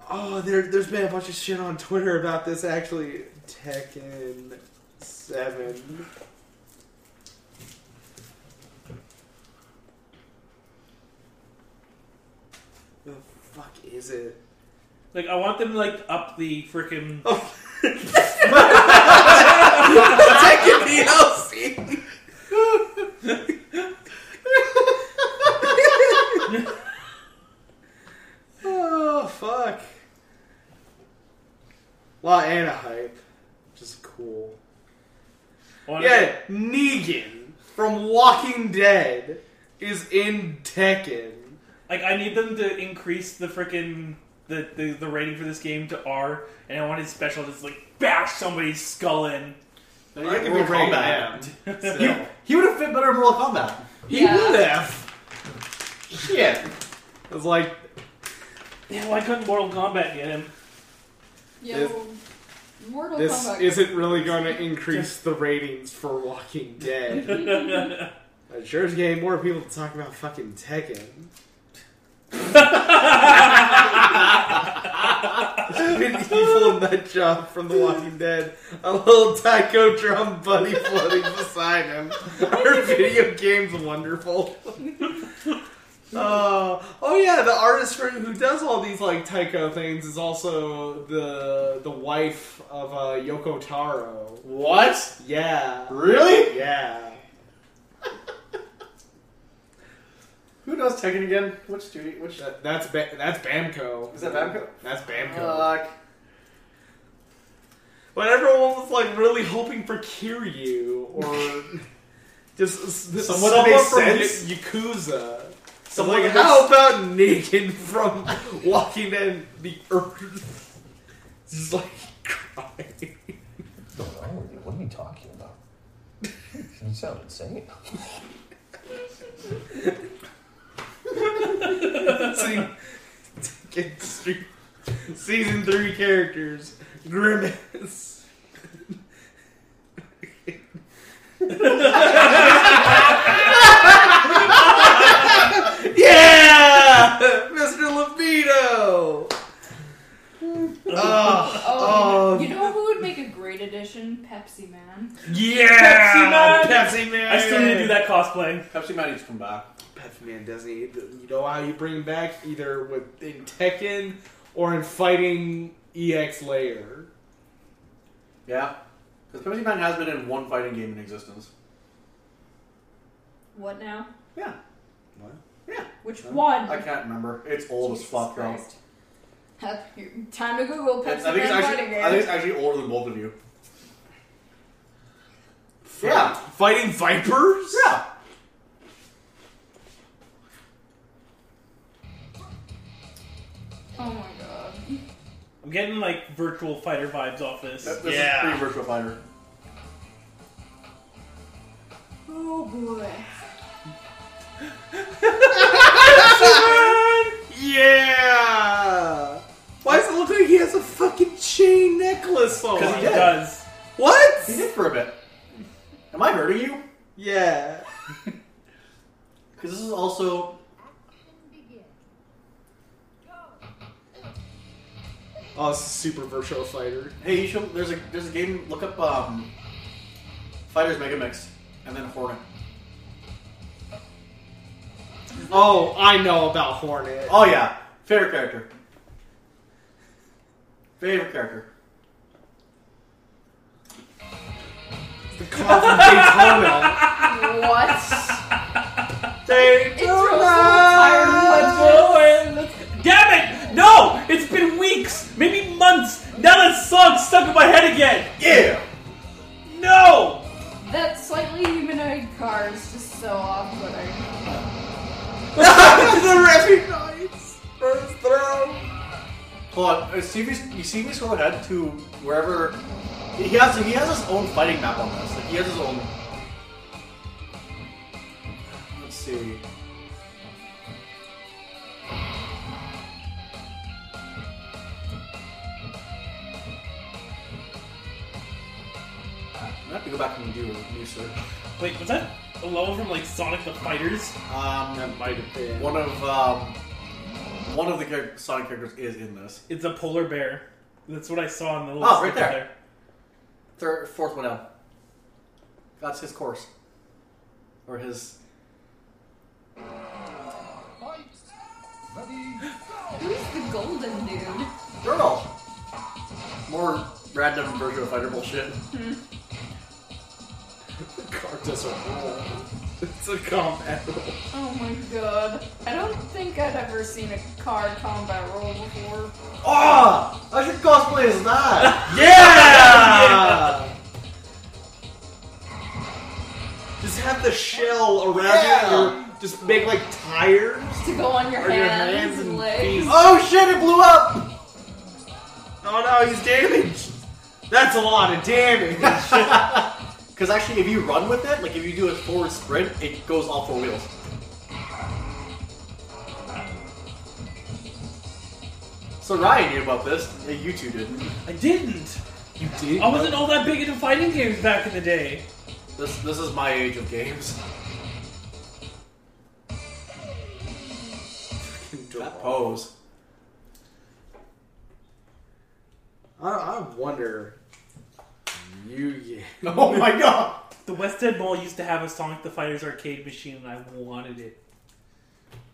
A: oh, there, there's been a bunch of shit on Twitter about this actually. Tekken 7. The fuck is it?
D: Like I want them to like up the freaking
B: Oh,
A: Tekken DLC. oh fuck! Well, and a hype, which is cool. Yeah, Negan from Walking Dead is in Tekken.
D: Like I need them to increase the freaking the, the the rating for this game to R, and I want his special to just like bash somebody's skull in.
B: Then
A: I
B: you
A: could
B: Mortal
A: be rated
B: Kombat.
A: So-
B: He, he would have fit better in Mortal Kombat.
A: He
C: Yeah.
A: would have.
B: Shit.
A: It's like
D: Yeah, why couldn't Mortal Kombat get him?
C: Yo, Mortal
A: this
C: Kombat.
A: isn't really going to increase the ratings for Walking Dead. It sure is getting more people to talk about fucking Tekken. An evil nut job from The Walking Dead. A little taco drum buddy floating beside him. Are video games wonderful? Uh, oh yeah, the artist for, who does all these like taiko things is also the the wife of uh, Yoko Taro.
B: What?
A: Yeah,
B: Really?
A: yeah.
B: Who does Tekken again? Which studio? Which
A: That, that's ba- that's Bamco.
B: is that? Bamco? Uh,
A: That's Bamco.
B: Fuck.
A: But everyone was like really hoping for Kiryu or just s- s-
B: Someone
A: someone,
B: that makes
A: from
B: sense.
A: Y- Yakuza.
B: Someone
A: like,
B: that makes-
A: how about Negan from Walking in the Earth? Just like crying.
H: What's wrong with you? What are you talking about? You sound insane.
A: See, Tekken Street season three characters grimace. yeah, Mr. Levito. Oh,
C: oh,
B: um,
A: Oh.
C: you know who would make a great addition? Pepsi Man.
D: Pepsi Man!
A: Pepsi Man.
D: I still need to do that cosplay.
B: Pepsi Man needs to come back.
A: Pepsi Man doesn't. need- You know how you bring him back either with in Tekken or in fighting EX layer.
B: Yeah. Because Pepsi Man has been in one fighting game in existence.
C: What now?
B: Yeah.
A: What?
B: Yeah.
C: Which
A: Huh?
C: one?
B: I can't remember. It's old as
C: Jesus
B: fuck, though.
C: Christ. Huh, Time to Google
B: I
C: Pepsi
B: think, it's actually,
C: Man fighting
B: I think
C: game.
B: it's actually older than both of you. Yeah.
A: fighting vipers.
B: Yeah.
C: Oh my god.
D: I'm getting like virtual fighter vibes off this.
B: This
D: yeah.
B: is pre Virtual Fighter.
C: Oh boy.
A: Yeah. Why does it look like he has a fucking chain necklace on?
B: Because
D: It
B: he did.
D: does.
A: What?
B: He did for a bit. Am I hurting you?
A: Yeah.
B: Because this is also.
A: Oh, it's a super virtual fighter.
B: Hey, you should. There's a there's a game. Look up um, Fighters Mega Mix, and then Hornet.
A: Oh, I know about Hornet.
B: Oh yeah, favorite character. Favorite character.
A: The car from Daytona.
C: What?
A: Daytona.
C: It throws the entire
D: Damn it! No! It's been weeks, maybe months. Now that song's stuck in my head again.
B: Yeah.
D: No!
C: That slightly humanoid car is just so off-putting.
A: the recognize for his throne.
B: Hold on, uh, see if he's, you see if he's go ahead to wherever he has. He has his own fighting map on this. Like he has his own. Let's see. I have to go back and do a new search.
D: Wait, was that a level from like Sonic the Fighters?
B: Um, that might have
A: been.
B: one of um, one of the char- Sonic characters is in this.
D: It's a polar bear. That's what I saw in the little
B: Oh, right
D: snippet
B: there. Third, fourth one down. That's his course, or his.
C: Who's the golden dude?
B: Journal. More random version of fighter bullshit.
A: Card doesn't roll. It's a combat roll.
C: Oh my god. I don't think I've ever seen a card combat roll before.
B: Oh, I should cosplay as that.
A: Yeah! Just have the shell around you.
B: Yeah.
A: Your, just make like tires.
C: To go on your
A: Or
C: hands,
A: your hands
C: and
A: and
C: legs.
A: feet.
B: oh shit! It blew up.
A: Oh no, he's damaged. That's a lot of damage.
B: Because actually, if you run with it, like if you do a forward sprint, it goes all four wheels. So Ryan knew about this. Yeah, you two didn't.
D: I didn't.
A: you did.
D: I wasn't all that big into fighting games back in the day.
B: This this is my age of games. That pose.
A: I, I wonder. You yeah.
B: Oh my god.
D: The West End Mall used to have a Sonic the Fighters arcade machine, and I wanted it.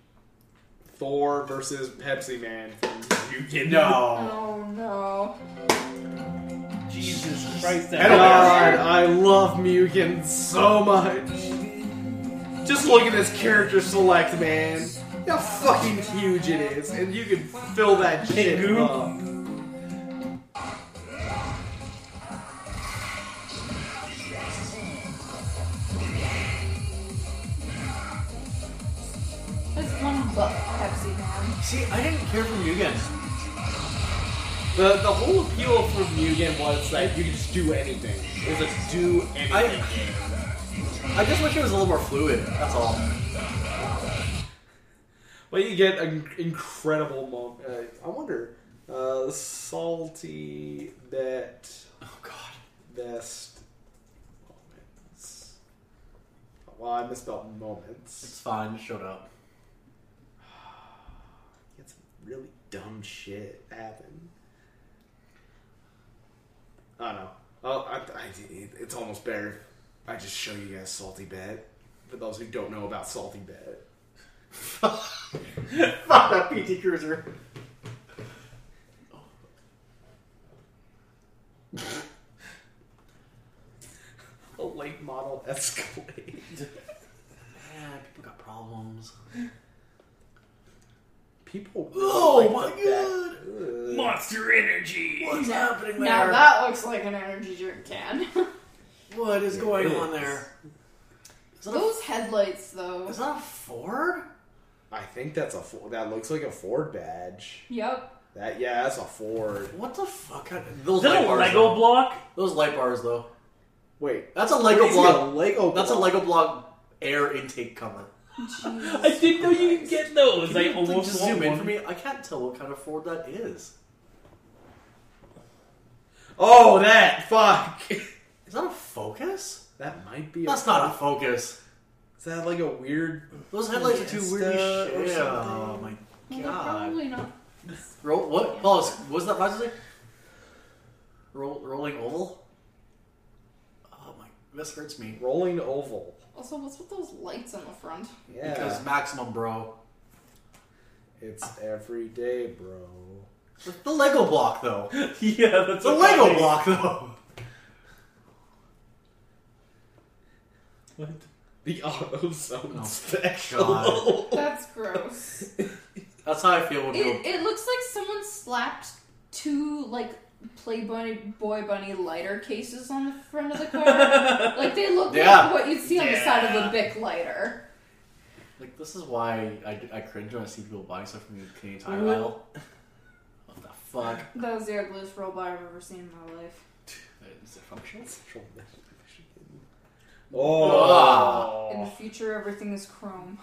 A: Thor versus Pepsi Man. from You get
B: No.
C: Oh no.
D: Jesus Christ! That
A: God, I love Mugen so much. Just look at this character select, man. How fucking huge it is, and you can fill that shit
D: Pingu?
A: up.
C: That's one buck Pepsi man.
B: See, I didn't care for Mugen.
A: The the whole appeal for Mugen was that you could just do anything. It was a do anything.
B: I I just wish it was a little more fluid. That's all.
A: But you get an incredible moment. Uh, I wonder, uh, salty that
B: Oh god.
A: best moments. Well, I misspelled moments.
B: It's fine. Just showed up.
A: Get some really dumb shit happen. I don't know. Oh, I, I, it's almost better. if I just show you guys salty bet. For those who don't know about salty bet,
B: Fuck that PT Cruiser.
A: a late model Escalade.
B: Man, people got problems.
A: People.
B: Oh
A: really
B: my
A: like that.
B: uh,
A: Ugh.
D: Monster Energy.
B: What's happening
C: Now
B: there?
C: that looks like an energy drink can.
B: what is going
A: It
B: on
A: is.
B: there? Is that, a,
C: Those headlights though.
B: is that a Ford?
A: I think that's a Ford. That looks like a Ford badge.
C: Yep.
A: That yeah, that's a Ford.
B: What the fuck? Those
D: Is that
B: light
D: a
B: bars.
D: Lego
B: though.
D: block?
B: Those light bars, though.
A: Wait,
B: That's a Lego block.
A: Lego.
B: That's a Lego block air intake cover.
C: Jeez.
D: I didn't know you could get those.
B: Can
D: I
B: you, like,
D: almost
B: just
D: want
B: zoom in
D: one.
B: for me? I can't tell what kind of Ford that is.
A: Oh, that fuck.
B: Is that a Focus?
A: that might be.
B: That's
A: a,
B: not a Focus.
A: Is that like a weird?
B: Those headlights are too
A: Fiesta
B: weird. as
A: or
B: shit. Oh
A: something.
B: my
C: Well, they're
B: god.
C: probably not.
B: Roll what? Oh, it's- what was that last thing? Roll, rolling oval. Oh my, this hurts me.
A: Rolling oval.
C: Also, what's with those lights on the front?
A: Yeah,
B: Because maximum, bro.
A: it's every day, bro.
B: The Lego block though.
D: yeah, that's
B: The
D: what
B: Lego
D: that is.
B: block though.
D: What?
A: The auto
B: Oh,
A: zone special.
B: God.
C: That's gross.
B: That's how I feel when people
C: It, it looks like someone slapped two like Playboy Boy Bunny lighter cases on the front of the car. like they look
B: Yeah.
C: like what you'd see on the side of a
D: Yeah.
C: Bic lighter.
B: Like this is why I, I cringe when I see people buying stuff from the Canadian Tire
D: What?
B: aisle. What the Fuck.
C: Those zero glues robot I've ever seen in my life.
B: Is it functional?
A: Oh,
C: In the future, everything is chrome.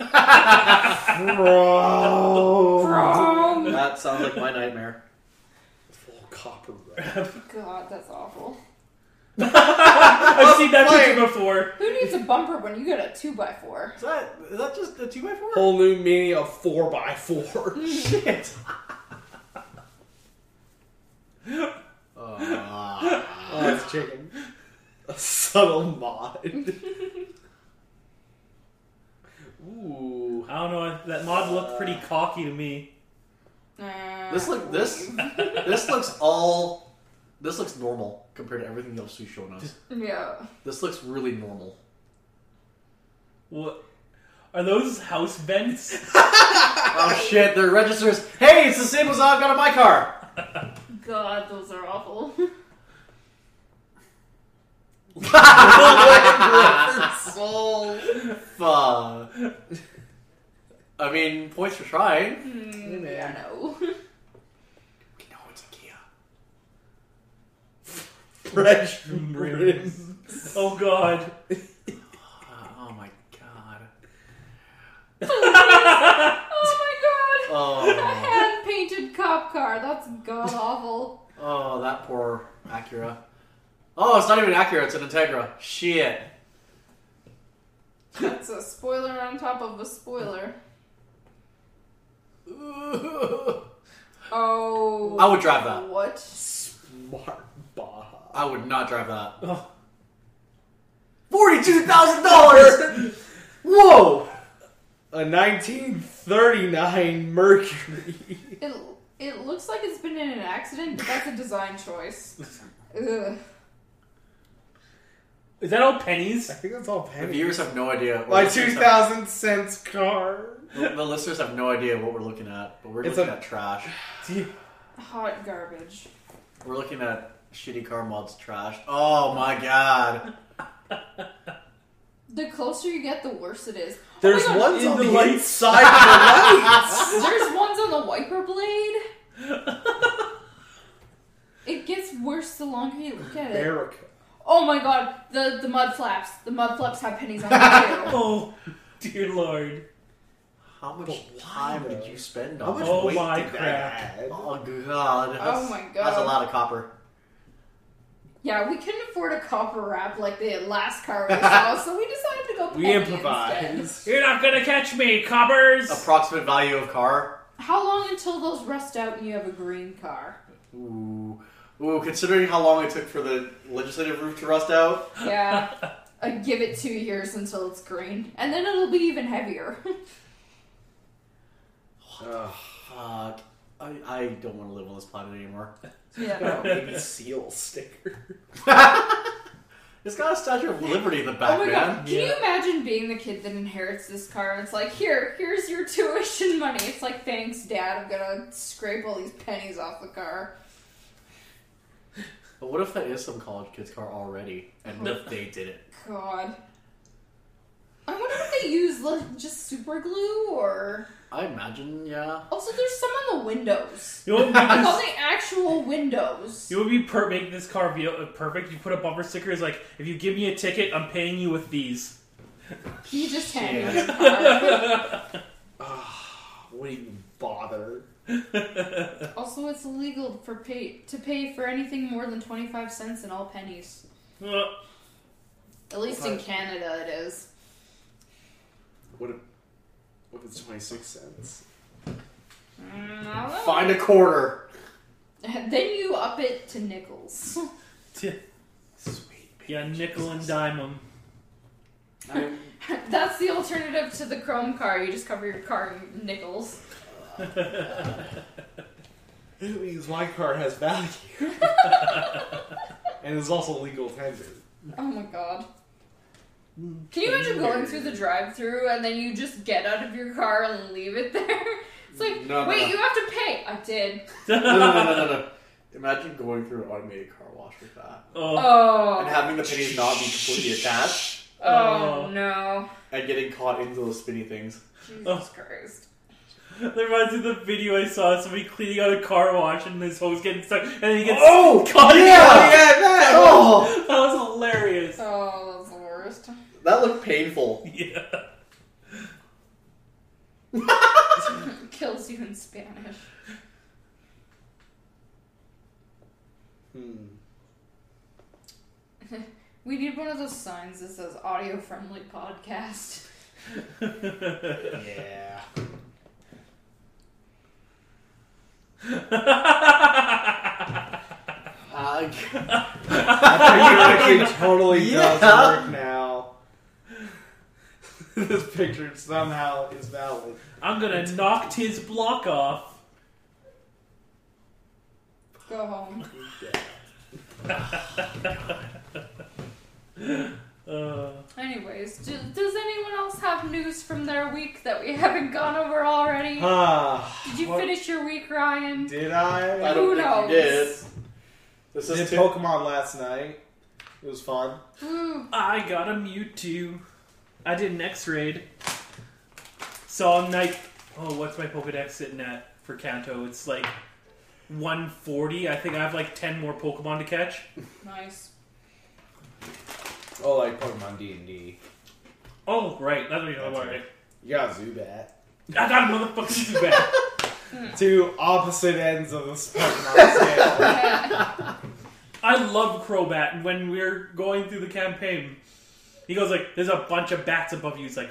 B: Oh
A: bro.
C: Chrome!
B: That sounds like my nightmare.
A: Full copper. Bro.
C: Oh God, that's awful.
B: Oh.
D: I've seen that picture before.
C: Who needs a bumper when you got a 2x4?
B: Is that is that just a two by four?
A: Whole new meaning of four by four.
B: Shit. Uh,
A: Oh, that's chicken. A subtle mod. Ooh.
D: I don't know. That mod looked pretty cocky to me.
C: Uh,
B: this look this this looks all this looks normal compared to everything else we've shown us.
C: Yeah.
B: This looks really normal.
D: What are those house vents?
B: Oh shit! Their registers. Hey, it's the same as I've got on my car.
C: God, those are awful.
A: Soul.
B: Fuck. I mean, points for trying.
C: Mm,
A: man.
C: yeah, no.
B: No, it's IKEA.
A: Fresh
D: Rims.
A: rims.
D: Oh god.
B: Uh, oh my god.
C: Oh my god! A
B: Oh,
C: hand painted cop car. That's god awful.
B: oh, that poor Acura. Oh, it's not even Acura. It's an Integra. Shit.
C: That's a spoiler on top of a spoiler.
B: I
C: Oh.
B: would drive that.
C: What?
A: Smart Baja.
B: I would not drive that.
D: Oh.
B: Forty-two thousand dollars. Whoa.
A: A 1939 Mercury.
C: It, it looks like it's been in an accident, but that's a design choice. Ugh.
D: Is that all pennies?
A: I think that's all
B: The
A: penny.
B: viewers have no idea. what
A: My
B: we're looking at.
A: 2,000 cents car.
B: The, the listeners have no idea what we're looking at, but we're
A: It's
B: looking
A: a-
B: at trash.
C: Hot garbage.
B: We're looking at shitty car mods trash. Oh my god.
C: The closer you get, the worse it is. Oh
A: There's
C: my God,
A: ones
D: in
A: on
D: the
A: the,
D: lights.
A: inside of the lights.
C: There's ones on the wiper blade. It gets worse the longer you look at it.
A: America.
C: Oh my god, the, the mud flaps. The mud flaps have pennies on them too.
D: Oh dear lord.
B: How much
A: But why,
B: time
A: though?
B: did you spend
A: How
B: on
A: much
B: that?
D: Oh
A: weight
D: my
A: did
D: crap.
A: that add?
B: Oh god.
C: Oh my God.
B: That's a lot of copper.
C: Yeah, we couldn't afford a copper wrap like the last car we saw, so we decided to go penny
A: We
C: instead.
A: improvise.
D: You're not gonna catch me, coppers!
B: Approximate value of car.
C: How long until those rust out and you have a green car?
B: Ooh. Ooh, considering how long it took for the legislative roof to rust out.
C: Yeah. I give it two years until it's green, and then it'll be even heavier.
A: Ugh,
B: Fuck. I, I don't want to live on this planet anymore.
C: yeah.
A: baby seal sticker.
B: It's got a Statue of Liberty in the
C: Oh
B: back,
C: my
B: man.
C: god! Can you imagine being the kid that inherits this car? It's like, here, here's your tuition money. It's like, thanks, Dad. I'm gonna scrape all these pennies off the car.
B: But what if that is some college kid's car already? And if they did it?
C: God. I wonder if they use like, just super glue or.
B: I imagine, yeah.
C: Also, there's some on the windows.
D: You know what
C: Like on the actual windows.
D: You would be per- make this car be- uh, perfect. You put a bumper sticker is like, if you give me a ticket, I'm paying you with these.
C: You just hand me
B: Shit.
C: the car.
A: Wouldn't even bother.
C: Also, it's illegal for pay to pay for anything more than 25 cents in all pennies.
D: Uh,
C: At least in Canada, it is.
A: What if, what if it's 26 cents?
C: Mm, I don't know.
B: Find a quarter.
C: Then you up it to nickels.
D: t-
B: Sweet.
D: yeah, nickel and dime them.
C: That's the alternative to the chrome car. You just cover your car in nickels.
A: It means my car has value. and is also legal tender.
C: Oh my god. Can you imagine going through the drive through and then you just get out of your car and leave it there? It's like,
B: No, no,
C: wait,
B: no.
C: you have to pay. I did.
B: no, no, no, no, no. Imagine going through an automated car wash with that.
D: Oh,
B: And
C: Oh.
B: having the pennies not be completely attached
C: Oh
D: Oh.
C: no.
B: Oh. and getting caught into those spinny things.
C: Jesus
D: Oh.
C: Christ.
D: That reminds me of the video I saw of somebody cleaning out a car wash and his hose getting stuck, and then he gets
A: Oh,
D: caught.
A: yeah, yeah, that. Oh,
D: that was hilarious.
C: Oh, that's the worst.
B: That looked painful.
D: Yeah,
B: Uh,
C: Kills you in Spanish.
A: Hmm.
C: We need one of those signs that says audio friendly podcast.
B: Yeah. Uh,
A: I think it totally
B: Yeah.
A: does work now. this picture somehow is valid.
D: I'm gonna knock his block off.
C: Go home.
D: Uh,
C: Anyways, do, does anyone else have news from their week that we haven't gone over already?
A: Ah,
C: Did you
A: what-
C: finish your week, Ryan?
A: did
B: I don't
A: I?
C: Who
B: think
C: knows?
B: you did. This
A: Did
B: is too-
A: Pokemon last night. It was fun.
C: Ooh,
D: I got a Mewtwo. I did an X-rayed. Saw a night. Oh, what's my Pokedex sitting at for Kanto? It's like 140. I think I have like 10 more Pokemon to catch.
C: nice.
A: Oh, like Pokemon D and D.
D: Oh, right. That's what you're talking
A: That's
D: about, right?
A: You got Zubat.
D: I got a motherfucking Zubat.
A: Two opposite ends of the Pokemon scale.
C: Yeah.
D: I love Crobat. And when we're going through the campaign, he goes like, "There's a bunch of bats above you." He's like,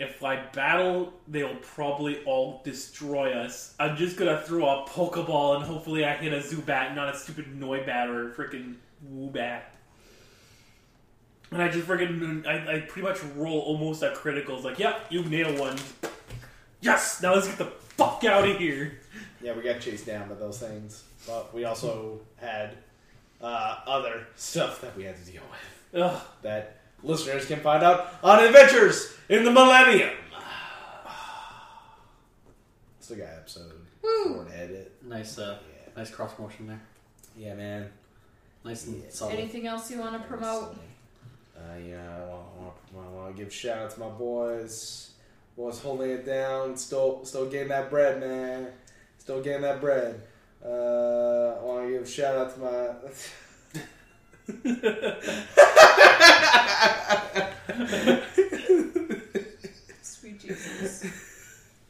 D: "If I battle, they'll probably all destroy us. I'm just gonna throw a Pokeball and hopefully I hit a Zubat, not a stupid Noibat or a freaking Woobat." And I just freaking, I, I pretty much roll almost at criticals. Like, "Yep, you nail one. Yes, now let's get the fuck out of here."
A: yeah, we got chased down by those things, but we also had uh, other stuff that we had to deal with.
D: Ugh.
A: that listeners can find out on Adventures in the Millennium. Still got episode
C: Woo.
A: four to edit.
B: nice, uh,
A: Yeah,
B: nice cross promotion there.
A: yeah, man.
B: Nice and
A: Yeah.
B: solid.
C: Anything else you want to promote?
A: Uh, yeah, I want, I want to give shout out to my boys. Boys holding it down, still still getting that bread, man. Still getting that bread. Uh, I want to give shout out to my.
C: Sweet Jesus.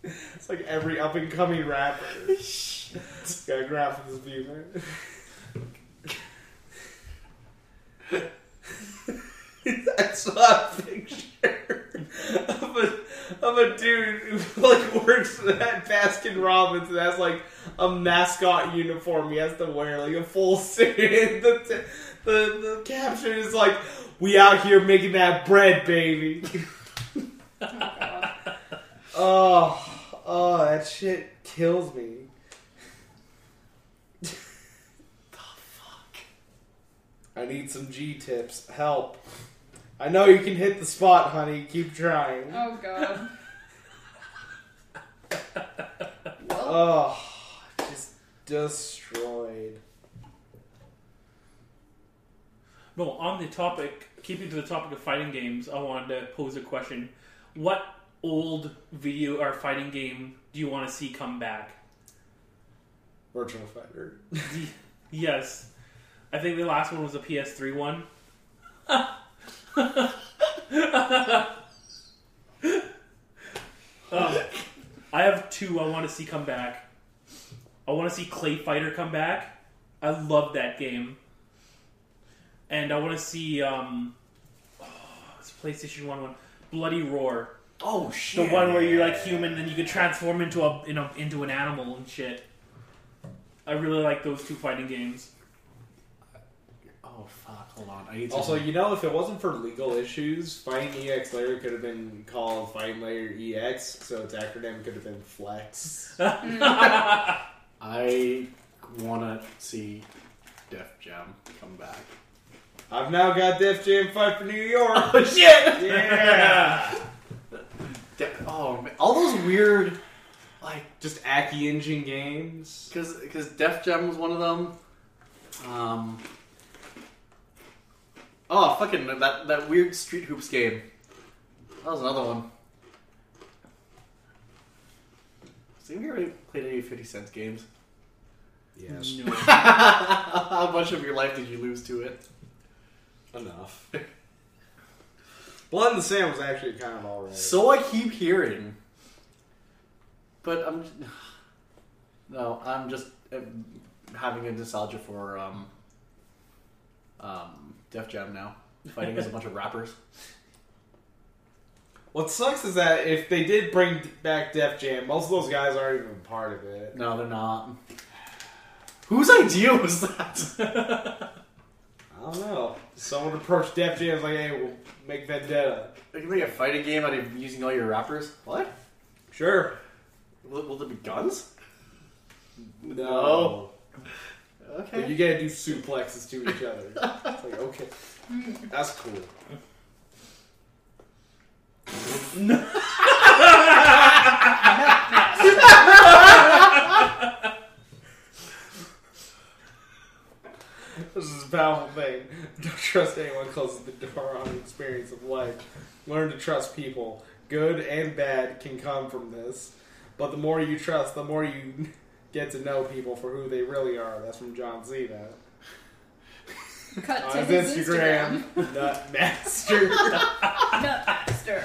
A: It's like every up and coming rapper. Gotta grab for this view, man. I saw a picture of a, of a dude who like works at Baskin Robbins and has like a mascot uniform he has to wear, like a full suit. The, the, the caption is like, "We out here making that bread, baby."
C: Oh, God.
A: Oh, oh, that shit kills me. the fuck? I need some G tips. Help. I know you can hit the spot, honey. Keep trying.
C: Oh, God. Well,
A: Oh, just destroyed.
D: No, on the topic, keeping to the topic of fighting games, I wanted to pose a question. What old video or fighting game do you want to see come back?
A: Virtual Fighter.
D: Yes. I think the last one was a PS3 one. Um, Oh, I have two I want to see come back. I want to see Clay Fighter come back. I love that game. And I want to see um oh, it's PlayStation 1 one. Bloody Roar.
B: Oh
D: The
B: shit!
D: one where you're like human, then you could transform into a, in a into an animal and shit. I really like those two fighting games.
B: Oh fuck! Hold on. I need to-
A: Also, you know, if it wasn't for legal issues, Fighting EX Layer could have been called Fighting Layer EX, so its acronym could have been FLEX.
D: Mm.
B: I want to see Def Jam come back.
A: I've now got Def Jam Fight for New York.
B: Oh shit!
A: Yeah.
B: Def- oh, man. all those weird, like,
A: Just Aki Engine games.
B: because because Def Jam was one of them. Um. Oh fucking that that weird Street Hoops game. That was another one. So have you ever played any 50 Cent games?
A: Yes.
D: No.
B: How much of your life did you lose to it? Enough.
A: Blood in the Sand was actually kind of alright.
B: So I keep hearing, but I'm no, I'm just uh, having a nostalgia for um, um, Def Jam now, fighting as a bunch of rappers.
A: what sucks is that if they did bring back Def Jam, most of those guys aren't even part of it.
B: No, they're not. Whose idea was that?
A: I don't know. Someone approached Def Jam and was like, hey, we'll make Vendetta.
B: they can make a fighting game out of using all your rappers. What?
A: Sure.
B: Will, will there be guns?
A: But
B: Okay.
A: you gotta do suplexes to each other. It's like, okay. That's cool. this is a powerful thing. Don't trust anyone closes the door on the experience of life. Learn to trust people. Good and bad can come from this. But the more you trust, the more you get to know people for who they really are. That's from John Cena.
C: Cut to
A: On
C: his
A: his
C: Uh, Instagram.
A: Instagram, Nutmaster.
C: Nutmaster.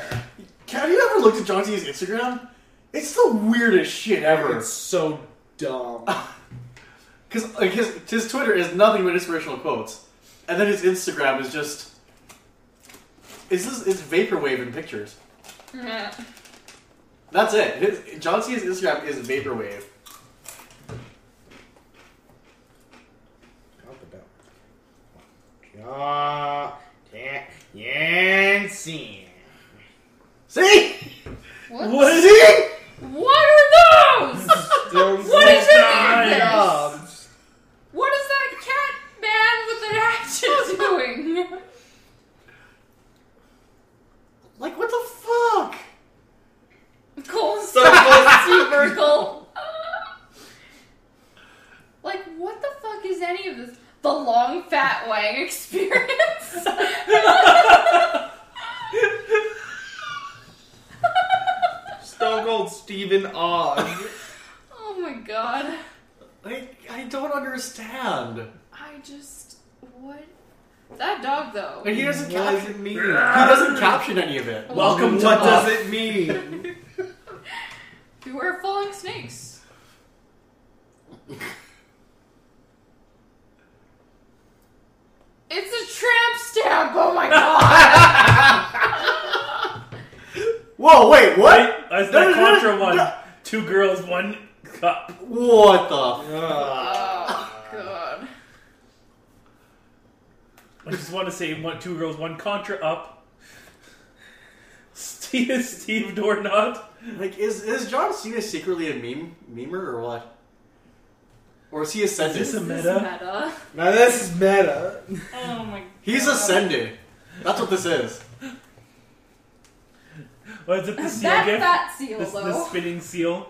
B: Have you ever looked at John Cena's Instagram? It's the weirdest shit ever.
A: it's so dumb.
B: Because like his his Twitter is nothing but inspirational quotes, and then his Instagram is just it's this it's vaporwave in pictures. That's it. His, John Cena's Instagram is vaporwave.
A: Out the bell. John Yan Cena.
B: See,
C: What?
D: What is
B: see,
C: What are those?
A: Don't
C: What is
D: Nice.
C: this?
A: dumb.
C: What is that cat man with an action doing?
B: like what the fuck?
C: Cold circle, vertical. Like, what the fuck is any of this? The long fat wang experience.
A: Stone Cold Steven Oz.
C: oh my god.
B: Like I don't understand.
C: I just what that dog though.
B: Like he doesn't
A: What does
B: caption.
A: it mean?
B: He doesn't caption any of it.
D: Welcome to
A: What does
B: Oz.
A: it mean?
C: Beware of falling snakes. It's a tramp stamp. Oh my god.
B: Whoa, wait, what?
D: Right? That's
B: No,
D: the
B: no, no,
D: Contra
B: no.
D: one. Two girls, one cup.
B: What the?
A: Ugh.
C: oh god.
D: I just want to say, one, two girls, one Contra up. Steve, Steve Doorknob.
B: Like, is is John Cena secretly a meme memer or what? Or is he ascended?
D: Is this a
C: This
D: meta?
C: meta.
A: now this is meta.
C: Oh my.
B: He's ascended. That's what this is.
D: What is it? The seal
C: That
D: gift.
C: fat seal
D: This,
C: though.
D: the spinning seal.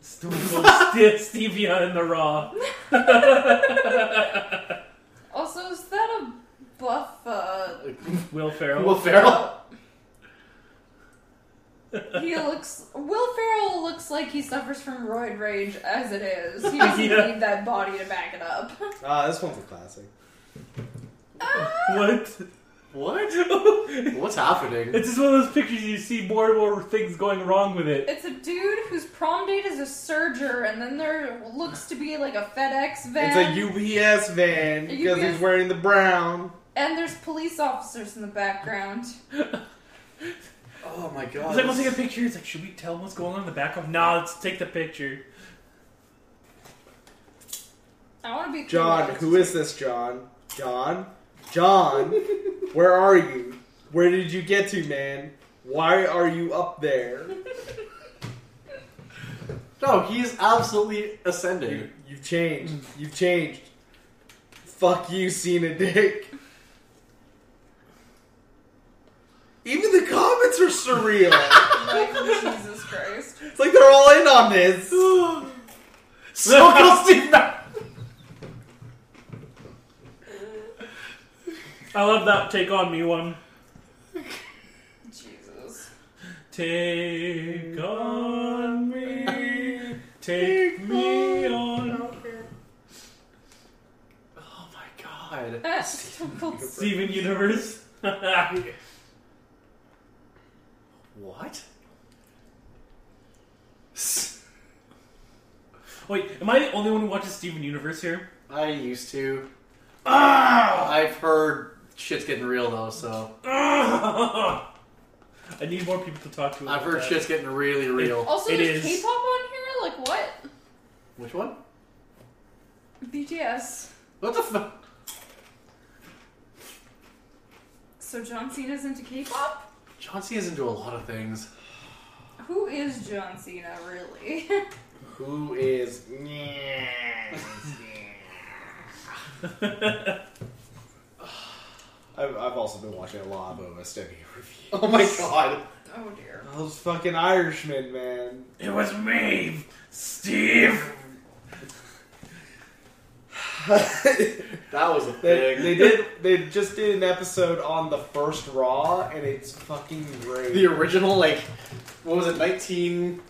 D: Stone Cold Ste- Stevia in the raw.
C: Also, is that a buff? Uh,
D: Will Ferrell.
B: Will Ferrell.
C: he looks. Will Ferrell looks like he suffers from roid rage as it is. He doesn't
D: Yeah.
C: need that body to back it up.
A: Ah, this one's a classic.
C: Ah,
D: What?
B: What? What's happening?
D: It's just one of those pictures you see more and more things going wrong with it.
C: It's a dude whose prom date is a serger, and then there looks to be like a FedEx van.
A: It's a UPS van
C: A
A: because
C: UPS.
A: he's wearing the brown.
C: and there's police officers in the background.
B: Oh my
D: It's
B: god.
D: like, we'll take a picture. It's like, should we tell them what's going on in the back of? Nah, let's take the picture.
C: I want to be
A: John,
C: cool.
A: who is this John? John? John, where are you? Where did you get to, man? Why are you up there?
B: No, he's absolutely ascended.
A: You, you've changed. You've changed. Fuck you, Cena Dick. Even the comments are surreal.
C: Like, Jesus Christ.
A: it's like they're all in on this.
B: so cool, Steve. Ma-
D: I love that take on me one.
C: Jesus.
D: Take on me, take me on.
B: Oh my god.
C: Uh, Stone Cold Steve.
D: Steven Universe.
B: What?
D: Wait, am I the only one who watches Steven Universe here?
B: I used to.
D: Ah!
B: I've heard shit's getting real though, so
D: I need more people to talk to.
B: I've
D: about
B: heard
D: that.
B: shit's getting really real.
C: Also,
D: It
C: there's
D: is.
C: K-pop on here. Like what?
B: Which one?
C: BTS.
B: What the fuck?
C: So John Cena's into K-pop.
B: John Cena's into a lot of things.
C: Who is John Cena really?
A: Who is? I've, I've also been watching a lot of OSW reviews. Oh my god!
C: oh dear.
A: Those fucking Irishmen, man.
D: It was me, Steve.
A: they,
B: That was a thing.
A: they did. They just did an episode on the first Raw, and it's fucking great.
B: the original like what was it 19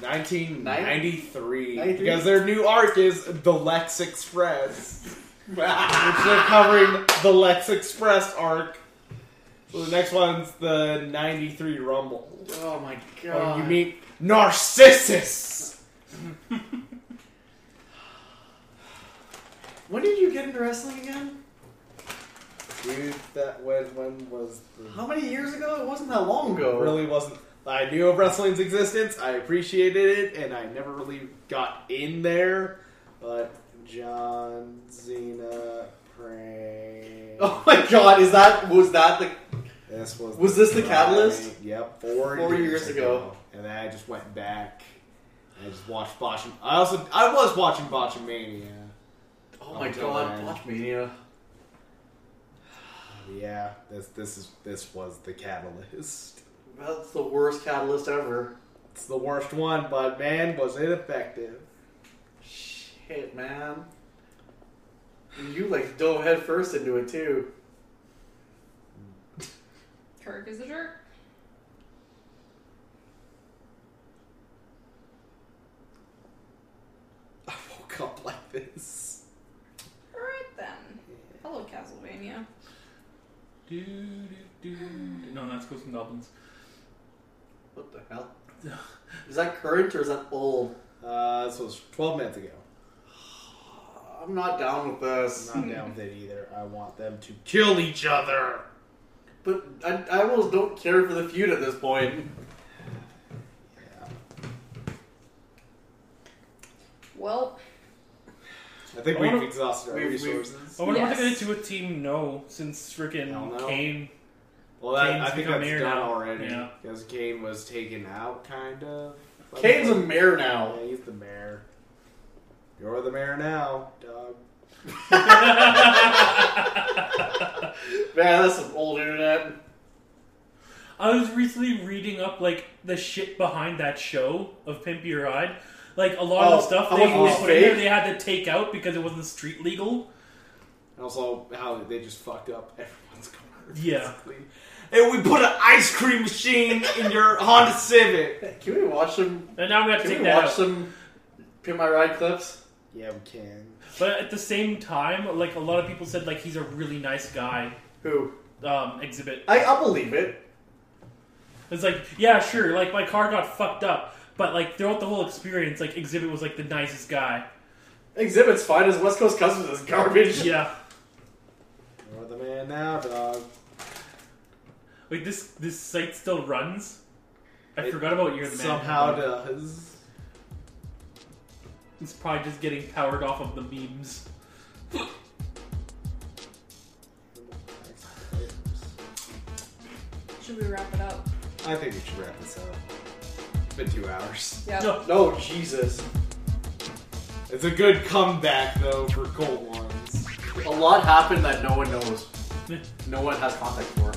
A: 1993
B: 93?
A: because their new arc is the Lex Express, which
B: Oh
A: they're covering the Lex Express arc. So the next one's the 93 Rumble.
B: oh my
A: When
B: god
A: you meet Narcissus.
B: when did you get into wrestling again
A: Dude, that when when was the,
B: how many years ago it wasn't that long ago
A: really wasn't. I knew of wrestling's existence. I appreciated it, and I never really got in there. But John Cena praying.
B: oh my god is that was that the
A: This was
B: Was this the catalyst?
A: Yep, four,
B: Four
A: years,
B: years
A: ago.
B: ago.
A: and then I just went back. And I just watched Botcham. I also I was watching Botchamania.
B: oh my
A: Until
B: god
A: then.
B: Botchmania
A: Yeah, this this is this was the catalyst.
B: that's the worst catalyst ever
A: It's the worst one, but man, was it effective.
B: shit man And you like dove headfirst into it too
C: Kirk is a jerk.
A: I woke up like this.
C: All right then. Hello, Castlevania.
D: Do, do, do. No, that's Ghosts and Goblins.
B: what the hell is that current or is that old
A: Uh, this was 12 minutes ago.
B: I'm not down with this
D: Hmm.
A: I'm not down with it either. I want them to kill each other.
B: but I, I almost don't care for the feud at this point
A: Yeah.
C: Well,
A: I think
D: I
A: we've
D: wanna-
A: exhausted our
B: we've- we've-
A: resources.
D: I wonder what they're
C: Yes.
D: gonna do with Team No since
A: Hell
D: freaking
A: no.
D: Kane.
A: Well, that,
D: Kane's
A: I think
D: become
A: that's
D: mayor
A: done
D: now.
A: already
D: Yeah.
A: because Kane was taken out, kind of.
B: Kane's a mayor now.
A: Yeah, he's the mayor. You're the mayor now, Doug.
B: Man, that's some old internet.
D: I was recently reading up like the shit behind that show of Pimp Your Ride. Like a lot of
B: Oh,
D: the stuff
B: how
D: they,
B: much was
D: they put in there,
B: fake?
D: they had to take out because it wasn't street legal.
A: And also, how they just fucked up everyone's car.
D: Yeah.
A: basically. And we put an ice cream machine in your Honda Civic.
B: Can we watch some?
D: And now I'm gonna have to
B: Can
D: take
B: we
D: that
B: watch
D: out.
B: some? Pin my ride clips.
A: Yeah, we can.
D: But at the same time, like a lot of people said, like he's a really nice guy.
B: Who?
D: Um, exhibit.
B: I I believe it.
D: It's like, yeah, sure, like my car got fucked up, but like throughout the whole experience, like Exhibit was like the nicest guy.
B: Exhibit's fine. His West Coast Customs is garbage.
D: Yeah,
A: You're the man now, Doug.
D: like this this site still runs. I
A: It
D: forgot about you're the man.
A: Somehow does.
D: it's probably just getting powered off of the memes.
C: should we wrap it up?
A: I think we should wrap this up. It's been two hours.
C: Yeah.
D: No.
B: No, Jesus.
A: It's a good comeback though for Cold Ones.
B: A lot happened that no one knows. No one has contact for.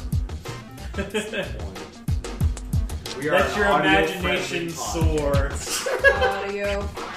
A: We are
D: Let
A: an
D: your
A: audio-friendly
D: imagination
A: pod.
D: soar.
C: Audio